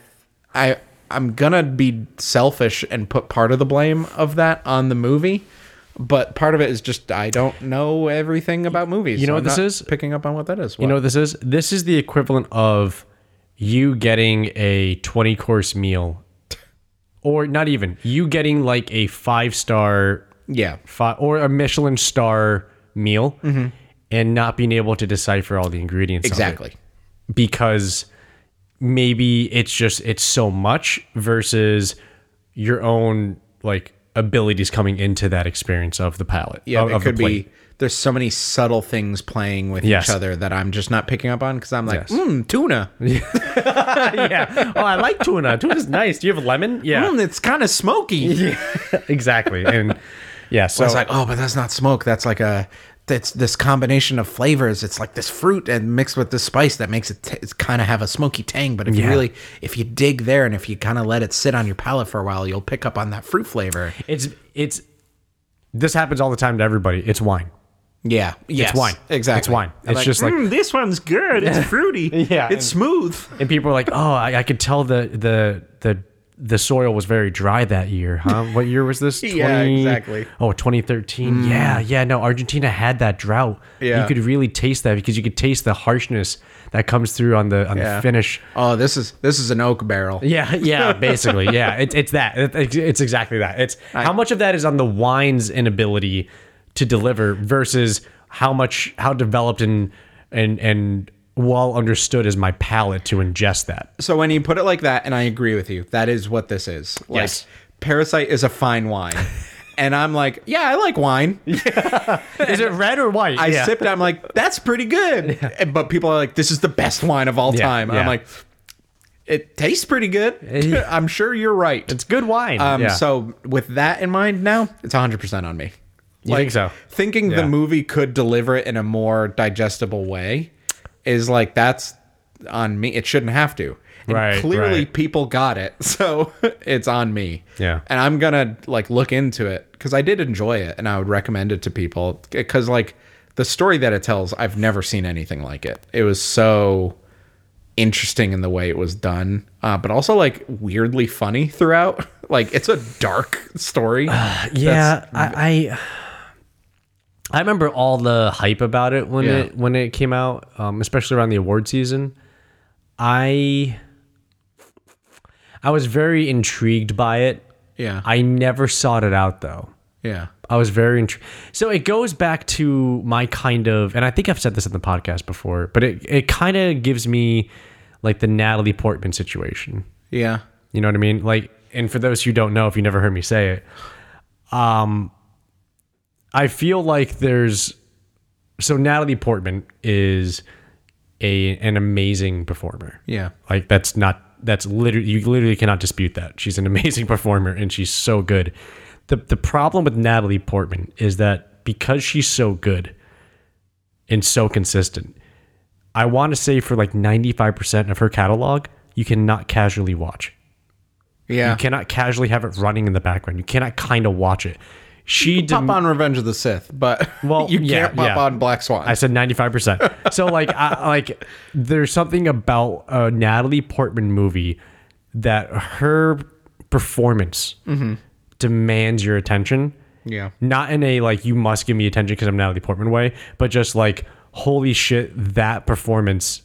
[SPEAKER 1] I, I'm gonna be selfish and put part of the blame of that on the movie, but part of it is just I don't know everything about movies.
[SPEAKER 2] You know
[SPEAKER 1] so
[SPEAKER 2] what
[SPEAKER 1] I'm
[SPEAKER 2] this
[SPEAKER 1] not
[SPEAKER 2] is?
[SPEAKER 1] Picking up on what that is.
[SPEAKER 2] You know what this is? This is the equivalent of you getting a 20 course meal or not even you getting like a five star
[SPEAKER 1] yeah,
[SPEAKER 2] fi- or a Michelin star meal
[SPEAKER 1] Mm-hmm.
[SPEAKER 2] and not being able to decipher all the ingredients. of it
[SPEAKER 1] exactly.
[SPEAKER 2] because maybe it's just it's so much versus your own like abilities coming into that experience of the palate.
[SPEAKER 1] Yeah,
[SPEAKER 2] of,
[SPEAKER 1] it
[SPEAKER 2] of the
[SPEAKER 1] could
[SPEAKER 2] plate. <laughs>
[SPEAKER 1] be. There's so many subtle things playing with
[SPEAKER 2] Yes.
[SPEAKER 1] each other that I'm just not picking up on because I'm like,
[SPEAKER 2] Yes.
[SPEAKER 1] mm, tuna.
[SPEAKER 2] yeah. Oh, I like tuna. Tuna's nice. Do you
[SPEAKER 1] <laughs>
[SPEAKER 2] have lemon? Yeah.
[SPEAKER 1] Mm, it's kind of smoky.
[SPEAKER 2] <laughs> exactly. And yeah, so
[SPEAKER 1] It's like, oh, but that's not smoke. That's like a that's this combination of flavors. It's like this fruit and mixed with this spice that makes it t- kind of have a smoky tang. But if
[SPEAKER 2] Yeah.
[SPEAKER 1] you really, if you dig there and if you kind of let it sit on your palate for a while, you'll pick up on that fruit flavor.
[SPEAKER 2] it's it's this happens all the time to everybody. It's wine.
[SPEAKER 1] Yeah, yes,
[SPEAKER 2] wine.
[SPEAKER 1] exactly.
[SPEAKER 2] It's wine.
[SPEAKER 1] I'm
[SPEAKER 2] It's just like-
[SPEAKER 1] "Mm, this one's good. It's fruity. <laughs>
[SPEAKER 2] Yeah, and-
[SPEAKER 1] it's smooth.
[SPEAKER 2] And people are like, "Oh, I, I could tell the the the the soil was very dry that year, huh? What year was this?
[SPEAKER 1] Yeah, exactly.
[SPEAKER 2] Oh, 2013. Yeah, yeah. No, Argentina had that drought.
[SPEAKER 1] Yeah.
[SPEAKER 2] you could really taste that because you could taste the harshness that comes through on the on
[SPEAKER 1] Yeah.
[SPEAKER 2] the finish.
[SPEAKER 1] Oh, this is this is an oak barrel.
[SPEAKER 2] Yeah,
[SPEAKER 1] <laughs>
[SPEAKER 2] yeah, basically, yeah. It's it's that. It- it's- it's exactly that. It's how much of that is on the wine's inability to deliver versus how much how developed and and and well understood is my palate to ingest that.
[SPEAKER 1] So when you put it like that, and I agree with you, that is what this is. Like,
[SPEAKER 2] Yes.
[SPEAKER 1] Parasite is a fine wine. <laughs> And I'm like, yeah, I like wine.
[SPEAKER 2] Is it red or white?
[SPEAKER 1] I sipped. it, I'm like, that's pretty good. And- But people are like, this is the best wine of all
[SPEAKER 2] Yeah,
[SPEAKER 1] time. And I'm
[SPEAKER 2] yeah.
[SPEAKER 1] like, it tastes pretty good.
[SPEAKER 2] Eh.
[SPEAKER 1] <laughs> I'm sure you're right.
[SPEAKER 2] It's good wine.
[SPEAKER 1] Um,
[SPEAKER 2] yeah.
[SPEAKER 1] So with that in mind, now it's 100 percent on me.
[SPEAKER 2] You think so?
[SPEAKER 1] Thinking
[SPEAKER 2] Yeah.
[SPEAKER 1] the movie could deliver it in a more digestible way is like that's on me. It shouldn't have to. And
[SPEAKER 2] Right,
[SPEAKER 1] Clearly,
[SPEAKER 2] right.
[SPEAKER 1] people got it, <laughs> so it's on me.
[SPEAKER 2] Yeah.
[SPEAKER 1] And I'm gonna like look into it because I did enjoy it, and I would recommend it to people because like the story that it tells, I've never seen anything like it. It was so interesting in the way it was done, uh, but also like weirdly funny throughout. <laughs> Like it's a dark
[SPEAKER 2] <sighs>
[SPEAKER 1] story.
[SPEAKER 2] Yeah, I, <sighs> I I remember all the hype about it when
[SPEAKER 1] Yeah.
[SPEAKER 2] it when it came out, um, especially around the award season. I I was very intrigued by it.
[SPEAKER 1] yeah.
[SPEAKER 2] I never sought it out though.
[SPEAKER 1] yeah.
[SPEAKER 2] I was very intrigued. So it goes back to my kind of, and I think I've said this in the podcast before, but it it kind of gives me like the Natalie Portman situation.
[SPEAKER 1] Yeah.
[SPEAKER 2] You know what I mean? Like, and for those who don't know, if you never heard me say it, um, I feel like there's so Natalie Portman is a an amazing performer.
[SPEAKER 1] Yeah.
[SPEAKER 2] Like that's not that's literally you literally cannot dispute that. She's an <laughs> amazing performer and she's so good. The the problem with Natalie Portman is that because she's so good and so consistent, I want to say for like 95% of her catalog, you cannot casually watch.
[SPEAKER 1] Yeah.
[SPEAKER 2] You cannot casually have it running in the background. You cannot kind of watch it. She did.
[SPEAKER 1] pop on Revenge of the Sith, but
[SPEAKER 2] Well,
[SPEAKER 1] <laughs> you
[SPEAKER 2] yeah,
[SPEAKER 1] can't pop
[SPEAKER 2] yeah.
[SPEAKER 1] on Black Swan.
[SPEAKER 2] I said ninety five percent. So like, I, <laughs> like there's something about a Natalie Portman movie that her performance demands your attention.
[SPEAKER 1] Mm-hmm. yeah.
[SPEAKER 2] Not in a like you must give me attention because I'm Natalie Portman way, but just like holy shit, that performance.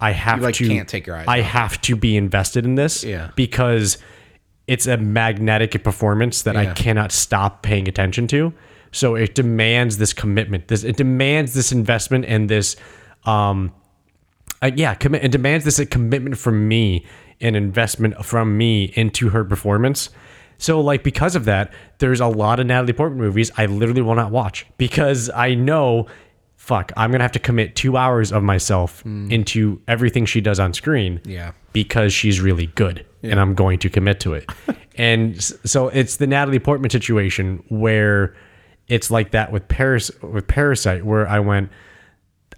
[SPEAKER 2] I have
[SPEAKER 1] like,
[SPEAKER 2] to.
[SPEAKER 1] can't take your eyes
[SPEAKER 2] I have to be invested in this.
[SPEAKER 1] Yeah.
[SPEAKER 2] Because it's a magnetic performance that I
[SPEAKER 1] Yeah.
[SPEAKER 2] cannot stop paying attention to. So it demands this commitment. This it demands this investment and this, um, uh, yeah, commit. It demands this a commitment from me, an investment from me into her performance. So like because of that, there's a lot of Natalie Portman movies I literally will not watch because I know, fuck, I'm gonna have to commit two hours of myself into everything she does on screen
[SPEAKER 1] Yeah.
[SPEAKER 2] because she's really good and I'm going to commit to it. and s- so it's the Natalie Portman situation where it's like that with Paris with Parasite where I went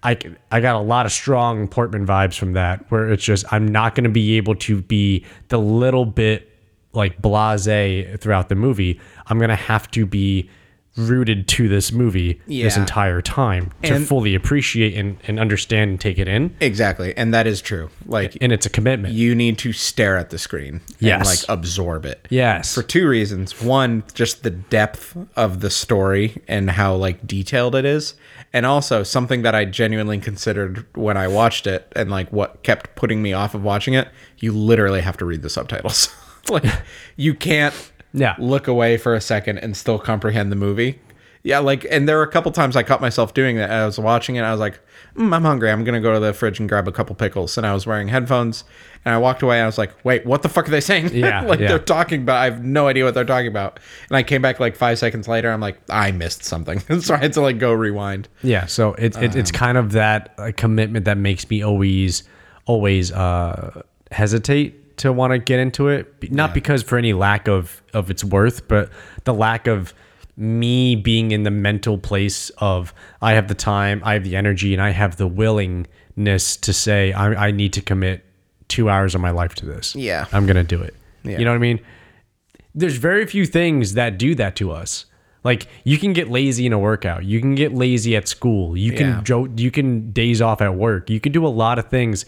[SPEAKER 2] I c- I got a lot of strong Portman vibes from that where it's just I'm not going to be able to be the little bit like blasé throughout the movie. I'm going to have to be rooted to this movie this
[SPEAKER 1] Yeah.
[SPEAKER 2] entire time to
[SPEAKER 1] And-
[SPEAKER 2] fully appreciate and, and understand and take it in
[SPEAKER 1] Exactly. And that is true. Like
[SPEAKER 2] and it's a commitment.
[SPEAKER 1] you need to stare at the screen and
[SPEAKER 2] Yes.
[SPEAKER 1] like absorb it.
[SPEAKER 2] yes.
[SPEAKER 1] For two reasons. One, just the depth of the story and how like detailed it is. And also something that I genuinely considered when I watched it and like what kept putting me off of watching it, you literally have to read the subtitles. <laughs> like you can't
[SPEAKER 2] Yeah.
[SPEAKER 1] look away for a second and still comprehend the movie. Yeah, like, and there were a couple times I caught myself doing that. I was watching it. I was like, mm, I'm hungry. I'm gonna go to the fridge and grab a couple pickles. And I was wearing headphones, and I walked away. And I was like, Wait, what the fuck are they saying? <laughs>
[SPEAKER 2] Yeah,
[SPEAKER 1] like
[SPEAKER 2] yeah.
[SPEAKER 1] they're talking about. I have no idea what they're talking about. And I came back like five seconds later. I'm like, I missed something, <laughs> so I had to like go rewind.
[SPEAKER 2] Yeah, so it's it,
[SPEAKER 1] Um,
[SPEAKER 2] it's kind of that uh, commitment that makes me always always uh, hesitate to want to get into it. Be- Not because for any lack of of its worth, but the lack of me being in the mental place of I have the time, I have the energy, and I have the willingness to say I, I need to commit two hours of my life to this.
[SPEAKER 1] Yeah.
[SPEAKER 2] I'm gonna do it.
[SPEAKER 1] Yeah.
[SPEAKER 2] You know what I mean? there's very few things that do that to us. Like you can get lazy in a workout, you can get lazy at school, you
[SPEAKER 1] Yeah.
[SPEAKER 2] can jo- you can days off at work, you can do a lot of things.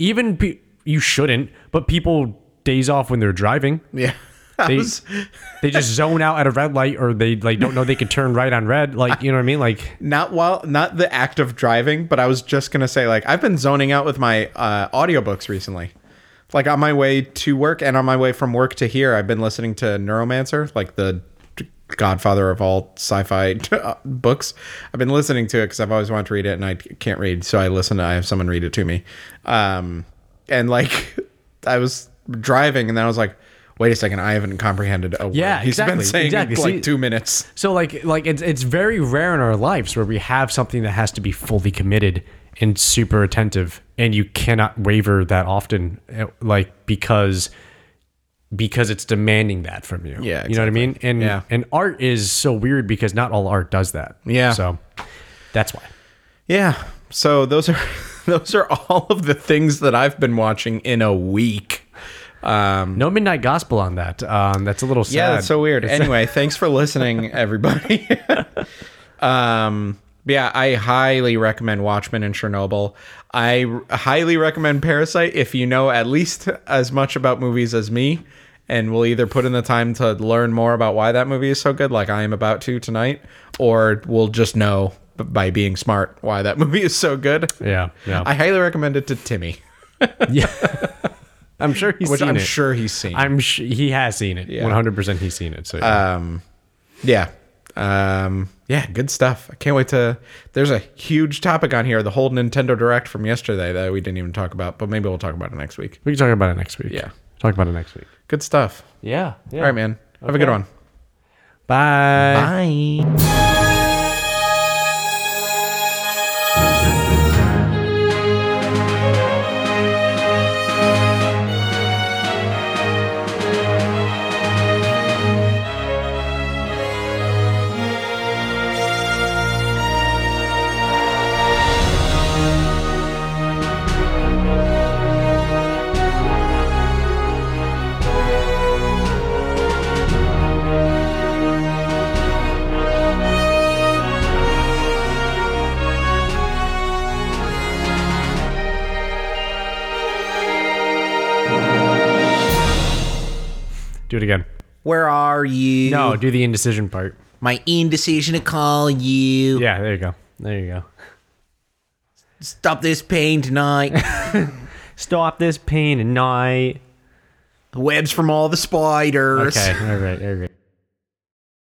[SPEAKER 2] Even pe- you shouldn't, but people days off when they're driving,
[SPEAKER 1] Yeah, <laughs> I
[SPEAKER 2] They-
[SPEAKER 1] was-
[SPEAKER 2] they just zone out at a red light or they like don't know they could turn right on red. Like you know what I mean? Like
[SPEAKER 1] not while not the act of driving but i was just gonna say like i've been zoning out with my uh, audiobooks recently like on my way to work and on my way from work to here i've been listening to neuromancer like the godfather of all sci-fi <laughs> uh, books i've been listening to it because i've always wanted to read it and i can't read so i listen to i have someone read it to me um, and like <laughs> i was driving and then i was like wait a second i haven't comprehended a word
[SPEAKER 2] Yeah,
[SPEAKER 1] He's
[SPEAKER 2] exactly,
[SPEAKER 1] been saying
[SPEAKER 2] exactly.
[SPEAKER 1] like
[SPEAKER 2] See-
[SPEAKER 1] two minutes
[SPEAKER 2] So like like it's it's very rare in our lives where we have something that has to be fully committed and super attentive and you cannot waver that often eh, like because because it's demanding that from you.
[SPEAKER 1] Yeah,
[SPEAKER 2] You know what I mean? And
[SPEAKER 1] Yeah.
[SPEAKER 2] and art is so weird because not all art does that.
[SPEAKER 1] Yeah.
[SPEAKER 2] So that's why.
[SPEAKER 1] Yeah. So those are <laughs> those are all of the things that I've been watching in a week. Um,
[SPEAKER 2] No midnight gospel on that. Um, that's a little sad.
[SPEAKER 1] yeah, that's so weird. <laughs>
[SPEAKER 2] It's-
[SPEAKER 1] Anyway, thanks for listening, everybody. <laughs> um, yeah, I highly recommend Watchmen and Chernobyl. I r- highly recommend Parasite if you know at least as much about movies as me and will either put in the time to learn more about why that movie is so good, like I am about to tonight, or will just know b- by being smart why that <laughs> movie is so good.
[SPEAKER 2] yeah, yeah.
[SPEAKER 1] I highly recommend it to Timmy,
[SPEAKER 2] I'm sure he's
[SPEAKER 1] which
[SPEAKER 2] seen
[SPEAKER 1] I'm
[SPEAKER 2] it.
[SPEAKER 1] sure he's seen.
[SPEAKER 2] I'm sh- he has seen it.
[SPEAKER 1] Yeah.
[SPEAKER 2] 100% he's seen it. So yeah.
[SPEAKER 1] um yeah um yeah good stuff i can't wait to there's a huge topic on here the whole nintendo direct from yesterday that we didn't even talk about but maybe we'll talk about it next week
[SPEAKER 2] we can talk about it next week.
[SPEAKER 1] yeah.
[SPEAKER 2] Talk about it next week.
[SPEAKER 1] good stuff
[SPEAKER 2] Yeah. yeah.
[SPEAKER 1] all right man have a good
[SPEAKER 2] Okay.
[SPEAKER 1] one
[SPEAKER 2] Bye.
[SPEAKER 1] bye
[SPEAKER 2] Do it again.
[SPEAKER 1] where are you
[SPEAKER 2] No, do the indecision part.
[SPEAKER 1] my indecision to call you
[SPEAKER 2] Yeah, there you go. There you go.
[SPEAKER 1] stop this pain tonight
[SPEAKER 2] <laughs> Stop this pain and night.
[SPEAKER 1] webs from all the spiders
[SPEAKER 2] Okay. All right. All right.